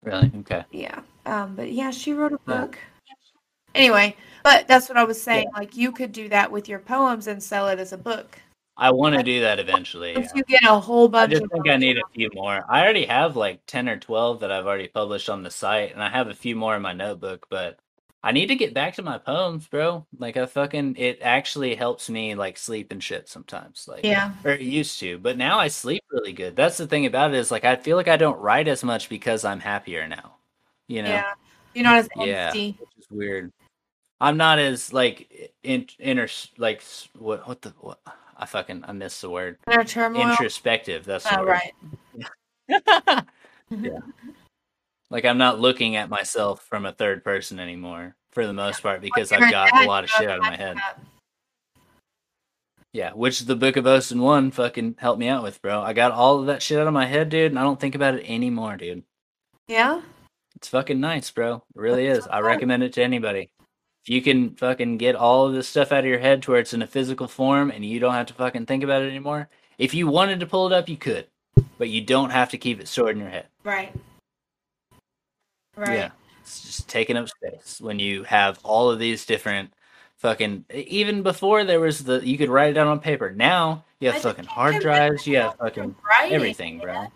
Speaker 1: Really? Okay.
Speaker 2: Yeah. Um, but yeah, she wrote a
Speaker 1: Yeah.
Speaker 2: book. Anyway, but that's what I was saying. Like you could do that with your poems and sell it as a book.
Speaker 1: I want to do that eventually.
Speaker 2: Once
Speaker 1: yeah.
Speaker 2: you get a whole
Speaker 1: I
Speaker 2: bunch
Speaker 1: just
Speaker 2: of
Speaker 1: think I need a few more. I already have like 10 or 12 that I've already published on the site, and I have a few more in my notebook, but I need to get back to my poems, bro. Like, I fucking, it actually helps me like sleep and shit sometimes. Like,
Speaker 2: Yeah.
Speaker 1: or it used to, but now I sleep really good. That's the thing about it is like, I feel like I don't write as much because I'm happier now, you know?
Speaker 2: Yeah. You're not as
Speaker 1: Yeah.
Speaker 2: empty.
Speaker 1: Which is weird. I'm not as like in inner like s- what what the what I fucking I miss the word
Speaker 2: inner turmoil.
Speaker 1: introspective. That's the
Speaker 2: Oh,
Speaker 1: word.
Speaker 2: right.
Speaker 1: like I'm not looking at myself from a third person anymore for the most part because
Speaker 2: You're
Speaker 1: I've got
Speaker 2: dad,
Speaker 1: a lot of
Speaker 2: you
Speaker 1: shit out
Speaker 2: have
Speaker 1: of my
Speaker 2: that.
Speaker 1: head. Yeah, which the Book of Ocean one fucking helped me out with, bro. I got all of that shit out of my head, dude, and I don't think about it anymore, dude.
Speaker 2: Yeah.
Speaker 1: It's fucking nice, bro. It really is. I recommend it to anybody. If you can fucking get all of this stuff out of your head to where it's in a physical form and you don't have to fucking think about it anymore, if you wanted to pull it up, you could, but you don't have to keep it stored in your head.
Speaker 2: Right. Right.
Speaker 1: Yeah. It's just taking up space when you have all of these different fucking. e, Even before there was the, you could write it down on paper. Now you have
Speaker 2: I
Speaker 1: fucking
Speaker 2: think
Speaker 1: hard
Speaker 2: I'm
Speaker 1: drives. You have
Speaker 2: myself to
Speaker 1: fucking
Speaker 2: writing.
Speaker 1: everything, bro.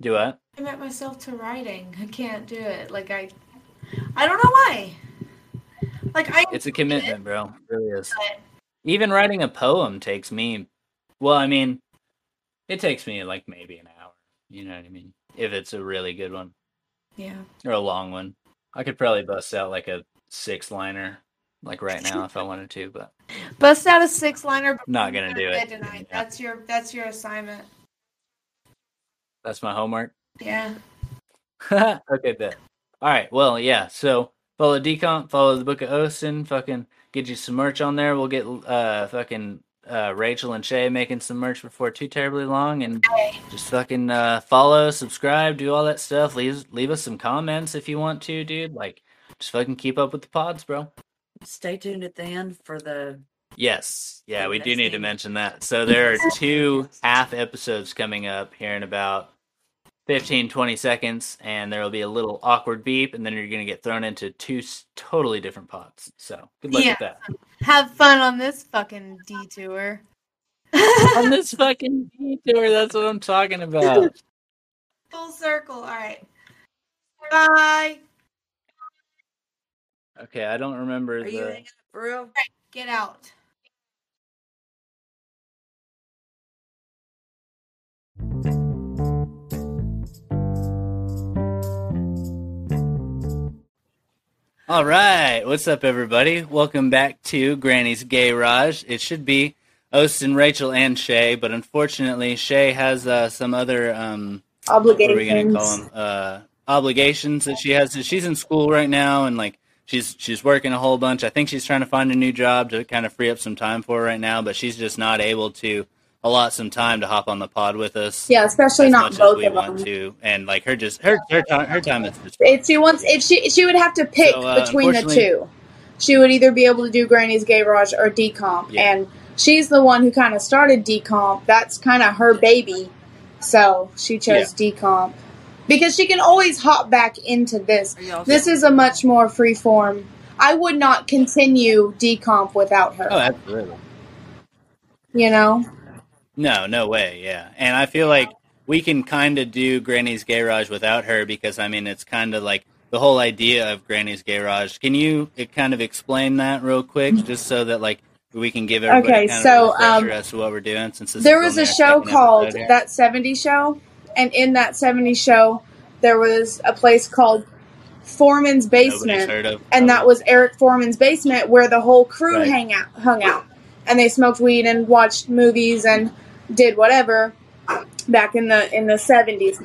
Speaker 1: Do what?
Speaker 2: I commit myself to writing. I can't do it. Like I, I don't know why. Like I,
Speaker 1: It's a commitment, bro. It really is.
Speaker 2: Oh, But-
Speaker 1: Even writing a poem takes me. Well, I mean, it takes me like maybe an hour. You know what I mean? If it's a really good one.
Speaker 2: yeah.
Speaker 1: or a long one. I could probably bust out like a six liner, like right now if I wanted to, but
Speaker 2: Bust out a six liner.
Speaker 1: Not gonna do it.
Speaker 2: tonight.
Speaker 1: Yeah.
Speaker 2: That's your that's your assignment.
Speaker 1: that's my homework.
Speaker 2: Yeah.
Speaker 1: okay, bet. All right. Well, yeah. So follow Decomp, follow the Book of Osin, fucking get you some merch on there. We'll get uh fucking uh Rachel and Shay making some merch before too terribly long, and just fucking uh follow, subscribe, do all that stuff. Leave leave us some comments if you want to, dude. Like just fucking keep up with the pods, bro.
Speaker 3: Stay tuned at the end for the
Speaker 1: Yes. Yeah,
Speaker 3: Oh,
Speaker 1: we do
Speaker 3: that's
Speaker 1: need to
Speaker 3: neat.
Speaker 1: mention that. So there are two half episodes coming up here in about 15, 20 seconds, and there will be a little awkward beep, and then you're going to get thrown into two s- totally different pots. So good luck
Speaker 2: Yeah.
Speaker 1: with that.
Speaker 2: Have fun on this fucking detour.
Speaker 1: On this fucking detour, that's what I'm talking about.
Speaker 2: Full circle. All right. Bye.
Speaker 1: Okay, I don't remember
Speaker 3: Are
Speaker 1: the.
Speaker 3: you hanging up for real?
Speaker 2: Get out.
Speaker 1: All right, what's up, everybody? Welcome back to Granny's Gay Raj. It should be Austin, Rachel, and Shay, but unfortunately, Shay has uh, some other um, what are we gonna
Speaker 4: Obligations.
Speaker 1: call them? Uh, obligations that she has. She's in school right now, and like she's she's working a whole bunch. I think she's trying to find a new job to kind of free up some time for her right now, but she's just not able to allot some time to hop on the pod with us.
Speaker 4: Yeah, especially
Speaker 1: as
Speaker 4: not
Speaker 1: much as
Speaker 4: both
Speaker 1: we
Speaker 4: of
Speaker 1: want
Speaker 4: them.
Speaker 1: to, and like her just her her time her time is just
Speaker 4: If she wants, if she she would have to pick
Speaker 1: So, uh,
Speaker 4: between the
Speaker 1: unfortunately-
Speaker 4: two. She would either be able to do Granny's Gay Garage or Decomp,
Speaker 1: Yeah.
Speaker 4: and she's the one who kind of started Decomp. That's kind of her baby, so she chose Decomp because she can always hop back into this.
Speaker 3: Are y'all
Speaker 4: This is a much more free form. I would not continue Decomp without her.
Speaker 1: oh absolutely.
Speaker 4: You know,
Speaker 1: No, no way. Yeah, and I feel
Speaker 4: Oh.
Speaker 1: like we can kind of do Granny's Garage without her because I mean it's kind of like the whole idea of Granny's Garage. Can you uh, kind of explain that real quick, just so that like we can give everybody
Speaker 4: Mm-hmm. Okay,
Speaker 1: kind
Speaker 4: so,
Speaker 1: of a refresher
Speaker 4: um,
Speaker 1: as to what we're doing? Since this
Speaker 4: there
Speaker 1: is
Speaker 4: was
Speaker 1: only
Speaker 4: a
Speaker 1: our
Speaker 4: show
Speaker 1: second
Speaker 4: called
Speaker 1: episode here.
Speaker 4: That 70 Show, and in That 70 Show, there was a place called Foreman's
Speaker 1: Nobody's
Speaker 4: Basement.
Speaker 1: heard of,
Speaker 4: and that was Eric Foreman's basement where the whole crew
Speaker 1: Right.
Speaker 4: hang out, hung out, and they smoked weed and watched movies and did whatever back in the in the seventies.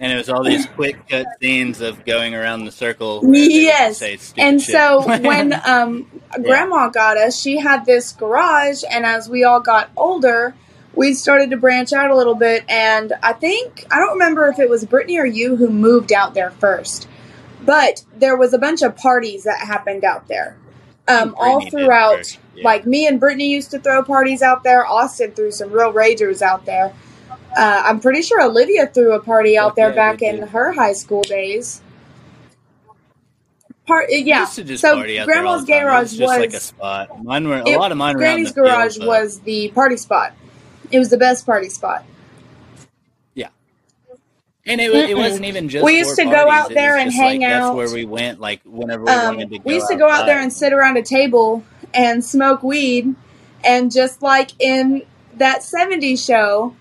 Speaker 1: and it was all these quick cut scenes of going around the circle.
Speaker 4: Yes, And so when um, Grandma got us, she had this garage, and as we all got older, we started to branch out a little bit. And I think I don't remember if it was Brittany or you who moved out there first, but there was a bunch of parties that happened out there, um, all throughout. Like me and Brittany used to throw parties out there. Austin threw some real ragers out there. Uh, I'm pretty sure Olivia threw a party out there
Speaker 1: Okay,
Speaker 4: back
Speaker 1: we
Speaker 4: in
Speaker 1: did.
Speaker 4: her high school days. Part yeah.
Speaker 1: Used to just
Speaker 4: so
Speaker 1: party out there all
Speaker 4: Grandma's
Speaker 1: the time. It
Speaker 4: garage
Speaker 1: was just like a
Speaker 4: was-
Speaker 1: spot. Mine were a
Speaker 4: It-
Speaker 1: lot of mine. were out in
Speaker 4: Granny's
Speaker 1: the field,
Speaker 4: garage
Speaker 1: but-
Speaker 4: was the party spot. It was the best party spot.
Speaker 1: And it, wa- it
Speaker 4: Mm-mm.
Speaker 1: wasn't even just.
Speaker 4: We used
Speaker 1: for
Speaker 4: to go
Speaker 1: parties,
Speaker 4: out
Speaker 1: it
Speaker 4: there
Speaker 1: was
Speaker 4: and
Speaker 1: just, like,
Speaker 4: hang
Speaker 1: That's
Speaker 4: out.
Speaker 1: where we went, like whenever we
Speaker 4: Um,
Speaker 1: wanted to go.
Speaker 4: we used to go out there and sit around a table and smoke weed, and just like in that '70s show,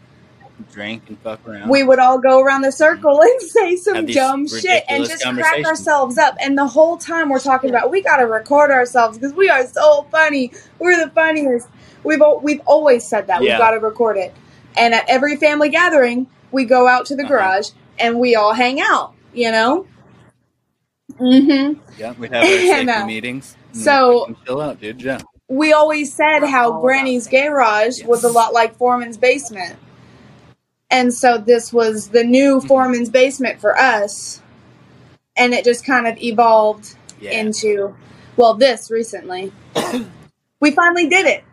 Speaker 1: and drink and fuck around.
Speaker 4: we would all go around the circle and say some
Speaker 1: Have these
Speaker 4: dumb shit and
Speaker 1: ridiculous
Speaker 4: just crack
Speaker 1: conversations.
Speaker 4: ourselves up. And the whole time we're talking about we gotta record ourselves because we are so funny. We're the funniest. We've al- we've always said that
Speaker 1: Yeah.
Speaker 4: we've got to record it. And at every family gathering, we go out to the
Speaker 1: Uh-huh.
Speaker 4: garage and we all hang out. You know. hmm
Speaker 1: yeah, we'd have our safety
Speaker 4: and, uh,
Speaker 1: meetings. and
Speaker 4: so-
Speaker 1: fucking chill out, dude. Yeah.
Speaker 4: we always said
Speaker 3: We're all
Speaker 4: how
Speaker 3: about
Speaker 4: Granny's
Speaker 3: that.
Speaker 4: garage was a
Speaker 1: Yes.
Speaker 4: lot like Foreman's basement. And so this was the new
Speaker 1: Mhm.
Speaker 4: Foreman's basement for us. And it just kind of evolved
Speaker 1: Yeah.
Speaker 4: into, well, this recently. we finally did it.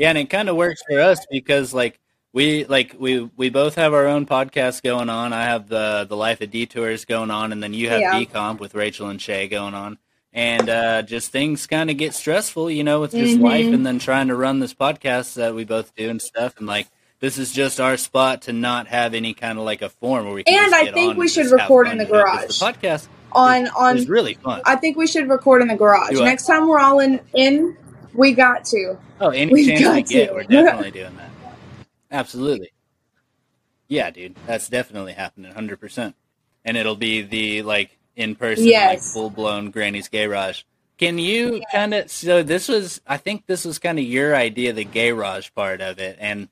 Speaker 1: yeah, and it kind of works for us because like. we like we we both have our own podcast going on. I have the the Life of Detours going on, and then you have
Speaker 4: Yeah.
Speaker 1: B Comp with Rachel and Shay going on. And uh, just things kind of get stressful, you know, with just
Speaker 4: Mhm.
Speaker 1: life, and then trying to run this podcast that we both do and stuff. And like, this is just our spot to not have any kind of like a form where we. can
Speaker 4: And
Speaker 1: just
Speaker 4: I
Speaker 1: get
Speaker 4: think
Speaker 1: on
Speaker 4: we
Speaker 1: and
Speaker 4: should
Speaker 1: just have
Speaker 4: record
Speaker 1: fun,
Speaker 4: in the
Speaker 1: you know, 'cause The podcast
Speaker 4: on
Speaker 1: is,
Speaker 4: on
Speaker 1: is really fun.
Speaker 4: I think we should record in the garage.
Speaker 1: Do what?
Speaker 4: Next time we're all in in we got to.
Speaker 1: Oh, any
Speaker 4: We've
Speaker 1: chance we
Speaker 4: got
Speaker 1: get,
Speaker 4: to.
Speaker 1: we're definitely doing that. Absolutely. Yeah, dude, that's definitely happening, hundred percent. And it'll be the like in person, like
Speaker 4: Yes.
Speaker 1: full blown Granny's Garage. Can you kind of? So this was, I think this was kind of your idea, the garage part of it, and.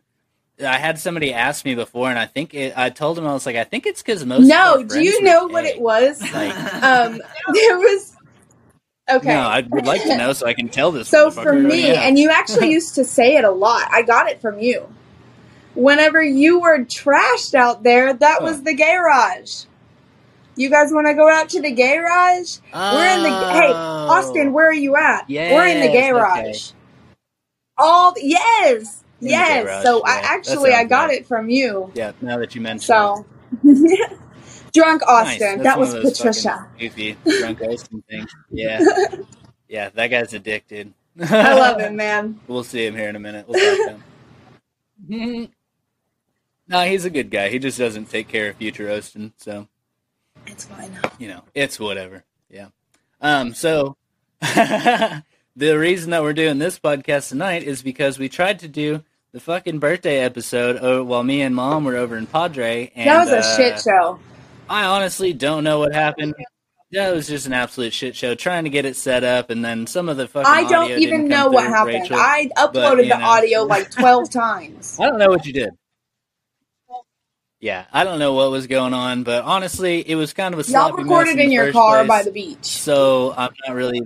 Speaker 1: I had somebody ask me before, and I think it, I told him I was like, I think it's because most. of our
Speaker 4: no, do
Speaker 1: friends
Speaker 4: you
Speaker 1: were
Speaker 4: know what
Speaker 1: gay.
Speaker 4: it was?
Speaker 1: Like,
Speaker 3: Oh,
Speaker 4: Um there was Okay.
Speaker 1: No, I would like to know so I can tell this.
Speaker 4: So
Speaker 1: motherfucker
Speaker 4: for
Speaker 1: right
Speaker 4: me,
Speaker 1: now.
Speaker 4: and you actually used to say it a lot. I got it from you. Whenever you were trashed out there, that was the garage. You guys want to go out to the garage? We're in the hey Austin. Where are you at? we're in the
Speaker 1: Oh. Yes, okay.
Speaker 4: garage. All yes,
Speaker 1: In the
Speaker 4: yes.
Speaker 1: garage,
Speaker 4: so
Speaker 1: yeah.
Speaker 4: I
Speaker 1: That
Speaker 4: actually I
Speaker 1: sounds
Speaker 4: got
Speaker 1: right.
Speaker 4: it from you.
Speaker 1: Yeah, now that you mentioned it.
Speaker 4: So drunk
Speaker 1: Nice, that's
Speaker 4: Austin.
Speaker 1: one
Speaker 4: That was
Speaker 1: of those fucking
Speaker 4: Patricia.
Speaker 1: Goofy, drunk Austin thing. Yeah. yeah, that guy's addicted.
Speaker 4: I love it, man.
Speaker 1: We'll see him here in a minute. We'll talk to him. Mhm. no, he's a good guy. He just doesn't take care of future Austin, so
Speaker 4: It's fine.
Speaker 1: you know, it's whatever. Yeah. Um, so the reason that we're doing this podcast tonight is because we tried to do the fucking birthday episode uh, while me and mom were over in Padre. And,
Speaker 4: that was a
Speaker 1: uh,
Speaker 4: shit show.
Speaker 1: I honestly don't know what happened. Yeah, it was just an absolute shit show trying to get it set up, and then some of the fucking.
Speaker 4: I
Speaker 1: audio
Speaker 4: don't even
Speaker 1: didn't
Speaker 4: know
Speaker 1: come
Speaker 4: what
Speaker 1: through,
Speaker 4: happened.
Speaker 1: Rachel.
Speaker 4: I uploaded
Speaker 1: but, you
Speaker 4: the
Speaker 1: know.
Speaker 4: audio like 12 times.
Speaker 1: I don't know what you did. Yeah, I don't know what was going on, but honestly, it was kind of a
Speaker 4: Y'all
Speaker 1: sloppy mess
Speaker 4: recorded
Speaker 1: the
Speaker 4: in your
Speaker 1: first
Speaker 4: car
Speaker 1: place.
Speaker 4: by the beach.
Speaker 1: So I'm not really.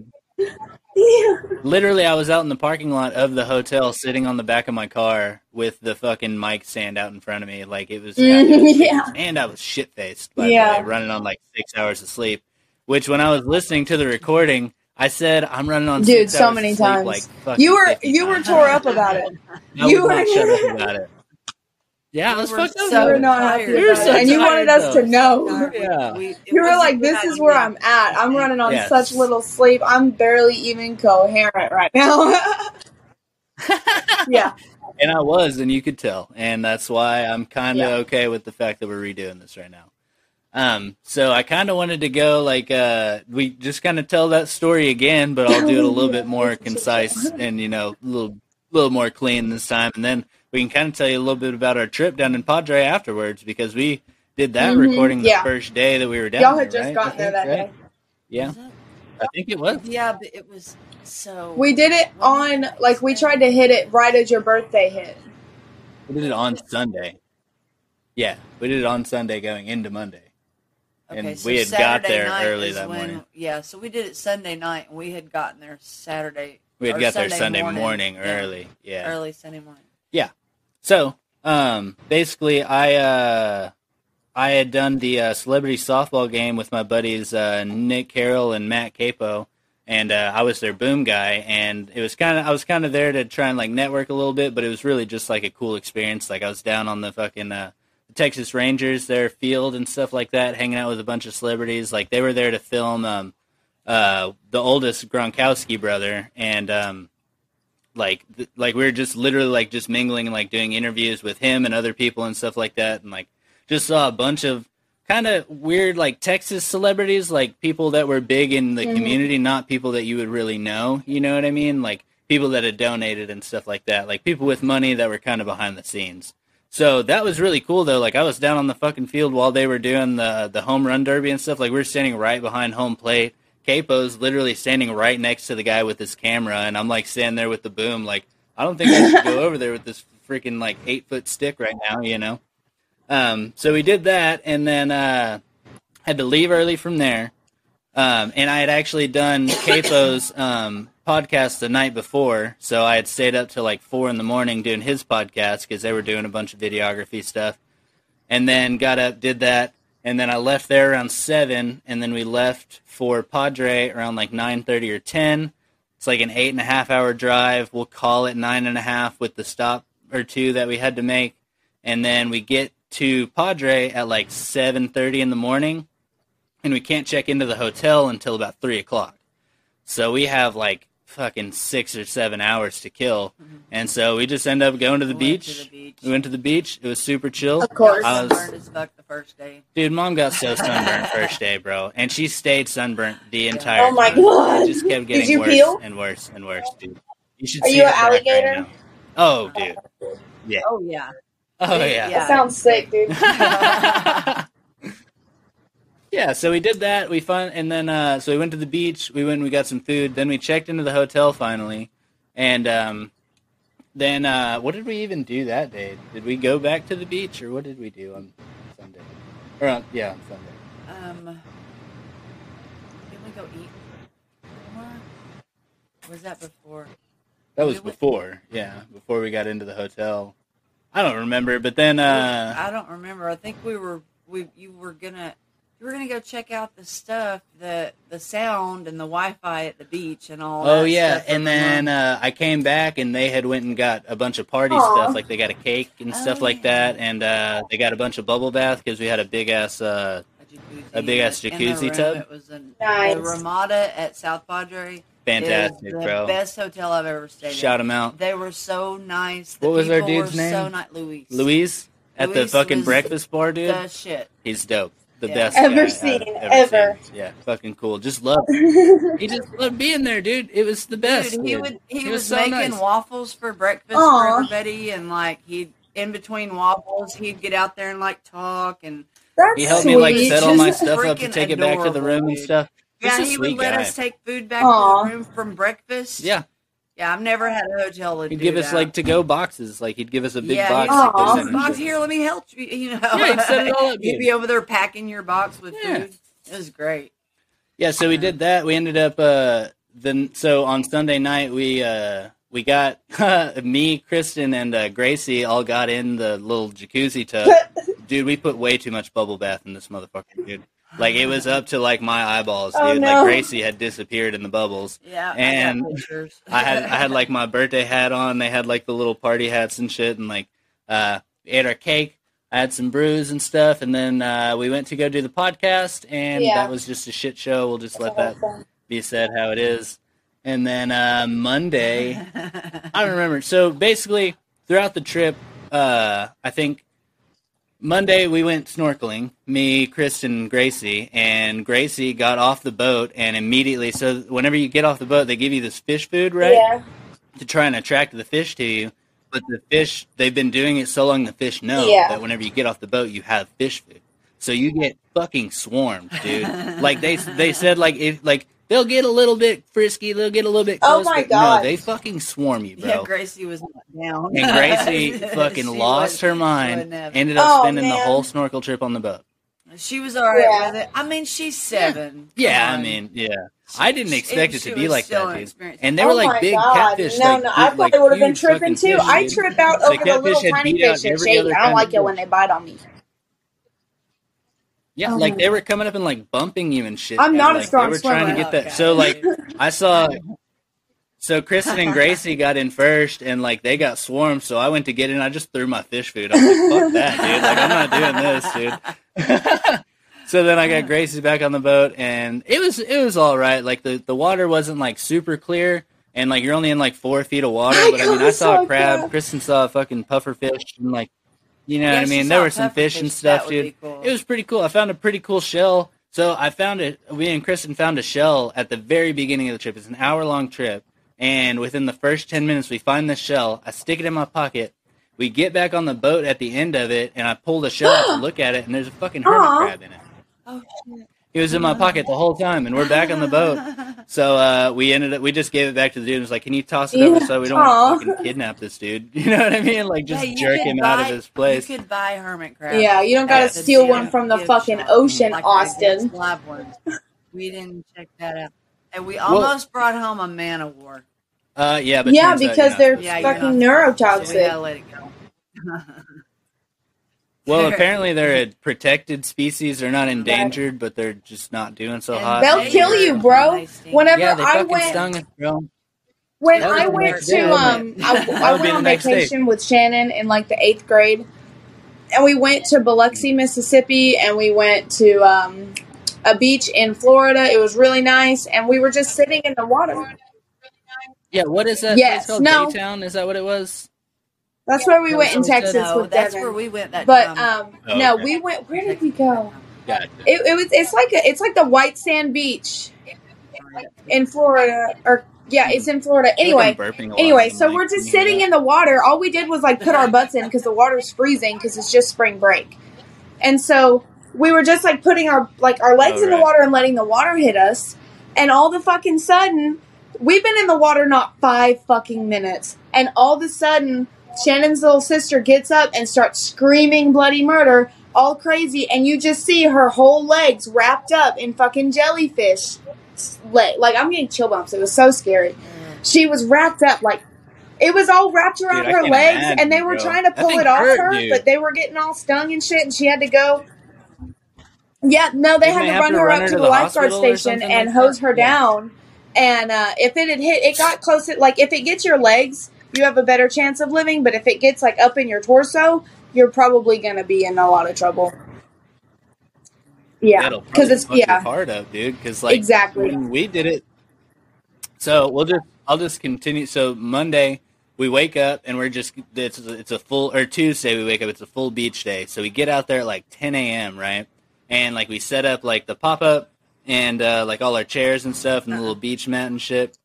Speaker 1: Literally, I was out in the parking lot of the hotel, sitting on the back of my car with the fucking mic stand out in front of me. Like it was,
Speaker 4: Mm, yeah.
Speaker 1: and I was shit faced. By
Speaker 4: Yeah.
Speaker 1: the way, running on like six hours of sleep. Which, when I was listening to the recording, I said I'm running on.
Speaker 4: Dude,
Speaker 1: six
Speaker 4: so
Speaker 1: hours
Speaker 4: many
Speaker 1: of sleep,
Speaker 4: times.
Speaker 1: Like fucking
Speaker 4: You were
Speaker 1: 50
Speaker 4: you were
Speaker 1: times.
Speaker 4: tore up about it.
Speaker 1: I
Speaker 4: you
Speaker 1: would
Speaker 4: were-
Speaker 1: not shut up about it. Yeah, I
Speaker 3: We
Speaker 1: was
Speaker 3: were
Speaker 1: fucked up.
Speaker 3: so
Speaker 4: you
Speaker 1: about
Speaker 4: were
Speaker 1: it.
Speaker 4: not
Speaker 3: tired
Speaker 4: happy
Speaker 3: about
Speaker 4: about
Speaker 3: it.
Speaker 4: it, and you
Speaker 1: Tired,
Speaker 4: wanted us
Speaker 1: though.
Speaker 4: to know.
Speaker 3: Darn,
Speaker 1: Yeah.
Speaker 3: we- it
Speaker 4: Oh, You were
Speaker 3: wasn't
Speaker 4: like,
Speaker 3: good
Speaker 4: "This
Speaker 3: idea.
Speaker 4: is where I'm at. I'm running on
Speaker 1: Yes.
Speaker 4: such little sleep. I'm barely even coherent right now." yeah,
Speaker 1: And I was, and you could tell. And that's why I'm kind of
Speaker 4: Yeah.
Speaker 1: okay with the fact that we're redoing this right now. Um, so I kind of wanted to go like uh, we just kind of tell that story again, but I'll do it a little bit more concise and you know a little little more clean this time, and then we can kind of tell you a little bit about our trip down in Padre afterwards because we did that
Speaker 4: Mhm,
Speaker 1: recording the
Speaker 4: yeah.
Speaker 1: first day that we were down.
Speaker 4: y'all had
Speaker 1: there,
Speaker 4: just
Speaker 1: right? I
Speaker 4: gotten there
Speaker 1: think,
Speaker 4: that
Speaker 1: right?
Speaker 4: day.
Speaker 1: Yeah,
Speaker 3: Was it?
Speaker 1: I think it was.
Speaker 3: Yeah, but it was so.
Speaker 4: We did it on like we tried to hit it right as your birthday hit.
Speaker 1: We did it on Sunday. Yeah, we did it on Sunday going into Monday. and we had got
Speaker 3: Saturday
Speaker 1: there
Speaker 3: night
Speaker 1: early
Speaker 3: is
Speaker 1: that morning.
Speaker 3: Yeah, so we did it Sunday night, and we had gotten there Saturday.
Speaker 1: We had
Speaker 3: or
Speaker 1: got there Sunday morning,
Speaker 3: Yeah,
Speaker 1: early. Yeah.
Speaker 3: early Sunday morning.
Speaker 1: So, um, basically, I uh, I had done the uh, celebrity softball game with my buddies uh, Nick Carroll and Matt Capo, and uh, I was their boom guy, and it was kind of I was kind of there to try and like network a little bit, but it was really just like a cool experience. Like I was down on the fucking. Uh, Texas Rangers, their field and stuff like that, hanging out with a bunch of celebrities. Like they were there to film um, uh, the oldest Gronkowski brother, and um, like th- like we were just literally like just mingling and like doing interviews with him and other people and stuff like that and like just saw a bunch of kind of weird like texas celebrities like people that were big in the
Speaker 4: Mhm.
Speaker 1: community not people that you would really know you know what i mean like people that had donated and stuff like that like people with money that were kind of behind the scenes so that was really cool though like i was down on the fucking field while they were doing the the home run derby and stuff like we were standing right behind home plate Capo's literally standing right next to the guy with his camera, and I'm like standing there with the boom, like I don't think I should go over there with this freaking like eight foot stick right now, you know. Um, so we did that, and then uh, had to leave early from there. Um, and I had actually done Capo's um, podcast the night before, so I had stayed up till like four in the morning doing his podcast because they were doing a bunch of videography stuff and then got up, did that, and then I left there around seven, and then we left for Padre around like nine thirty or ten. It's like an eight and a half hour drive. We'll call it nine and a half with the stop or two that we had to make, and then we get to Padre at like seven thirty in the morning, and we can't check into the hotel until about three o'clock. So we have like fucking six or seven hours to kill, and so we just end up going to the,
Speaker 3: Mm-hmm. Went
Speaker 1: beach.
Speaker 3: To the beach.
Speaker 1: We went to the beach. It was super chill.
Speaker 4: Of course.
Speaker 1: I was-
Speaker 3: Burned as fuck the first day.
Speaker 1: Dude, mom got so sunburned first day, bro, and she stayed sunburnt the entire.
Speaker 4: Oh my
Speaker 1: time.
Speaker 4: God.
Speaker 1: It just kept getting
Speaker 4: you
Speaker 1: worse
Speaker 4: peel?
Speaker 1: and worse and worse, dude. You should
Speaker 4: Are
Speaker 1: see
Speaker 4: you
Speaker 1: her
Speaker 4: an
Speaker 1: back right
Speaker 4: alligator?
Speaker 1: now. Oh, dude.
Speaker 3: Oh yeah.
Speaker 1: Oh yeah.
Speaker 3: Yeah.
Speaker 4: That sounds sick, dude.
Speaker 1: Yeah. so we did that. We fun and then uh, so we went to the beach. We went. and We got some food. Then we checked into the hotel finally, and um, then uh, what did we even do that day? Did we go back to the beach or what did we do on Sunday? Or on, yeah, on Sunday.
Speaker 3: Um. Did we go eat? somewhere? Was that before?
Speaker 1: That was
Speaker 3: We went-
Speaker 1: before, yeah, before we got into the hotel. I don't remember, but then uh,
Speaker 3: I don't remember. I think we were we you were gonna you were gonna go check out the stuff the the sound and the Wi-Fi at the beach and all.
Speaker 1: oh
Speaker 3: that
Speaker 1: yeah,
Speaker 3: stuff,
Speaker 1: and then
Speaker 3: remember?
Speaker 1: uh, I came back and they had went and got a bunch of party
Speaker 4: Aw.
Speaker 1: stuff, like they got a cake and
Speaker 3: Oh,
Speaker 1: stuff like
Speaker 3: yeah.
Speaker 1: that, and uh, they got a bunch of bubble bath because we had a big ass. Uh,
Speaker 3: A jacuzzi
Speaker 1: a big ass
Speaker 3: in the
Speaker 1: jacuzzi
Speaker 3: room.
Speaker 1: tub?
Speaker 3: It was in
Speaker 4: Nice.
Speaker 3: the Ramada at South Padre. is
Speaker 1: fantastic,
Speaker 3: the
Speaker 1: bro!
Speaker 3: Best hotel I've ever stayed
Speaker 1: Shout
Speaker 3: in.
Speaker 1: them out,
Speaker 3: They were so nice. The
Speaker 1: What was our
Speaker 3: people
Speaker 1: dude's
Speaker 3: were So
Speaker 1: name?
Speaker 3: nice, Luis.
Speaker 1: Louise at the
Speaker 3: Luis
Speaker 1: fucking
Speaker 3: was
Speaker 1: breakfast bar, dude.
Speaker 3: the shit.
Speaker 1: He's dope. The
Speaker 3: Yeah.
Speaker 1: best
Speaker 4: Ever
Speaker 1: guy I've
Speaker 4: seen, ever.
Speaker 1: seen. Yeah, fucking cool. Just love. He just loved being there, dude. It was the best.
Speaker 3: Dude, he would he,
Speaker 1: He
Speaker 3: was,
Speaker 1: was so
Speaker 3: making
Speaker 1: nice.
Speaker 3: waffles for breakfast for
Speaker 4: Aw.
Speaker 3: everybody, and like he'd in between waffles, he'd get out there and like talk and
Speaker 4: That's
Speaker 1: He helped
Speaker 4: sweet.
Speaker 1: me like
Speaker 3: Sweet.
Speaker 1: set all my
Speaker 3: Just
Speaker 1: stuff up to
Speaker 3: freaking
Speaker 1: take it back to the
Speaker 3: adorable,
Speaker 1: room and
Speaker 3: dude.
Speaker 1: stuff. He's
Speaker 3: yeah,
Speaker 1: a
Speaker 3: he would
Speaker 1: sweet
Speaker 3: let
Speaker 1: guy.
Speaker 3: us take food back
Speaker 4: Aw.
Speaker 3: to the room from breakfast.
Speaker 1: Yeah,
Speaker 3: yeah, I've never had a hotel that
Speaker 1: he'd
Speaker 3: do
Speaker 1: give us
Speaker 3: that.
Speaker 1: like to go boxes. Like he'd give us a big
Speaker 3: yeah,
Speaker 1: box.
Speaker 3: he's like,
Speaker 1: that goes
Speaker 4: Aw.
Speaker 1: in
Speaker 3: "This
Speaker 1: and
Speaker 3: box
Speaker 1: goes-
Speaker 3: here, let me help you. You know,
Speaker 1: Yeah, he'd set it all up.
Speaker 3: you'd
Speaker 1: dude.
Speaker 3: be over there packing your box with
Speaker 1: Yeah.
Speaker 3: food. It was great.
Speaker 1: Yeah, so we did that. We ended up uh then so on Sunday night we uh we got me, Kristen, and uh, Gracie all got in the little jacuzzi tub. dude, we put way too much bubble bath in this motherfucker, dude. Like it was up to like my eyeballs, dude.
Speaker 4: Oh,
Speaker 1: Like
Speaker 4: no.
Speaker 1: Gracie had disappeared in the bubbles.
Speaker 3: Yeah, I got
Speaker 1: And
Speaker 3: pictures.
Speaker 1: I had I had like my birthday hat on. They had like the little party hats and shit, and like uh, we ate our cake. I had some brews and stuff, and then uh, we went to go do the podcast, and
Speaker 4: Yeah.
Speaker 1: that was just a shit show. We'll just let that
Speaker 4: Awesome.
Speaker 1: be said how it is. And then uh, Monday, I don't remember. So basically, throughout the trip, uh, I think Monday we went snorkeling. Me, Kristen, and Gracie, and Gracie got off the boat and immediately. So whenever you get off the boat, they give you this fish food, right?
Speaker 4: Yeah.
Speaker 1: to try and attract the fish to you. But the fish, they've been doing it so long, the fish know
Speaker 4: Yeah.
Speaker 1: that whenever you get off the boat, you have fish food. So you get fucking swarmed, dude. like they they said, like if like they'll get a little bit frisky, they'll get a little bit
Speaker 4: Oh
Speaker 1: close.
Speaker 4: my
Speaker 1: but
Speaker 4: God.
Speaker 1: No, they fucking swarm you,
Speaker 3: yeah,
Speaker 1: bro.
Speaker 3: Gracie was not down.
Speaker 1: and Gracie fucking
Speaker 3: She
Speaker 1: lost her
Speaker 3: wasn't- she
Speaker 1: mind,
Speaker 3: wasn't having
Speaker 1: ended up
Speaker 4: Oh,
Speaker 1: spending the
Speaker 4: man.
Speaker 1: whole snorkel trip on the boat.
Speaker 3: She was all right
Speaker 4: Yeah.
Speaker 3: with it. I mean, she's seven. Come
Speaker 1: Yeah, I
Speaker 3: on.
Speaker 1: mean, yeah. I didn't
Speaker 3: She-
Speaker 1: expect it
Speaker 3: she
Speaker 1: to be
Speaker 3: was
Speaker 1: like
Speaker 3: still
Speaker 1: that, dude.
Speaker 3: inexperienced.
Speaker 1: And they
Speaker 4: Oh
Speaker 1: were
Speaker 4: my
Speaker 1: like big
Speaker 4: God.
Speaker 1: catfish.
Speaker 4: No,
Speaker 1: like,
Speaker 4: no,
Speaker 1: big,
Speaker 4: I probably
Speaker 1: like,
Speaker 4: would have been
Speaker 1: huge fucking
Speaker 4: tripping too.
Speaker 1: fish,
Speaker 4: I
Speaker 1: dude.
Speaker 4: trip out
Speaker 1: The
Speaker 4: over the, little
Speaker 1: catfish had
Speaker 4: tiny
Speaker 1: beat out
Speaker 4: fish and
Speaker 1: every
Speaker 4: shit.
Speaker 1: other
Speaker 4: I
Speaker 1: kind
Speaker 4: don't
Speaker 1: of
Speaker 4: like it
Speaker 1: fish.
Speaker 4: when they bite on me.
Speaker 1: Yeah,
Speaker 4: Oh
Speaker 1: like
Speaker 4: my
Speaker 1: they were coming up and like bumping you and shit.
Speaker 4: I'm
Speaker 1: dude.
Speaker 4: not a
Speaker 1: like,
Speaker 4: strong
Speaker 1: They were trying to
Speaker 4: swimmer.
Speaker 1: get that. So like I saw. So Kristen and Gracie got in first, and like they got swarmed. So I went to get in. I just threw my fish food. I'm like, fuck that, dude. Like I'm not doing this, dude. so then I got Gracie back on the boat, and it was it was all right. Like the the water wasn't like super clear, and like you're only in like four feet of water.
Speaker 4: I
Speaker 1: But I mean,
Speaker 4: kinda
Speaker 1: I saw
Speaker 4: saw
Speaker 1: a crab.
Speaker 4: that.
Speaker 1: Kristen saw a fucking puffer fish, and like you know
Speaker 3: Yeah,
Speaker 1: what I
Speaker 3: she
Speaker 1: mean.
Speaker 3: saw
Speaker 1: There
Speaker 3: a
Speaker 1: were some
Speaker 3: puffer
Speaker 1: fish and
Speaker 3: fish.
Speaker 1: stuff,
Speaker 3: That would
Speaker 1: dude.
Speaker 3: be cool.
Speaker 1: It was pretty cool. I found a pretty cool shell. So I found it. We and Kristen found a shell at the very beginning of the trip. It's an hour long trip, and within the first ten minutes, we find this shell. I stick it in my pocket. We get back on the boat at the end of it, and I pull the shell out to look at it, and there's a fucking hermit
Speaker 4: Aw.
Speaker 1: crab in it.
Speaker 3: Oh, shit.
Speaker 1: It was in my pocket the whole time, and we're back on the boat. So uh, we ended up. We just gave it back to the dude. and was like, "Can you toss it over
Speaker 4: Yeah.
Speaker 1: so we don't
Speaker 4: Aw.
Speaker 1: fucking kidnap this dude?" You know what I mean? Like just
Speaker 3: Yeah, you
Speaker 1: jerk
Speaker 3: could
Speaker 1: him out of
Speaker 3: buy-
Speaker 1: his place.
Speaker 3: You could buy hermit crab.
Speaker 4: Yeah, you don't gotta
Speaker 3: at the
Speaker 4: steal
Speaker 3: zoo.
Speaker 4: one from the
Speaker 3: Gift
Speaker 4: fucking
Speaker 3: shop,
Speaker 4: ocean,
Speaker 3: Mm, like I did
Speaker 4: Austin.
Speaker 3: live ones. We didn't check that out, and we
Speaker 1: Well-
Speaker 3: almost brought home a man of war.
Speaker 1: Uh, yeah, but
Speaker 4: Yeah,
Speaker 1: turns out you're
Speaker 4: because
Speaker 1: not
Speaker 4: they're
Speaker 1: supposed to.
Speaker 3: Yeah, you're
Speaker 4: fucking
Speaker 3: not- So we
Speaker 4: neurotoxic.
Speaker 3: gotta let it go.
Speaker 1: Well,
Speaker 3: They're-
Speaker 1: apparently they're a protected species. They're not endangered, but they're just not doing so
Speaker 3: And
Speaker 1: hot.
Speaker 4: They'll
Speaker 3: they
Speaker 4: kill
Speaker 3: were-
Speaker 4: you, bro.
Speaker 3: they stink.
Speaker 4: Whenever
Speaker 1: Yeah, they
Speaker 4: I
Speaker 1: fucking
Speaker 4: went,
Speaker 1: stung us, bro.
Speaker 4: when
Speaker 1: That was
Speaker 4: I
Speaker 1: the
Speaker 4: went
Speaker 1: next day,
Speaker 4: to
Speaker 1: wasn't
Speaker 4: um,
Speaker 1: it?
Speaker 4: I,
Speaker 1: That
Speaker 4: I
Speaker 1: would be
Speaker 4: went
Speaker 1: the
Speaker 4: on
Speaker 1: next day.
Speaker 4: vacation with Shannon in like the eighth grade, and we went to Biloxi, Mississippi, and we went to um, a beach in Florida. It was really nice, and we were just sitting in the water.
Speaker 5: Yeah, what is that?
Speaker 4: Yes,
Speaker 5: place called?
Speaker 4: no.
Speaker 5: Daytown? Is that what it was?
Speaker 4: That's where we
Speaker 5: That
Speaker 4: went in
Speaker 5: was so good.
Speaker 4: Texas
Speaker 6: No,
Speaker 4: with
Speaker 6: that's
Speaker 4: Devin.
Speaker 6: where we went that
Speaker 4: but
Speaker 6: time.
Speaker 4: um,
Speaker 1: Oh,
Speaker 4: no,
Speaker 1: okay.
Speaker 4: we went. Where did we go?
Speaker 1: Gotcha.
Speaker 4: It, it was. It's like a. It's like the White Sand Beach in Florida, or yeah, it's in Florida. Anyway, anyway, so we're just sitting in the water. All we did was like put our butts in because the water's freezing because it's just spring break, and so we were just like putting our like our legs in the
Speaker 1: Alright.
Speaker 4: water and letting the water hit us, and all the fucking sudden we've been in the water not five fucking minutes, and all of a sudden Shannon's little sister gets up and starts screaming bloody murder, all crazy, and you just see her whole legs wrapped up in fucking jellyfish. Like, like I'm getting chill bumps. It was so scary. She was wrapped up like it was all wrapped around
Speaker 1: Dude, I
Speaker 4: her
Speaker 1: can't
Speaker 4: legs,
Speaker 1: imagine,
Speaker 4: and they were
Speaker 1: bro.
Speaker 4: trying to
Speaker 1: That
Speaker 4: pull
Speaker 1: thing
Speaker 4: it off
Speaker 1: hurt,
Speaker 4: her,
Speaker 1: dude.
Speaker 4: but they were getting all stung and shit, and she had to go. Yeah, no, they
Speaker 1: Didn't they
Speaker 4: had to
Speaker 1: have
Speaker 4: run
Speaker 1: to
Speaker 4: her
Speaker 1: run
Speaker 4: up
Speaker 1: her
Speaker 4: to
Speaker 1: to
Speaker 4: the
Speaker 1: the
Speaker 4: lifeguard
Speaker 1: hospital or
Speaker 4: station
Speaker 1: something
Speaker 4: and
Speaker 1: like
Speaker 4: hose
Speaker 1: that?
Speaker 4: her
Speaker 1: Yeah.
Speaker 4: down. And uh, if it had hit, it got close. It like if it gets your legs, you have a better chance of living. But if it gets like up in your torso, you're probably gonna be in a lot of trouble. Yeah, because it's yeah,
Speaker 1: hard up, dude. Because like
Speaker 4: Exactly.
Speaker 1: when we did it. So we'll just I'll just continue. So Monday we wake up and we're just it's it's a full or Tuesday we wake up it's a full beach day. So we get out there at like 10 a.m. right, and like we set up like the pop up and uh, like all our chairs and stuff and the little beach mat and shit,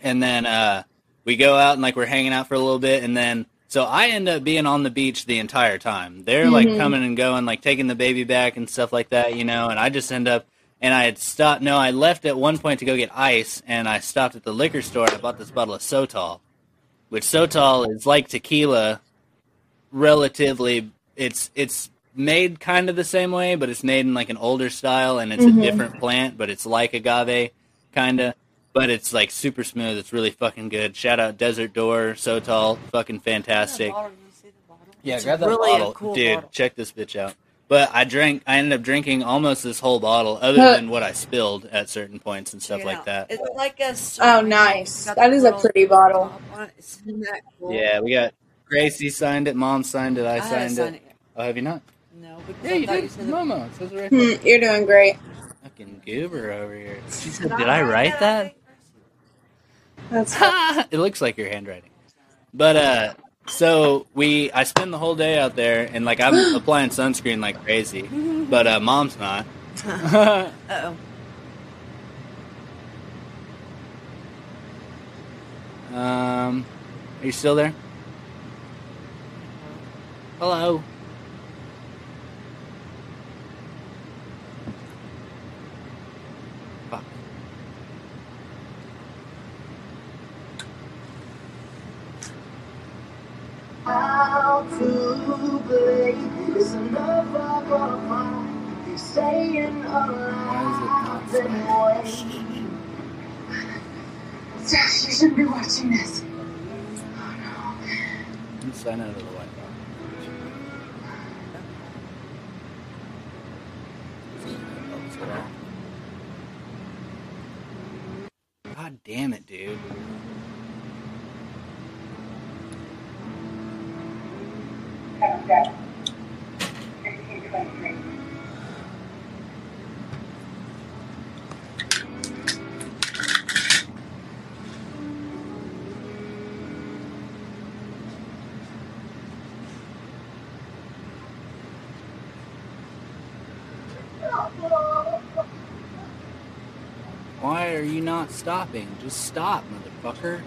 Speaker 1: and then uh, we go out and like we're hanging out for a little bit and then so i end up being on the beach the entire time they're like coming and going like taking the baby back and stuff like that you know and i just end up and i had stopped no i left at one point to go get ice and i stopped at the liquor store and i bought this bottle of sotal which sotal is like tequila relatively it's it's made kind of the same way but it's made in like an older style and it's a different plant but it's like agave kind of but it's like super smooth it's really fucking good shout out desert door sotal fucking fantastic yeah,
Speaker 6: It's
Speaker 1: grab that
Speaker 6: really a
Speaker 1: bottle,
Speaker 6: cool
Speaker 1: dude.
Speaker 6: bottle.
Speaker 1: Check this bitch out. But I drank. I ended up drinking almost this whole bottle, other
Speaker 4: Huh.
Speaker 1: than what I spilled at certain points and stuff
Speaker 6: Check it
Speaker 1: like
Speaker 6: out.
Speaker 1: that.
Speaker 6: It's like a
Speaker 4: Oh, nice. That is a pretty bottle.
Speaker 1: Yeah, we got Gracie signed it, Mom signed it, I,
Speaker 6: I
Speaker 1: signed, it. Oh, have you not?
Speaker 6: No,
Speaker 5: Yeah, you did.
Speaker 6: Said that-
Speaker 5: Momo. It says right there.
Speaker 4: Hmm, you're doing great.
Speaker 1: Fucking goober over here. She said, "Did I write that?"
Speaker 4: That's
Speaker 1: it looks like your handwriting. But uh, so we, I spend the whole day out there, and like I'm applying sunscreen like crazy, but uh, Mom's not.
Speaker 6: Uh-oh.
Speaker 1: Um, are you still there? Hello. Fuck. Why is it not
Speaker 7: Josh, you shouldn't be watching this.
Speaker 1: I'm signing out of the Wi-Fi. God damn it, dude. Why are you not stopping? Just stop, motherfucker.